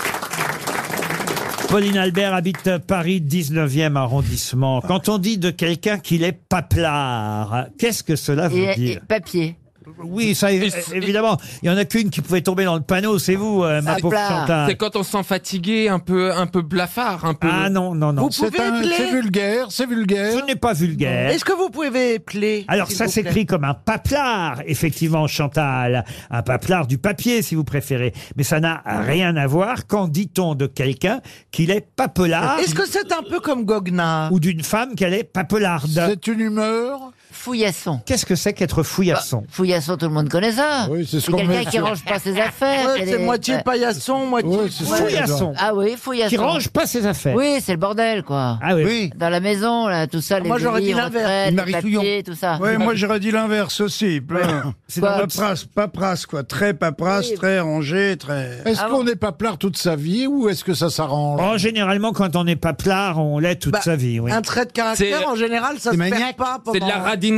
S2: Pauline Albert habite Paris 19e arrondissement. Quand on dit de quelqu'un qu'il est paplard, qu'est-ce que cela veut
S5: Et, et
S2: dire
S5: papier.
S2: Oui, ça é- évidemment. Il y en a qu'une qui pouvait tomber dans le panneau, c'est vous, euh, ma pauvre
S5: Paplard.
S2: Chantal.
S8: C'est quand on se sent fatigué, un peu, un peu blafard, un peu.
S2: Ah non, non, non.
S6: Vous
S4: C'est
S6: pouvez
S4: un-
S6: appeler-
S4: c'est vulgaire, c'est vulgaire.
S2: Ce n'est pas vulgaire.
S6: Est-ce que vous pouvez épeler
S2: Alors
S6: s'il
S2: ça
S6: vous plaît
S2: s'écrit comme un paplard, effectivement, Chantal. Un paplard du papier, si vous préférez. Mais ça n'a rien à voir. Quand dit-on de quelqu'un qu'il est papelard
S6: Est-ce que c'est un peu comme Goguenard
S2: ou d'une femme qu'elle est papelarde
S4: C'est une humeur.
S5: Fouillasson. Bah,
S2: Qu'est-ce que c'est qu'être fouillasson
S5: Fouillasson, tout le monde connaît ça.
S2: Oui,
S5: c'est quelqu'un qui range pas
S6: Ah,
S5: ses affaires. qui a des- ouais.
S6: paillasson, moitié.
S2: Fouillasson.
S5: Ah oui, fouillasson.
S2: Qui range pas ses affaires.
S5: Oui, c'est le bordel, quoi.
S2: Ah oui.
S5: Dans la maison, là, tout ça, les
S7: Moi, j'aurais dit
S5: délires,
S7: l'inverse.
S5: retraites,
S7: Marie
S5: les papiers, tout
S2: Ah,
S5: ça.
S7: Oui, moi j'aurais dit l'inverse aussi. plein.
S5: C'est
S7: Quoi
S5: dans le-
S7: paperasse, paperasse quoi, très paperasse, très rangé, très.
S2: Ah
S4: Est-ce qu'on n'est pas plard toute sa vie ou est-ce que ça s'arrange
S2: Oh, généralement, quand on n'est pas plard, on l'est toute
S4: Bah,
S2: sa vie. Oui.
S4: un trait de caractère, C'est- en général, ça c'est se perd maniaque. pas pendant- C'est de la
S2: radinerie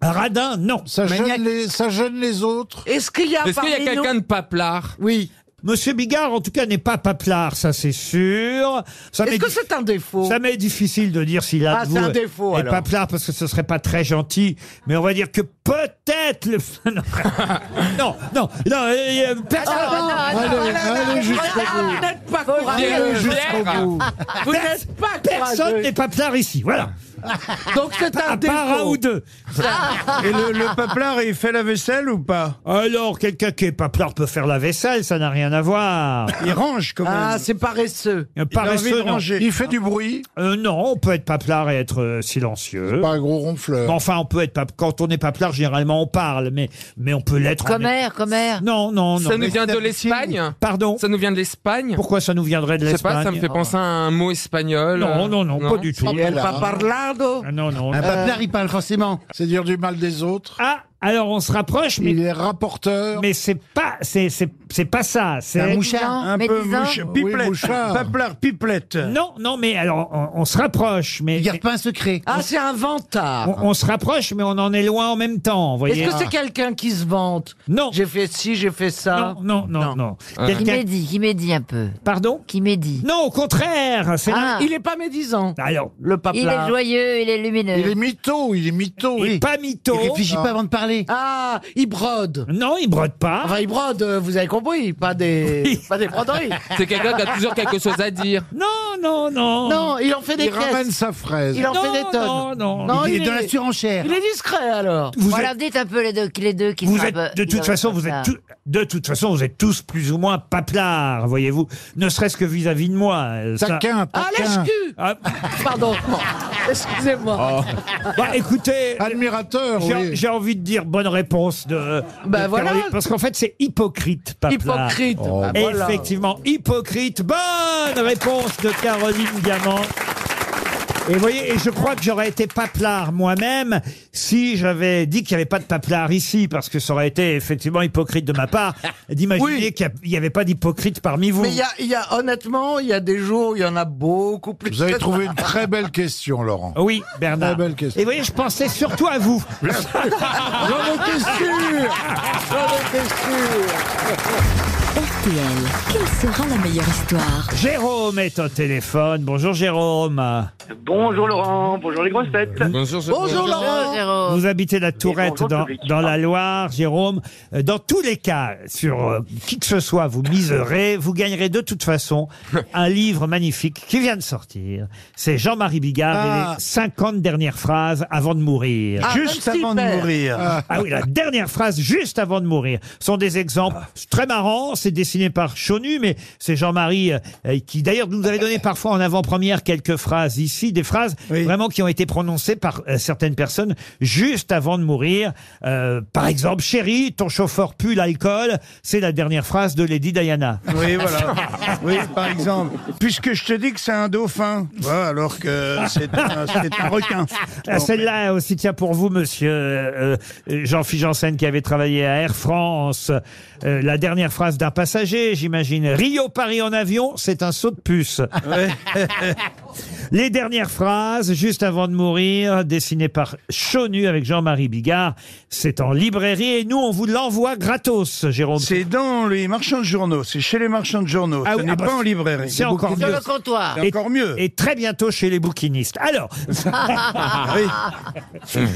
S2: Radin, non.
S4: Ça gêne, les, ça gêne les autres
S6: Est-ce qu'il y
S8: Est-ce qu'il y a quelqu'un de pas plard
S6: Oui.
S2: Monsieur Bigard, en tout cas, n'est pas paplard, ça c'est sûr. Est-ce que
S6: c'est un défaut
S2: Ça m'est difficile de dire s'il a
S6: Ah, c'est un défaut,
S2: est
S6: alors.
S2: paplard parce que ce serait pas très gentil. Mais on va dire que peut-être le. non, non, non, non, euh, euh, personne.
S3: Ah non, non, Allez, non, allez, non, allez jusqu'au non, bout. vous n'êtes pas courageux. Allez jusqu'au bout. Vous n'êtes pas
S2: Personne
S3: courageux.
S2: n'est paplard ici, voilà.
S6: Donc c'est
S2: un part un ou deux.
S3: Ah.
S7: Et le, le paplard, il fait la vaisselle ou pas
S2: Alors, quelqu'un qui est paplard peut faire la vaisselle, ça n'a rien à voir.
S7: Il range quand même.
S6: Ah, c'est paresseux.
S2: Un paresseux, non.
S7: fait du bruit
S2: Euh, non, on peut être paplard et être euh, silencieux. Pas
S4: un gros ronfleur.
S2: Enfin, on peut être pap- quand on est paplard, généralement on parle, mais mais on peut l'être. en-
S5: Commère, commère.
S2: Non, non, non.
S8: Ça nous vient de l'Espagne
S2: Pardon
S8: Ça nous vient de l'Espagne
S2: Pourquoi ça nous viendrait de
S8: Je sais pas, ça
S2: l'Espagne Oh.
S8: me fait penser à un mot espagnol.
S2: Non,
S8: euh,
S2: non, non, pas du tout. Ah,
S8: Et elle va parler.
S6: parlado
S2: Non, non. Euh,
S14: Un paplard,
S4: il parle forcément. C'est dire du mal des autres.
S2: Ah, alors on se rapproche, mais
S4: il est rapporteur.
S2: Mais c'est pas, c'est c'est c'est pas ça. C'est
S4: Un mouchard,
S7: Un peu mouche, pipelette. Paplard, pipelette.
S2: Non, non, mais alors on, on se rapproche, mais il garde
S14: pas un secret.
S6: Ah, c'est un vantard.
S2: On, on se rapproche, mais on en est loin en même temps. vous voyez. Ah.
S6: Est-ce que c'est quelqu'un qui se vante
S2: Non.
S6: J'ai fait ci, j'ai fait ça.
S2: Non, non, non. non.
S5: Qui médit, qui médit un peu.
S2: Pardon
S5: Qui médit.
S2: Non, au contraire. c'est
S5: Ah.
S6: Il est pas médisant.
S2: Alors,
S6: le pape
S5: Il est joyeux, il est lumineux.
S4: Il est mytho, il est mytho.
S2: Il est pas mytho.
S6: Il réfléchit pas
S14: avant de parler.
S6: Ah, il brode.
S2: Non, il brode pas.
S6: Enfin, il brode, euh, vous avez compris, pas des, pas des broderies.
S8: C'est quelqu'un qui a toujours quelque chose à dire.
S2: Non, non, non.
S6: Non, il en fait des
S14: Il ramène
S6: caisses.
S14: sa fraise.
S6: Il en
S14: Non,
S6: fait des tonnes.
S14: non, non. Il est dans la surenchère.
S6: Il est discret alors.
S2: Vous
S5: voilà,
S2: êtes-
S5: dites un peu les deux, les deux qui
S2: Vous
S5: sont un
S2: êtes,
S5: peu-
S2: de
S5: qui
S2: toute
S5: sont
S2: façon,
S5: pas
S2: vous
S5: ça.
S2: êtes tous, de toute façon, vous êtes tous plus ou moins paplards, voyez-vous. Ne serait-ce que vis-à-vis de moi. euh, ça-
S4: Taquin,
S6: Ah, lèche
S2: Ah.
S6: Pardon.
S3: Oh.
S6: Excusez-moi.
S2: Bah, écoutez,
S4: admirateur.
S2: j'ai
S4: oui.
S2: j'ai envie de dire bonne réponse de.
S6: Bah,
S2: de
S6: voilà.
S2: Caroline, parce qu'en fait, c'est hypocrite, paplard.
S6: Hypocrite. Oh, bah, voilà.
S2: Effectivement, hypocrite. Bonne réponse de Caroline Diamant. Et vous voyez, et je crois que j'aurais été paplard moi-même si j'avais dit qu'il n'y avait pas de paplard ici, parce que ça aurait été effectivement hypocrite de ma part d'imaginer qu'il n'y avait pas d'hypocrite parmi vous.
S6: Mais il y a, il y a- honnêtement, il y a des jours où il y en a beaucoup plus.
S4: Vous avez trouvé une très belle question, Laurent.
S2: Oui, Bernard.
S4: Très belle question.
S2: Et vous voyez, je pensais surtout à vous.
S4: J'en étais sûr J'en étais sûr
S10: RTL, quelle sera la meilleure histoire
S2: Jérôme est au téléphone. Bonjour Jérôme.
S11: Bonjour Laurent, bonjour les grosses têtes.
S8: Bonjour,
S2: Vous habitez la Tourette
S11: bonjour,
S2: dans,
S11: public.
S2: dans la Loire, Jérôme. Euh, Dans tous les cas, sur euh, qui que ce soit, vous miserez, vous gagnerez de toute façon un livre magnifique qui vient de sortir. C'est Jean-Marie Bigard et
S7: Ah.
S2: les 50 dernières phrases avant de mourir.
S7: Ah, Juste même avant de super. mourir.
S2: Ah. Ah oui, la dernière phrase juste avant de mourir. Ce sont des exemples
S7: Ah.
S2: C'est très marrants. C'est dessiné par Chonu, mais c'est Jean-Marie euh, euh, qui, d'ailleurs, nous avait donné parfois en avant-première quelques phrases ici, des phrases vraiment qui ont été prononcées par euh, certaines personnes juste avant de mourir. Euh, par exemple, chérie, ton chauffeur pue l'alcool. C'est la dernière phrase de Lady Diana.
S7: Oui, voilà. Oui, par exemple. Puisque je te dis que c'est un dauphin, voilà, alors que c'est un, c'est un requin. ben.
S2: Ah, Celle-là aussi tient pour vous, monsieur euh, euh, Jean-Philippe Janssen, qui avait travaillé à Air France. Euh, la dernière phrase d'un passager, j'imagine. Rio-Paris en avion, c'est un saut de puce. Les dernières phrases, juste avant de mourir, dessinées par Chonu avec Jean-Marie Bigard. C'est en librairie et nous, on vous l'envoie gratos, Jérôme.
S7: C'est dans les marchands de journaux, c'est chez les marchands de journaux,
S2: Ah
S7: ce
S2: oui,
S7: n'est
S2: ah bah,
S7: pas en librairie.
S2: C'est encore mieux.
S5: comptoir.
S7: C'est encore mieux.
S2: Et très bientôt chez les bouquinistes. Alors,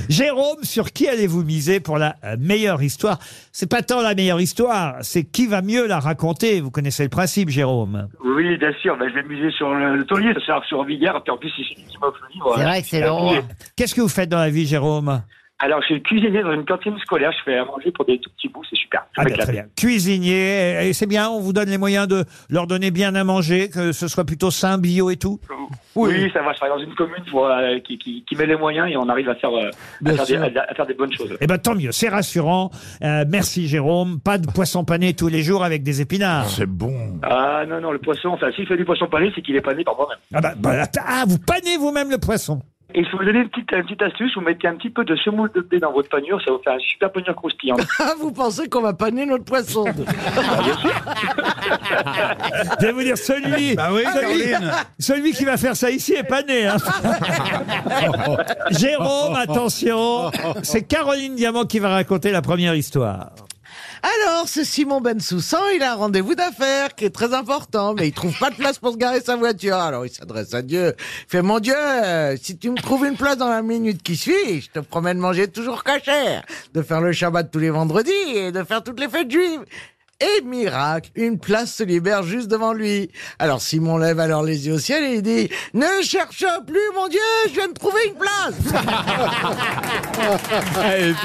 S2: Jérôme, sur qui allez-vous miser pour la euh, meilleure histoire C'est pas tant la meilleure histoire, c'est qui va mieux la raconter. Vous connaissez le principe, Jérôme.
S11: Oui, bien sûr, ben, je vais miser sur le, le taulier, ça sert sur Bigard, puis en plus, c'est celui qui m'offre le livre.
S5: C'est vrai que c'est Laurent.
S2: Qu'est-ce que vous faites dans la vie, Jérôme
S11: Alors, je suis cuisinier dans une cantine scolaire. Je fais à manger pour des tout petits bouts. C'est super. Je
S2: Ah ben,
S11: m'éclate.
S2: très bien. Cuisinier, et c'est bien, on vous donne les moyens de leur donner bien à manger, que ce soit plutôt sain, bio et tout.
S11: Oui, ça va. Je travaille dans une commune tu vois, euh, qui, qui- qui met les moyens et on arrive à faire, euh, à
S2: Bien
S11: faire, des,
S2: sûr.
S11: à- à faire des bonnes choses.
S2: Eh ben tant mieux, c'est rassurant. Euh, merci Jérôme, pas de poisson pané tous les jours avec des épinards. C'est bon.
S11: Ah non, non, le poisson, enfin, s'il fait du poisson pané, c'est qu'il est pané par moi-même.
S2: Ah bah, bah, att- ah, vous panez vous-même le poisson.
S11: Et je vais vous donner une petite, une petite astuce, vous mettez un petit peu de semoule de blé dans votre panure, ça vous fait un super panure croustillant.
S6: Ah, vous pensez qu'on va paner notre poisson
S2: Je vais vous dire, celui,
S6: Bah oui,
S2: celui,
S6: Caroline.
S2: celui qui va faire ça ici est pané. Hein. Jérôme, attention, c'est Caroline Diamant qui va raconter la première histoire.
S6: Alors, ce Simon Bensoussan, il a un rendez-vous d'affaires qui est très important, mais il trouve pas de place pour se garer sa voiture. Alors, il s'adresse à Dieu. Il fait, mon Dieu, euh, si tu me trouves une place dans la minute qui suit, je te promets de manger toujours cachère, de faire le Shabbat tous les vendredis et de faire toutes les fêtes juives. Et miracle, une place se libère juste devant lui. Alors Simon lève alors les yeux au ciel et il dit « Ne cherche plus, mon Dieu, je viens de trouver une place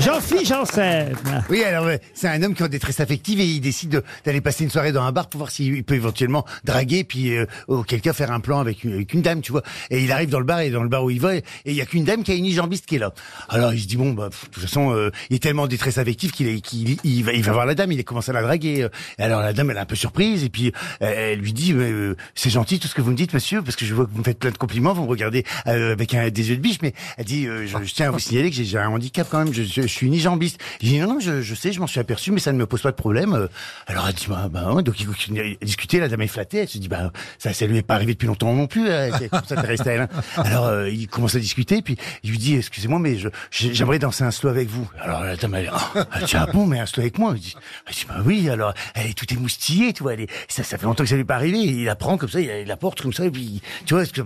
S2: Jean-Philippe Janssen.
S9: Oui, alors euh, c'est un homme qui a des tresses affectives et il décide de- d'aller passer une soirée dans un bar pour voir s'il peut éventuellement draguer puis euh, auquel cas faire un plan avec une, avec une dame, tu vois. Et il arrive dans le bar et dans le bar où il va et il y a qu'une dame qui a une jambiste qui est là. Alors il se dit bon, bah, pff, de toute façon, euh, il est tellement en détresse affective qu'il est- qu'il- il va, il va voir la dame, il a commencé à la draguer. euh. Et alors la dame elle est un peu surprise et puis euh, elle lui dit euh, c'est gentil tout ce que vous me dites monsieur parce que je vois que vous me faites plein de compliments, vous me regardez euh, avec un, des yeux de biche, mais elle dit euh, je, je tiens à vous signaler que j'ai- j'ai un handicap quand même, je, je- je suis ni jambiste. J'ai dit non, non, je, je sais, je m'en suis aperçu, mais ça ne me pose pas de problème. Euh, Alors elle dit bah, bah ouais. donc ils continuent à discuter, la dame est flattée, elle se dit bah ça, ça lui est pas arrivé depuis longtemps non plus, euh, c'est comme ça ça reste à elle. hein. Alors euh, il commence à discuter, puis il lui dit excusez-moi, mais je j'ai- j'aimerais danser un slow avec vous. Alors la dame elle, Ah, elle dit ah bon, mais un slow avec moi. Il dit, elle dit bah oui, alors elle est tout émoustillée, tu vois, elle est, ça, ça fait longtemps que ça lui est pas arrivé. Et Il la prend comme ça, il la porte comme ça, et puis tu vois, ce que,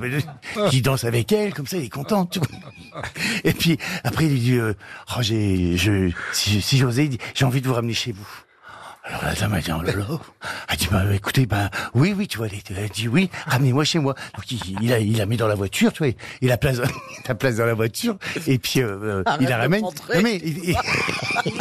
S9: il danse avec elle comme ça, il est content. Tu vois. Et puis après, il lui dit, euh, oh, j'ai, je, si, si j'osais, il dit, j'ai envie de vous ramener chez vous. Alors la dame a dit, oh là là. Elle dit, bah écoutez, bah oui, oui, tu vois, elle est- elle dit oui, ramenez-moi chez moi. Donc il, il, a, il la met dans la voiture, tu vois, il la place, il la place dans la voiture, et puis euh, euh,
S14: Arrête
S9: il la
S14: de
S9: ramène.
S14: montrer.
S9: Non, mais il, il-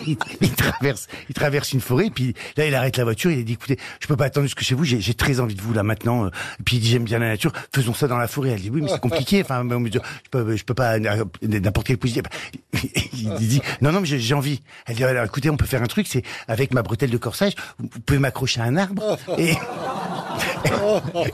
S9: il- il traverse, il traverse une forêt, puis là il arrête la voiture, il dit, écoutez, je peux pas attendre jusque chez vous, j'ai j'ai très envie de vous là maintenant. euh. Puis il dit, j'aime bien la nature, faisons ça dans la forêt. Elle dit, oui, mais c'est compliqué, enfin, mais on me dit, je peux, je peux pas euh, n'importe quel positif. Il il dit non non mais j'ai- j'ai envie. Elle dit alors écoutez on peut faire un truc c'est avec ma bretelle de corsage vous vous pouvez m'accrocher à un arbre et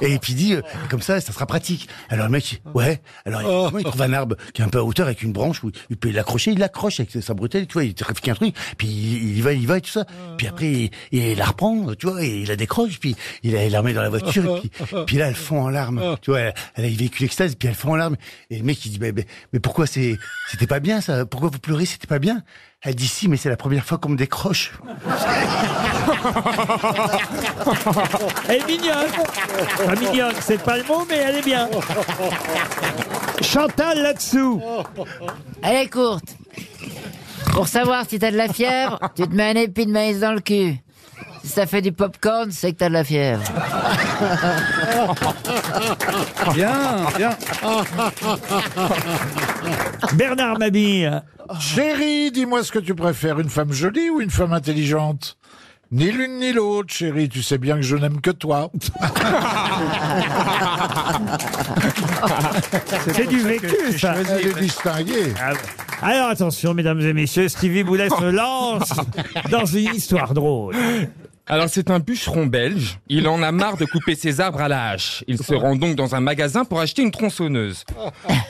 S9: et puis il dit euh, comme ça ça sera pratique. Alors le mec il- ouais alors il- comment il trouve un arbre qui est un peu à hauteur avec une branche où il peut l'accrocher il l'accroche avec sa bretelle tu vois il trafique un truc puis il, il y va il y va et tout ça puis après il, il la reprend tu vois et il la décroche puis il la, il la remet dans la voiture et puis, puis là elle fond en larmes tu vois elle, elle a vécu l'extase puis elle fond en larmes et le mec il dit mais, mais, mais pourquoi c'est c'était pas bien ça pourquoi vous pleurez c'était pas bien elle dit si mais c'est la première fois qu'on me décroche
S2: Elle est mignonne. Pas mignonne, c'est pas le mot, mais elle est bien. Chantal là-dessous.
S5: Elle est courte. Pour savoir si t'as de la fièvre, tu te mets un épi de maïs dans le cul. Si ça fait du popcorn, c'est que t'as de la fièvre.
S7: Bien, bien.
S2: Bernard Mabille.
S4: Chérie, dis-moi ce que tu préfères, une femme jolie ou une femme intelligente Ni l'une ni l'autre, chérie, tu sais bien que je n'aime que toi.
S2: C'est du vécu, ça. Ah Alors attention, mesdames et messieurs, Stevie Boulet se lance dans une histoire drôle.
S8: Alors c'est un bûcheron belge. Il en a marre de couper ses arbres à la hache. Il se rend donc dans un magasin pour acheter une tronçonneuse.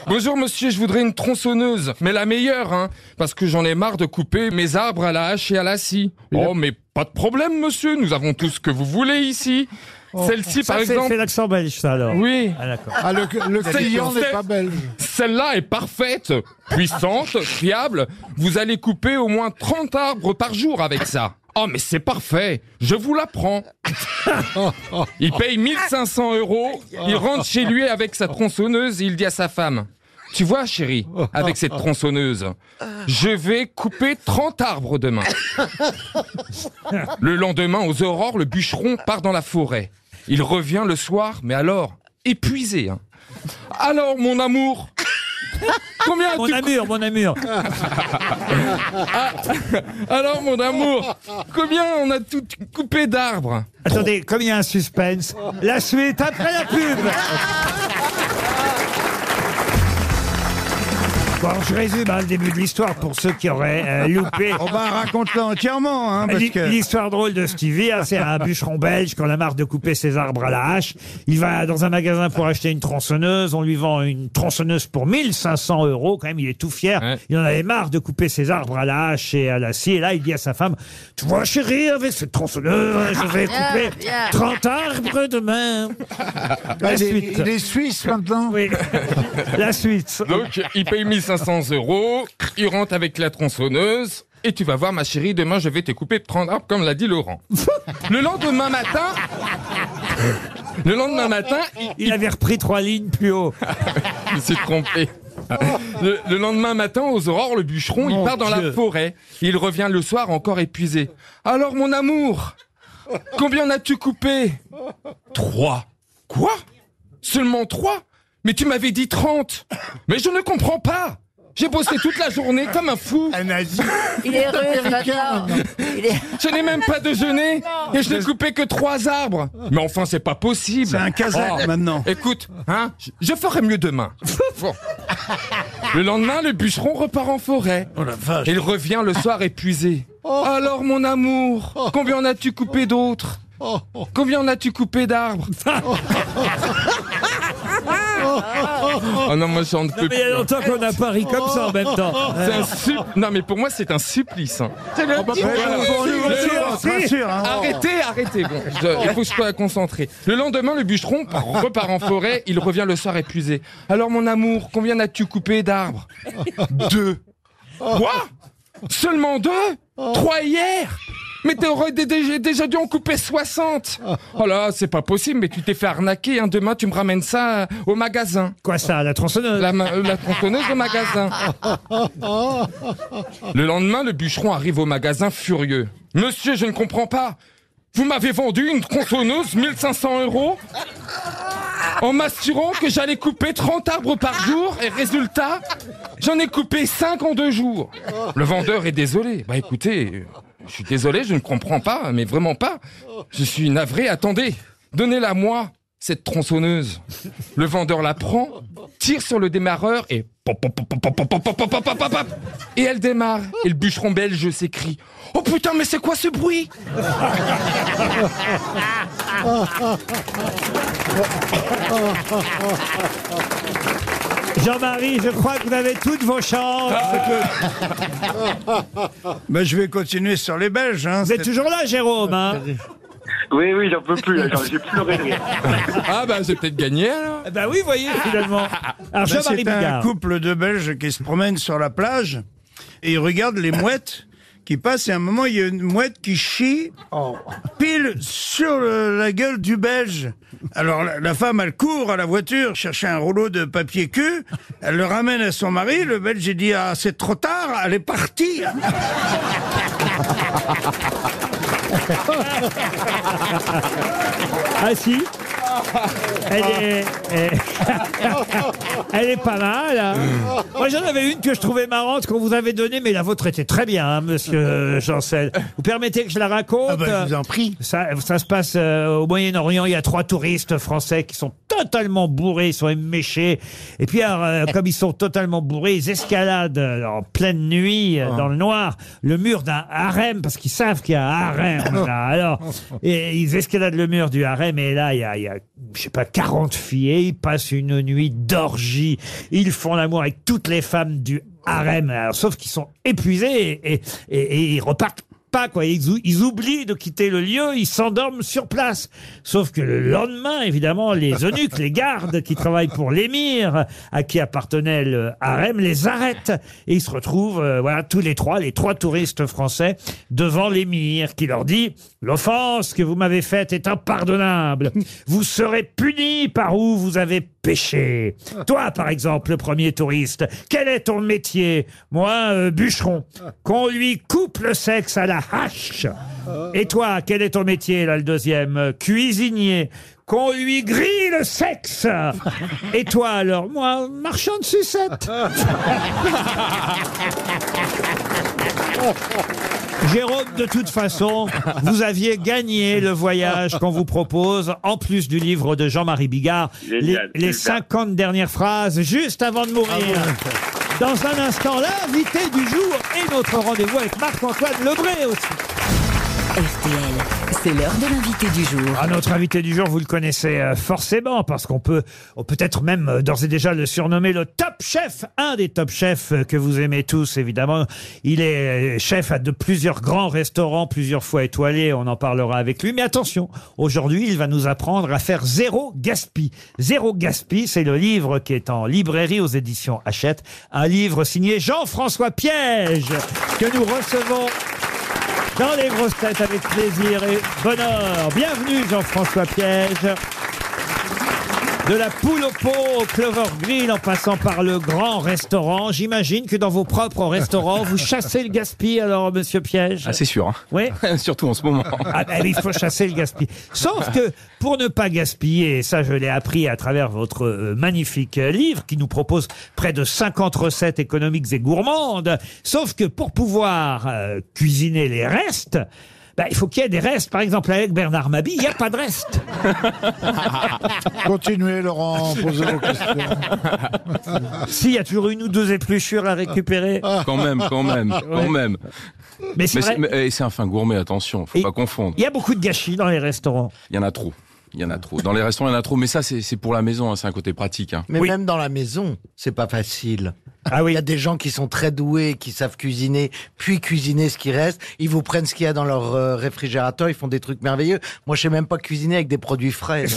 S8: Bonjour monsieur, je voudrais une tronçonneuse, mais la meilleure, hein, parce que j'en ai marre de couper mes arbres à la hache et à la scie. Oh mais pas de problème monsieur, nous avons tout ce que vous voulez ici. Celle-ci
S2: Ça,
S8: par
S2: c'est-
S8: exemple.
S2: C'est l'accent belge, ça alors.
S8: Oui.
S2: Ah, d'accord.
S4: Oh. Ah, le, le
S8: Celle-
S4: client n'est
S8: celle-
S4: pas belge.
S8: Celle-là est parfaite, puissante, fiable. Vous allez couper au moins 30 arbres par jour avec ça. Oh, mais c'est parfait. Je vous la prends. Il paye 1500 euros. Il rentre chez lui avec sa tronçonneuse. Il dit à sa femme. Tu vois, chérie, avec cette tronçonneuse, je vais couper 30 arbres demain. Le lendemain, aux aurores, le bûcheron part dans la forêt. Il revient le soir, mais alors, épuisé. hein. Alors, mon amour, Combien
S2: Mon amour, mon amour.
S8: Ah, Alors, mon amour, combien on a tout coupé d'arbres
S2: Attendez, comme il y a un suspense, la suite après la pub. Bon, je résume hein, le début de l'histoire pour ceux qui auraient euh, loupé.
S7: On va raconter Oh, bah, entièrement, hein, parce
S2: Ah, L'hi-
S7: que-
S2: L'histoire drôle de Stevie, hein, c'est un bûcheron belge qu'on a marre de couper ses arbres à la hache. Il va dans un magasin pour acheter une tronçonneuse. On lui vend une tronçonneuse pour 1500 euros. Quand même, il est tout fier. Il en avait marre de couper ses arbres à la hache et à la scie. Et là, il dit à sa femme, tu vois, chérie, avec cette tronçonneuse, je vais couper
S3: Bien, bien.
S2: 30 arbres demain.
S4: Ah, il est- il est suisse maintenant
S2: Oui. La suite.
S8: Donc, il paye 1500 euros, il rentre avec la tronçonneuse, et tu vas voir, ma chérie, demain, je vais te couper 30 arbres, comme l'a dit Laurent. Le lendemain matin, le lendemain matin,
S2: il avait repris trois lignes plus haut.
S8: il s'est trompé. Le, le lendemain matin, aux aurores, le bûcheron,
S2: Mon
S8: il part dans
S2: Dieu.
S8: la forêt. Il revient le soir encore épuisé. Alors, mon amour, combien en as-tu coupé Trois. Quoi Seulement trois Mais tu m'avais dit 30 Mais je ne comprends pas J'ai bossé toute la journée comme un fou Un nazi
S5: Il est russe, maintenant.
S8: Je n'ai même pas déjeuné et je n'ai coupé que trois arbres Mais enfin, c'est pas possible Oh.
S7: C'est un caserne, maintenant.
S8: Écoute, hein, je- je ferai mieux demain Bon. Le lendemain, le bûcheron repart en forêt.
S2: Oh
S8: Il revient le soir épuisé. Alors, mon
S2: Oh.
S8: amour, combien en as-tu coupé d'autres Combien en as-tu coupé d'arbres Oh non, moi j'en peux
S2: mais il y a
S8: plus.
S2: longtemps qu'on a pari comme ça en même temps. Euh.
S8: C'est un sup- Non, mais pour moi, c'est un supplice. hein.
S2: C'est le
S8: Oh, bah,
S2: petit
S8: pour-
S2: jeu,
S8: voilà.
S2: pour lui,
S8: Le-
S2: on se
S8: le-
S2: rassure, on se rassure, hein.
S8: Arrêtez, arrêtez. Bon, je- il faut que je sois concentré. Le lendemain, le bûcheron part- repart en forêt. Il revient le soir épuisé. Alors, mon amour, combien as-tu coupé d'arbres Deux. Quoi Seulement deux Trois hier mais t'aurais dé- dé- déjà dû en couper 60 Oh là, c'est pas possible, mais tu t'es fait arnaquer, hein. demain tu me ramènes ça euh, au magasin.
S2: Quoi ça, la tronçonneuse
S8: La, ma- euh, la tronçonneuse au magasin. Le lendemain, le bûcheron arrive au magasin furieux. Monsieur, je ne comprends pas. Vous m'avez vendu une tronçonneuse 1500 euros en m'assurant que j'allais couper 30 arbres par jour et résultat, j'en ai coupé 5 en deux jours. Le vendeur est désolé. Bah écoutez, euh, je suis désolé, je ne comprends pas, mais vraiment pas. Je suis navré, attendez, donnez-la moi, cette tronçonneuse. Le vendeur la prend, tire sur le démarreur et... pop, pop, pop, pop, pop, pop, pop, pop, pop, pop, pop. Et elle démarre. Et le bûcheron belge s'écrie. Oh putain, mais c'est quoi ce bruit
S2: Jean-Marie, je crois que vous avez toutes vos chances.
S7: Ben, je vais continuer sur les Belges. Hein,
S2: Vous êtes toujours là, Jérôme hein
S11: Oui, oui, j'en peux plus, là, j'en- j'ai pleuré. de rire.
S8: Ah bah j'ai peut-être gagné alors. Ah, bah,
S2: Bah oui, voyez finalement.
S7: Ben,
S2: Alors Ah, Jean-Marie
S7: c'est un
S2: Bigard.
S7: couple de Belges qui se promènent sur la plage et ils regardent les mouettes qui passent. Et à un moment, il y a une mouette qui chie pile sur le- la gueule du Belge. Alors la, la femme, elle court à la voiture chercher un rouleau de papier cul. Elle le ramène à son mari. Le Belge il dit ah c'est trop tard, elle est partie.
S2: Ah si elle est, elle- elle est pas mal. hein. Moi, j'en avais une que je trouvais marrante qu'on vous avait donnée, mais la vôtre était très bien, hein, monsieur euh, Janssen. Vous permettez que je la raconte
S9: Ah, bah, je vous en prie.
S2: Ça, ça se passe euh, au Moyen-Orient. Il y a trois touristes français qui sont totalement bourrés, ils sont éméchés. Et puis, alors, euh, comme ils sont totalement bourrés, ils escaladent euh, en pleine nuit,
S9: Ah.
S2: euh, dans le noir, le mur d'un harem, parce qu'ils savent qu'il y a un harem. là. Alors, et ils escaladent le mur du harem, et là, il y a, il y a, je sais pas, 40 filles, et ils passent une nuit d'orgie. Ils font l'amour avec toutes les femmes du harem, Alors, sauf qu'ils sont épuisés et, et- et- et ils repartent pas quoi ils, ou- ils oublient de quitter le lieu ils s'endorment sur place sauf que le lendemain évidemment les eunuques les gardes qui travaillent pour l'émir à qui appartenait le harem euh, les arrêtent et ils se retrouvent euh, voilà tous les trois les trois touristes français devant l'émir qui leur dit l'offense que vous m'avez faite est impardonnable vous serez punis par où vous avez péché toi par exemple le premier touriste quel est ton métier moi euh, bûcheron qu'on lui coupe le sexe à la la hache. Et toi, quel est ton métier, là, le deuxième Euh, Cuisinier. Qu'on lui grille le sexe Et toi, alors Moi, marchand de sucettes Jérôme, de toute façon, vous aviez gagné le voyage qu'on vous propose, en plus du livre de Jean-Marie Bigard,
S11: Génial,
S2: les, les
S11: super.
S2: 50 dernières phrases, juste avant de mourir. Dans un instant, l'invité du jour et notre rendez-vous avec Marc-Antoine Lebré aussi.
S10: RTL, c'est l'heure de l'invité du jour.
S2: Ah, notre invité du jour, vous le connaissez euh, forcément, parce qu'on peut on peut être même euh, d'ores et déjà le surnommer le top chef, un des top chefs euh, que vous aimez tous, évidemment. Il est euh, chef à de plusieurs grands restaurants, plusieurs fois étoilés, on en parlera avec lui. Mais attention, aujourd'hui, il va nous apprendre à faire zéro gaspille. Zéro gaspille, c'est le livre qui est en librairie aux éditions Hachette, un livre signé Jean-François Piège, que nous recevons dans les grosses têtes avec plaisir et bonheur. Bienvenue Jean-François Piège. De la poule au pot au Clover Grill en passant par le grand restaurant. J'imagine que dans vos propres restaurants, vous chassez le gaspillage alors, monsieur Piège.
S16: Ah, c'est sûr. hein.
S2: Oui.
S16: Surtout en ce moment.
S2: Ah, ben, il faut chasser le gaspillage. Sauf que pour ne pas gaspiller, et ça je l'ai appris à travers votre euh, magnifique euh, livre qui nous propose près de 50 recettes économiques et gourmandes, sauf que pour pouvoir euh, cuisiner les restes, bah, il faut qu'il y ait des restes. Par exemple, avec Bernard Mabi, il n'y a pas de reste.
S4: Continuez, Laurent, posez vos questions.
S2: S'il y a toujours une ou deux épluchures à récupérer.
S16: Quand même, quand même, quand
S2: Ah. Ouais.
S16: même.
S2: Mais c'est vrai.
S16: mais, eh, c'est un fin gourmet, attention, faut pas confondre.
S2: Il y a beaucoup de gâchis dans les restaurants.
S16: Il y en a trop. Il y en a trop. Dans les restaurants, il y en a trop. Mais ça, c'est c'est pour la maison, hein, c'est un côté pratique. hein.
S6: Mais même dans la maison, c'est pas facile.
S2: Ah oui.
S6: Il y a des gens qui sont très doués, qui savent cuisiner, puis cuisiner ce qui reste. Ils vous prennent ce qu'il y a dans leur euh, réfrigérateur, ils font des trucs merveilleux. Moi, je sais même pas cuisiner avec des produits frais. euh.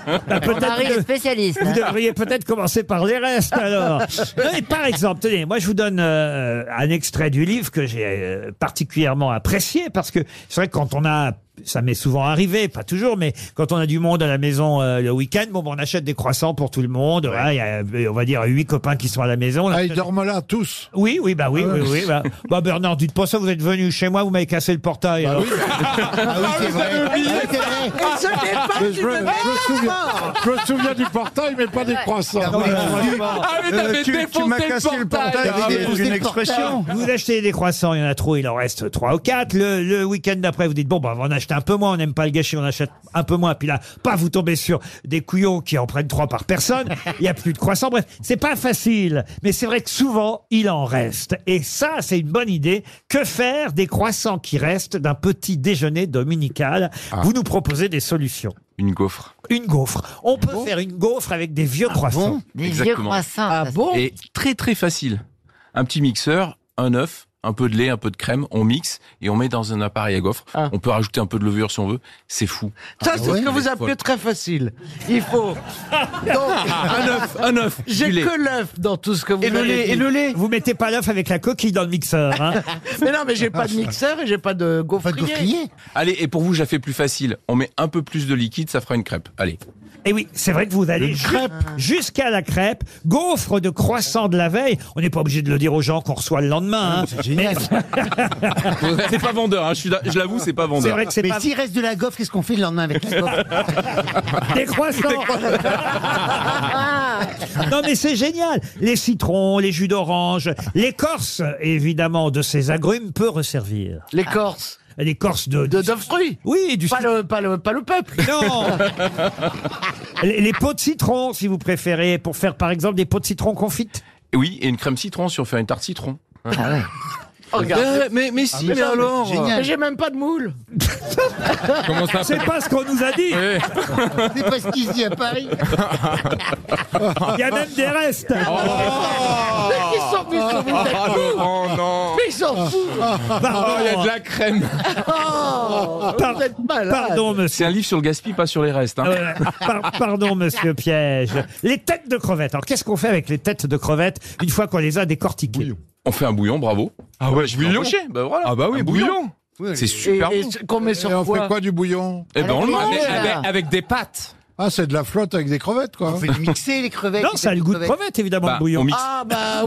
S17: Bah,
S2: Peut-être
S5: Marie
S2: que-
S5: est spécialiste.
S2: Vous
S5: hein.
S2: devriez peut-être commencer par les restes alors. Non, mais par exemple, tenez, moi je vous donne euh, un extrait du livre que j'ai euh, particulièrement apprécié parce que c'est vrai que quand on a ça m'est souvent arrivé, pas toujours, mais quand on a du monde à la maison euh, le week-end, bon, ben, on achète des croissants pour tout le monde. voilà, Il y a, euh, on va dire, huit copains qui sont à la maison. Ah, ils dorment là tous. Oui, oui, bah oui,
S3: Ah ouais.
S2: oui, oui. Bah, bah, Bernard, dites pas ça. Vous êtes venu chez moi, vous m'avez cassé le portail. alors.
S16: Ah
S2: Ah,
S4: Mais je, me, je me souviens, je me souviens du portail, mais pas des croissants. Ah,
S2: Euh, Vous achetez des croissants, il y en a trop, il en reste 3 ou 4. Le, le week-end d'après, vous dites, bon, bah, on va en acheter un peu moins, on n'aime pas le gâcher, on achète un peu moins. Puis là, pas vous tombez sur des couillons qui en prennent 3 par personne, il n'y a plus de croissants. Bref, c'est pas facile, mais c'est vrai que souvent, il en reste. Et ça, c'est une bonne idée. Que faire des croissants qui restent d'un petit déjeuner dominical Vous nous proposez des solutions.
S16: Une gaufre.
S2: Une gaufre. On peut faire une gaufre avec des vieux croissants.
S16: Exactement.
S6: Ah
S16: Et très très facile. Un petit mixeur, un œuf, un peu de lait, un peu de crème, on mixe et on met dans un appareil à gaufre. On peut rajouter un peu de levure si on veut. C'est fou.
S6: Ah. Ça, c'est ce que vous appelez très facile. Il faut.
S16: Un œuf, un œuf.
S6: J'ai
S2: du lait.
S6: que l'œuf dans tout ce que vous avez dit.
S2: lait. Vous mettez pas l'œuf avec la coquille dans le mixeur. Hein
S6: Mais non, mais j'ai pas de mixeur et j'ai pas de gaufrier.
S16: Allez, et pour vous, je la fais plus facile. On met un peu plus de liquide, ça fera une crêpe. Allez.
S2: Et Eh oui, c'est vrai que vous allez ju- jusqu'à la crêpe, gaufre de croissant de la veille. On n'est pas obligé de le dire aux gens qu'on reçoit le lendemain. hein. Mais-
S16: c'est pas vendeur, hein. je, suis d'a- je l'avoue, c'est pas vendeur.
S14: Mais s'il reste de la gaufre, qu'est-ce qu'on fait le lendemain avec la gaufre
S2: Des croissants Non mais c'est génial Les citrons, les jus d'orange, l'écorce, évidemment, de ces agrumes peut resservir.
S6: L'écorce
S2: L'écorce de...
S6: De, de fruits
S2: Oui, du
S6: pas le, pas, le, pas le peuple
S2: Non les, les pots de citron, si vous préférez, pour faire par exemple des pots de citron confites.
S16: Et Oui, et une crème citron si on fait une tarte citron.
S6: Oh, regarde.
S16: Euh, mais- mais si, mais
S6: ça,
S16: alors,
S6: Mais
S16: euh,
S6: j'ai même pas de moule
S16: Comment ça
S2: C'est pas ce qu'on nous a dit
S14: C'est pas ce qu'il se dit à Paris.
S2: Il y a même des restes
S3: Mais ils s'en foutent, ils s'en foutent.
S16: Oh non
S3: Mais ils s'en foutent.
S2: Pardon.
S16: Oh, il y a de la crème
S3: Oh, vous êtes malade.
S16: C'est un livre sur le gaspillage, pas sur les restes. hein.
S2: Euh, par- pardon, monsieur Piège. Les têtes de crevettes. Alors, qu'est-ce qu'on fait avec les têtes de crevettes une fois qu'on les a décortiquées
S16: On fait un bouillon, bravo. Ah ouais, je bouillon bah, voilà. Ah bah oui, bouillon, C'est super
S6: Et- et
S16: bon.
S6: ce qu'on met sur
S4: Et on
S6: quoi
S4: fait quoi du bouillon
S16: Eh ben, on le mange.
S6: Avec-
S16: des pâtes.
S4: Ah, c'est de la flotte avec des crevettes, quoi. On
S9: fait mixer les crevettes.
S2: Non, ça a le goût de crevette, évidemment,
S16: Bah,
S2: le bouillon.
S16: on mixe-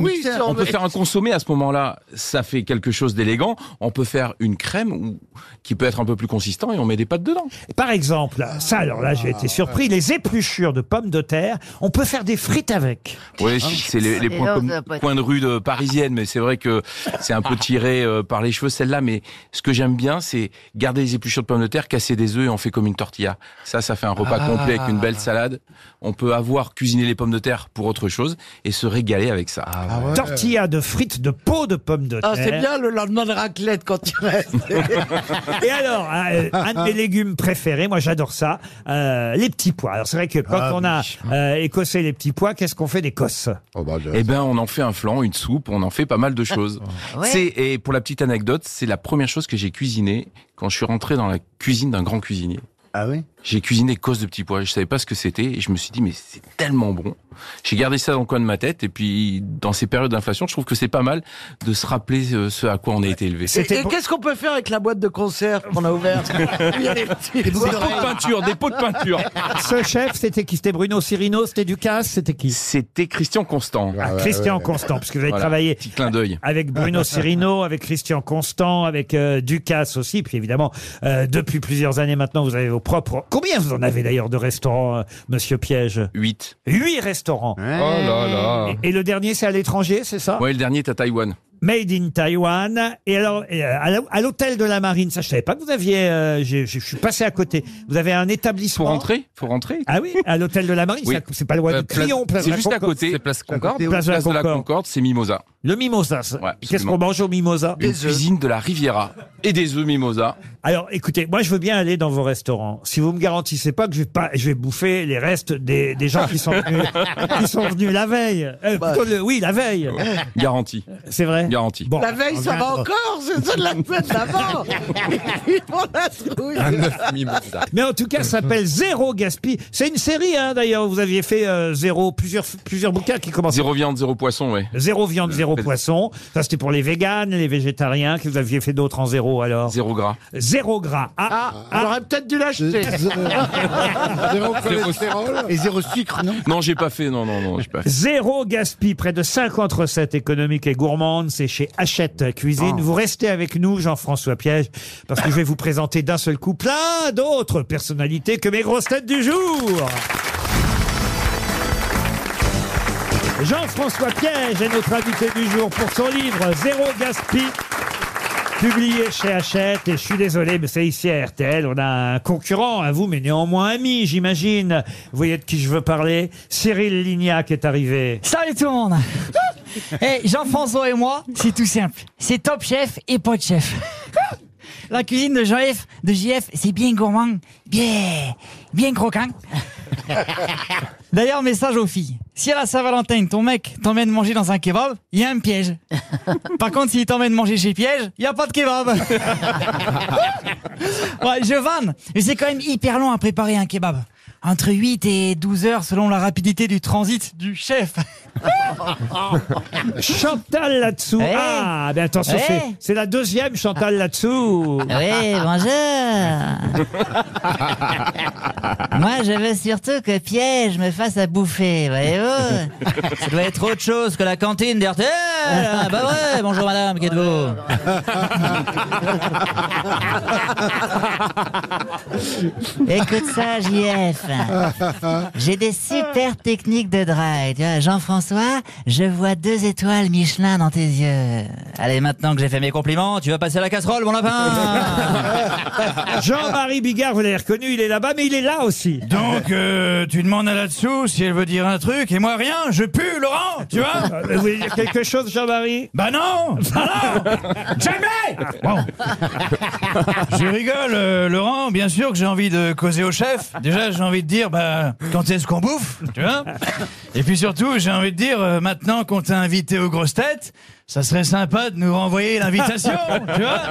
S2: oui,
S16: on, peut faire un consommé à ce moment-là. Ça fait quelque chose d'élégant. On peut faire une crème ou- qui peut être un peu plus consistant et on met des pâtes dedans.
S2: Par exemple, ça, alors là, j'ai été surpris, les épluchures de pommes de terre, on peut faire des frites avec.
S16: Oui, Hein, c'est les, les
S2: Et
S16: points,
S2: là,
S16: comme-
S2: ça va pas être-
S16: coins de rue de parisienne, mais c'est vrai que c'est un peu tiré euh, par les cheveux celle-là. Mais ce que j'aime bien, c'est garder les épluchures de pommes de terre, casser des œufs et on fait comme une tortilla. Ça, ça fait un repas
S14: Ah.
S16: complet avec une belle salade. On peut avoir cuisiné les pommes de terre pour autre chose et se régaler avec ça.
S2: Ah Tortilla de frites de peau de pommes de terre.
S16: Ah, c'est bien
S2: le lendemain de raclette quand tu restes. Et alors, euh, un de mes légumes préférés, moi j'adore ça, euh, les petits pois. Alors c'est vrai que quand
S16: Ah
S2: on a euh, écossé les petits pois, qu'est-ce qu'on fait d'Écosse
S6: Oh, bah,
S16: Eh ben, on en fait un flan, une soupe, on en fait pas mal de
S6: Ah.
S16: choses.
S2: Ouais.
S16: C'est et pour la petite anecdote, c'est la première chose que j'ai cuisinée quand je suis rentré dans la cuisine d'un grand cuisinier.
S9: Ah oui.
S16: J'ai cuisiné cause de petits pois. Je savais pas ce que c'était et je me suis dit mais c'est tellement bon. J'ai gardé ça dans le coin de ma tête et puis dans ces périodes d'inflation, je trouve que c'est pas mal de se rappeler euh, ce à quoi on a été élevé.
S6: Et, et qu'est-ce qu'on peut faire avec la boîte de concert qu'on a ouverte Il y a des petits-
S16: Des pots de peinture, des pots de peinture.
S2: Ce chef, c'était qui C'était Bruno Cirino, c'était Ducasse, c'était qui
S16: C'était Christian Constant.
S2: Ah, Christian Constant, parce que vous avez
S16: Voilà,
S2: travaillé
S16: Petit clin d'œil.
S2: avec Bruno Cirino, avec Christian Constant, avec euh, Ducasse aussi. Puis évidemment, euh, depuis plusieurs années maintenant, vous avez vos propres. Combien vous en avez d'ailleurs de restaurants, euh, Monsieur Piège
S16: Huit.
S2: Huit restaurants.
S16: Oh là là.
S2: Et, et le dernier, c'est à l'étranger, c'est ça
S16: Ouais, le dernier est à Taïwan.
S2: Made in Taiwan. Et alors, et, euh, à la- à l'hôtel de la Marine, ça, je savais pas que vous aviez. euh, j'ai- j'ai- je suis passé à côté. Vous avez un établissement. Pour
S16: rentrer Faut rentrer.
S2: Ah oui, à l'hôtel de la Marine,
S16: Oui.
S2: ça- c'est pas loin
S16: Euh,
S2: de
S16: place-
S2: Crillon. place de
S16: C'est
S2: la
S16: juste à
S2: Concorde.
S16: côté. C'est place
S2: Concorde. Place de la
S16: de la
S2: Concorde.
S16: Concorde, c'est Mimosa.
S2: Le Mimosa. ça. Qu'est-ce qu'on mange au Mimosa
S16: Une cuisine de la Riviera et des œufs Mimosa.
S2: Alors, écoutez, moi, je veux bien aller dans vos restaurants. Si vous me garantissez pas que je vais pas, je vais bouffer les restes des, des gens qui sont venus, qui sont venus la veille. Euh,
S16: Bah,
S2: plutôt le- oui, la veille.
S16: Garantie.
S2: Euh, C'est vrai
S16: Garantie.
S6: La veille, ça va encore, c'est ça de la semaine d'avant. Ils font la trouille.
S2: Mais en tout cas, ça s'appelle Zéro Gaspille. C'est une série, hein, d'ailleurs. Vous aviez fait euh, zéro, plusieurs, plusieurs bouquins qui commençaient.
S16: Zéro viande, zéro poisson, ouais. Euh,
S2: Zéro viande, zéro poisson. Ça, c'était pour les véganes, les végétariens, que vous aviez fait d'autres en zéro, alors.
S16: Zéro gras.
S2: Zéro gras. Ah,
S6: On aurait peut-être dû l'acheter.
S3: Ah,
S4: Zéro
S16: cholestérol.
S9: Et zéro sucre, non
S16: Non, j'ai pas fait. Non, non, non, j'ai pas fait.
S2: Zéro gaspille, près de 50 recettes économiques et gourmandes, c'est chez Hachette Cuisine. Vous restez avec nous, Jean-François Piège, parce que je vais vous présenter d'un seul coup plein d'autres personnalités que mes grosses têtes du jour. Jean-François Piège est notre invité du jour pour son livre Zéro gaspille. Publié chez Hachette, et je suis désolé, mais c'est ici à RTL. On a un concurrent à vous, mais néanmoins ami, j'imagine. Vous voyez de qui je veux parler Cyril Lignac est arrivé.
S17: Salut tout le monde Eh, Jean-François et moi, c'est tout simple. C'est top chef et pas de chef. La cuisine de JF, de JF, c'est bien gourmand, bien, bien croquant. D'ailleurs, message aux filles. Si à la Saint-Valentin, ton mec t'emmène manger dans un kebab, il y a un piège. Par contre, s'il t'emmène manger chez Piège, il n'y a pas de kebab. ouais, je vanne, mais c'est quand même hyper long à préparer un kebab. Entre 8 et 12 heures selon la rapidité du transit du chef.
S2: Chantal là-dessous.
S17: Ouais.
S2: Ah, mais attention,
S17: Ouais.
S2: c'est- c'est la deuxième Chantal là-dessous.
S5: Eh.
S17: Oui, bonjour. Moi, je veux surtout que Piège me fasse à bouffer, voyez-vous. Ça doit être autre chose que la cantine d'RTL. Ah, Bah ouais, bonjour madame, qu'êtes-vous
S10: Écoute ça, JF.
S17: J'ai des super techniques de drague. Tu vois, Jean-François, je vois deux étoiles Michelin dans tes yeux. Allez, maintenant que j'ai fait mes compliments, tu vas passer à la casserole, mon lapin
S2: Jean-Marie Bigard, vous l'avez reconnu, il est là-bas, mais il est là aussi.
S17: Donc, euh, tu demandes à là-dessous si elle veut dire un truc, et moi rien, je pue, Laurent, tu vois
S2: Vous voulez dire quelque chose, Jean-Marie
S3: Ben
S17: Bah non Bah non Jamais Bon. Je rigole, euh, Laurent, bien sûr que j'ai envie de causer au chef. Déjà, j'ai envie de dire, bah, quand est-ce qu'on bouffe, tu vois Et puis surtout, j'ai envie de dire, euh, maintenant qu'on t'a invité aux grosses têtes, ça serait sympa de nous renvoyer l'invitation, tu vois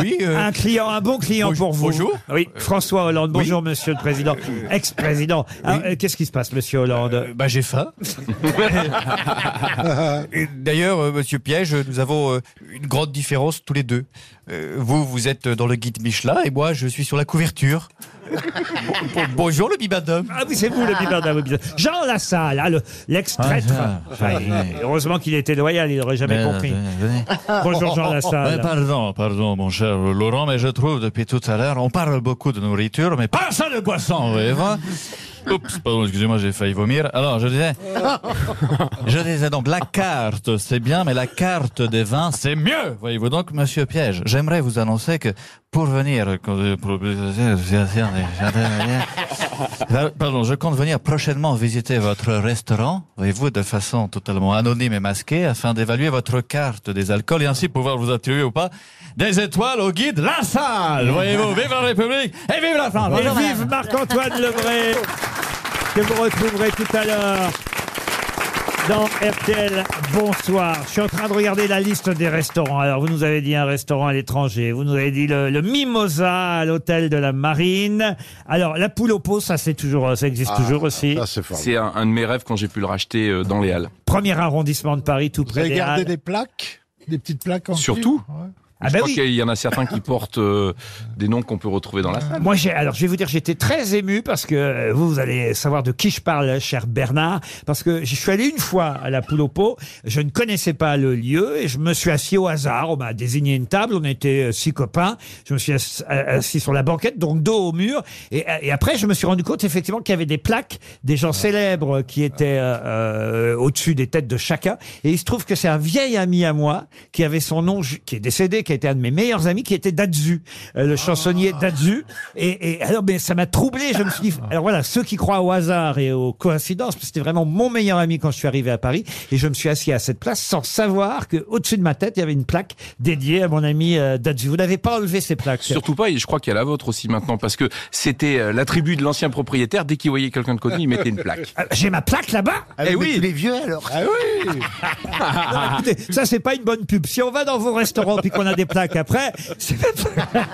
S2: Oui, Hein un client, un bon client pour vous. Bonjour. Oui, François Hollande. Bonjour, monsieur le président, ex-président. Ah, euh, Qu'est-ce qui se passe, monsieur Hollande
S18: Bah, j'ai faim. Et D'ailleurs, euh, Monsieur Piège, nous avons euh, une grande différence tous les deux. Euh, vous, vous êtes dans le guide Michelin et moi, je suis sur la couverture.
S2: Bonjour le bibadum. Ah oui, c'est vous le bibadum. le bibadum. Jean Lassalle, ah, le- l'ex-traître.
S17: Ah, ça, ça,
S2: Ouais,
S17: oui.
S2: heureusement qu'il était loyal, il n'aurait jamais compris. Bonjour Jean Lassalle.
S17: Mais euh, pardon, pardon, mon cher Laurent, mais je trouve depuis tout à l'heure, on parle beaucoup de nourriture, mais pas ça de boisson, vous voyez pas Oups, pardon, excusez-moi, j'ai failli vomir. Alors, je disais, je disais donc, la carte, c'est bien, mais la carte des vins, c'est mieux. Voyez-vous donc, monsieur Piège, j'aimerais vous annoncer que pour venir... euh, Euh, Pardon, je compte venir prochainement visiter votre restaurant, voyez-vous, de façon totalement anonyme et masquée, afin d'évaluer votre carte des alcools et ainsi pouvoir vous attribuer ou pas des étoiles au guide La Salle. Voyez-vous, vive la République et vive la France.
S2: Et vive Marc-Antoine Lebray, que vous retrouverez tout à l'heure dans RTL. Bonsoir. Je suis en train de regarder la liste des restaurants. Alors, vous nous avez dit un restaurant à l'étranger. Vous nous avez dit le, le Mimosa à l'hôtel de la Marine. Alors, la poule au pot, ça, c'est toujours, Ah, ça existe
S4: Ah.
S2: toujours aussi.
S16: C'est un, un de mes rêves quand j'ai pu le racheter euh, dans les Halles.
S2: Premier arrondissement de Paris, tout
S4: Vous
S2: près
S4: avez
S2: des
S4: gardé
S2: Halles.
S4: des plaques Des petites plaques en
S16: Surtout.
S4: cuivre Ouais.
S2: Ah
S16: je
S2: bah
S16: crois
S2: oui.
S16: qu'il y en a certains qui portent euh, des noms qu'on peut retrouver dans la salle.
S2: Moi, j'ai, alors, je vais vous dire, j'étais très ému parce que euh, vous, vous allez savoir de qui je parle, cher Bernard, parce que je suis allé une fois à la poule au pot, je ne connaissais pas le lieu et je me suis assis au hasard. On m'a désigné une table, on était euh, six copains, je me suis ass- a- assis sur la banquette, donc dos au mur, et, euh, et après, je me suis rendu compte effectivement qu'il y avait des plaques des gens célèbres qui étaient euh, euh, au-dessus des têtes de chacun, et il se trouve que c'est un vieil ami à moi qui avait son nom, ju- qui est décédé, qui a été un de mes meilleurs amis, qui était Dadzu, euh, le chansonnier Dadzu. Et, et alors, mais ça m'a troublé. Je me suis dit, alors voilà, ceux qui croient au hasard et aux coïncidences, parce que c'était vraiment mon meilleur ami quand je suis arrivé à Paris, et je me suis assis à cette place sans savoir que au dessus de ma tête, il y avait une plaque dédiée à mon ami euh, Dadzu. Vous n'avez pas enlevé ces plaques.
S16: Surtout pas, et je crois qu'il y a la vôtre aussi maintenant, parce que c'était euh, l'attribut de l'ancien propriétaire. Dès qu'il voyait quelqu'un de connu, il mettait une plaque.
S2: Ah, J'ai ma plaque là-bas
S16: Eh oui.
S2: les
S9: vieux alors
S2: Ah oui Non, écoutez, ça c'est pas une bonne pub. Si on va dans vos restaurants puis qu'on a des plaques après, c'est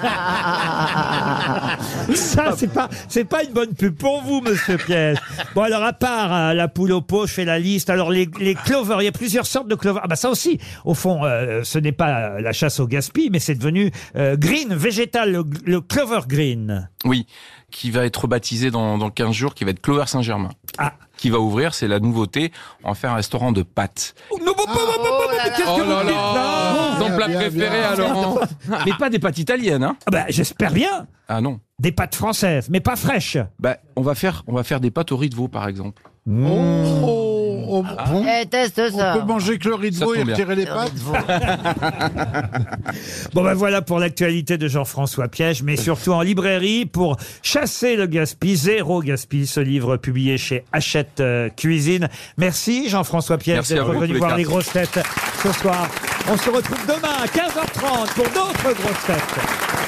S5: Ah,
S2: pas... ça c'est pas c'est pas une bonne pub pour vous, Monsieur Piège. Bon alors à part euh, la poule au pot, je fais la liste. Alors les, les clovers, il y a plusieurs sortes de clovers. Ah bah ça aussi, au fond, euh, ce n'est pas la chasse au gaspille, mais c'est devenu euh, green végétal, le, le clover green.
S16: Oui, qui va être baptisé dans, dans 15 jours, qui va être Clover Saint-Germain.
S2: Ah.
S16: Qui va ouvrir, c'est la nouveauté, en faire un restaurant de pâtes.
S6: Ah,
S3: Oh là
S2: Ah,
S3: là
S16: Ton plat
S3: Bien, bien,
S16: préféré
S3: bien.
S16: à Laurent. Mais pas des pâtes italiennes, hein
S2: bah, J'espère bien
S16: Ah non.
S2: Des pâtes françaises, mais pas fraîches.
S16: Bah, on va faire, on va faire des pâtes au riz de veau, par exemple.
S5: Eh, teste ça.
S4: Oh, On peut manger que le riz de
S5: Ça
S4: veau et
S5: tombe bien.
S4: retirer les
S5: Le riz
S4: pattes
S5: de
S2: Bon ben voilà pour l'actualité de Jean-François Piège, mais surtout en librairie pour chasser le gaspille, zéro gaspille, ce livre publié chez Hachette euh, Cuisine. Merci Jean-François Piège
S16: Merci à
S2: d'être
S16: vous, tous
S2: venu
S16: les
S2: voir les
S16: quatre.
S2: grosses têtes ce soir. On se retrouve demain à 15h30 pour d'autres grosses têtes.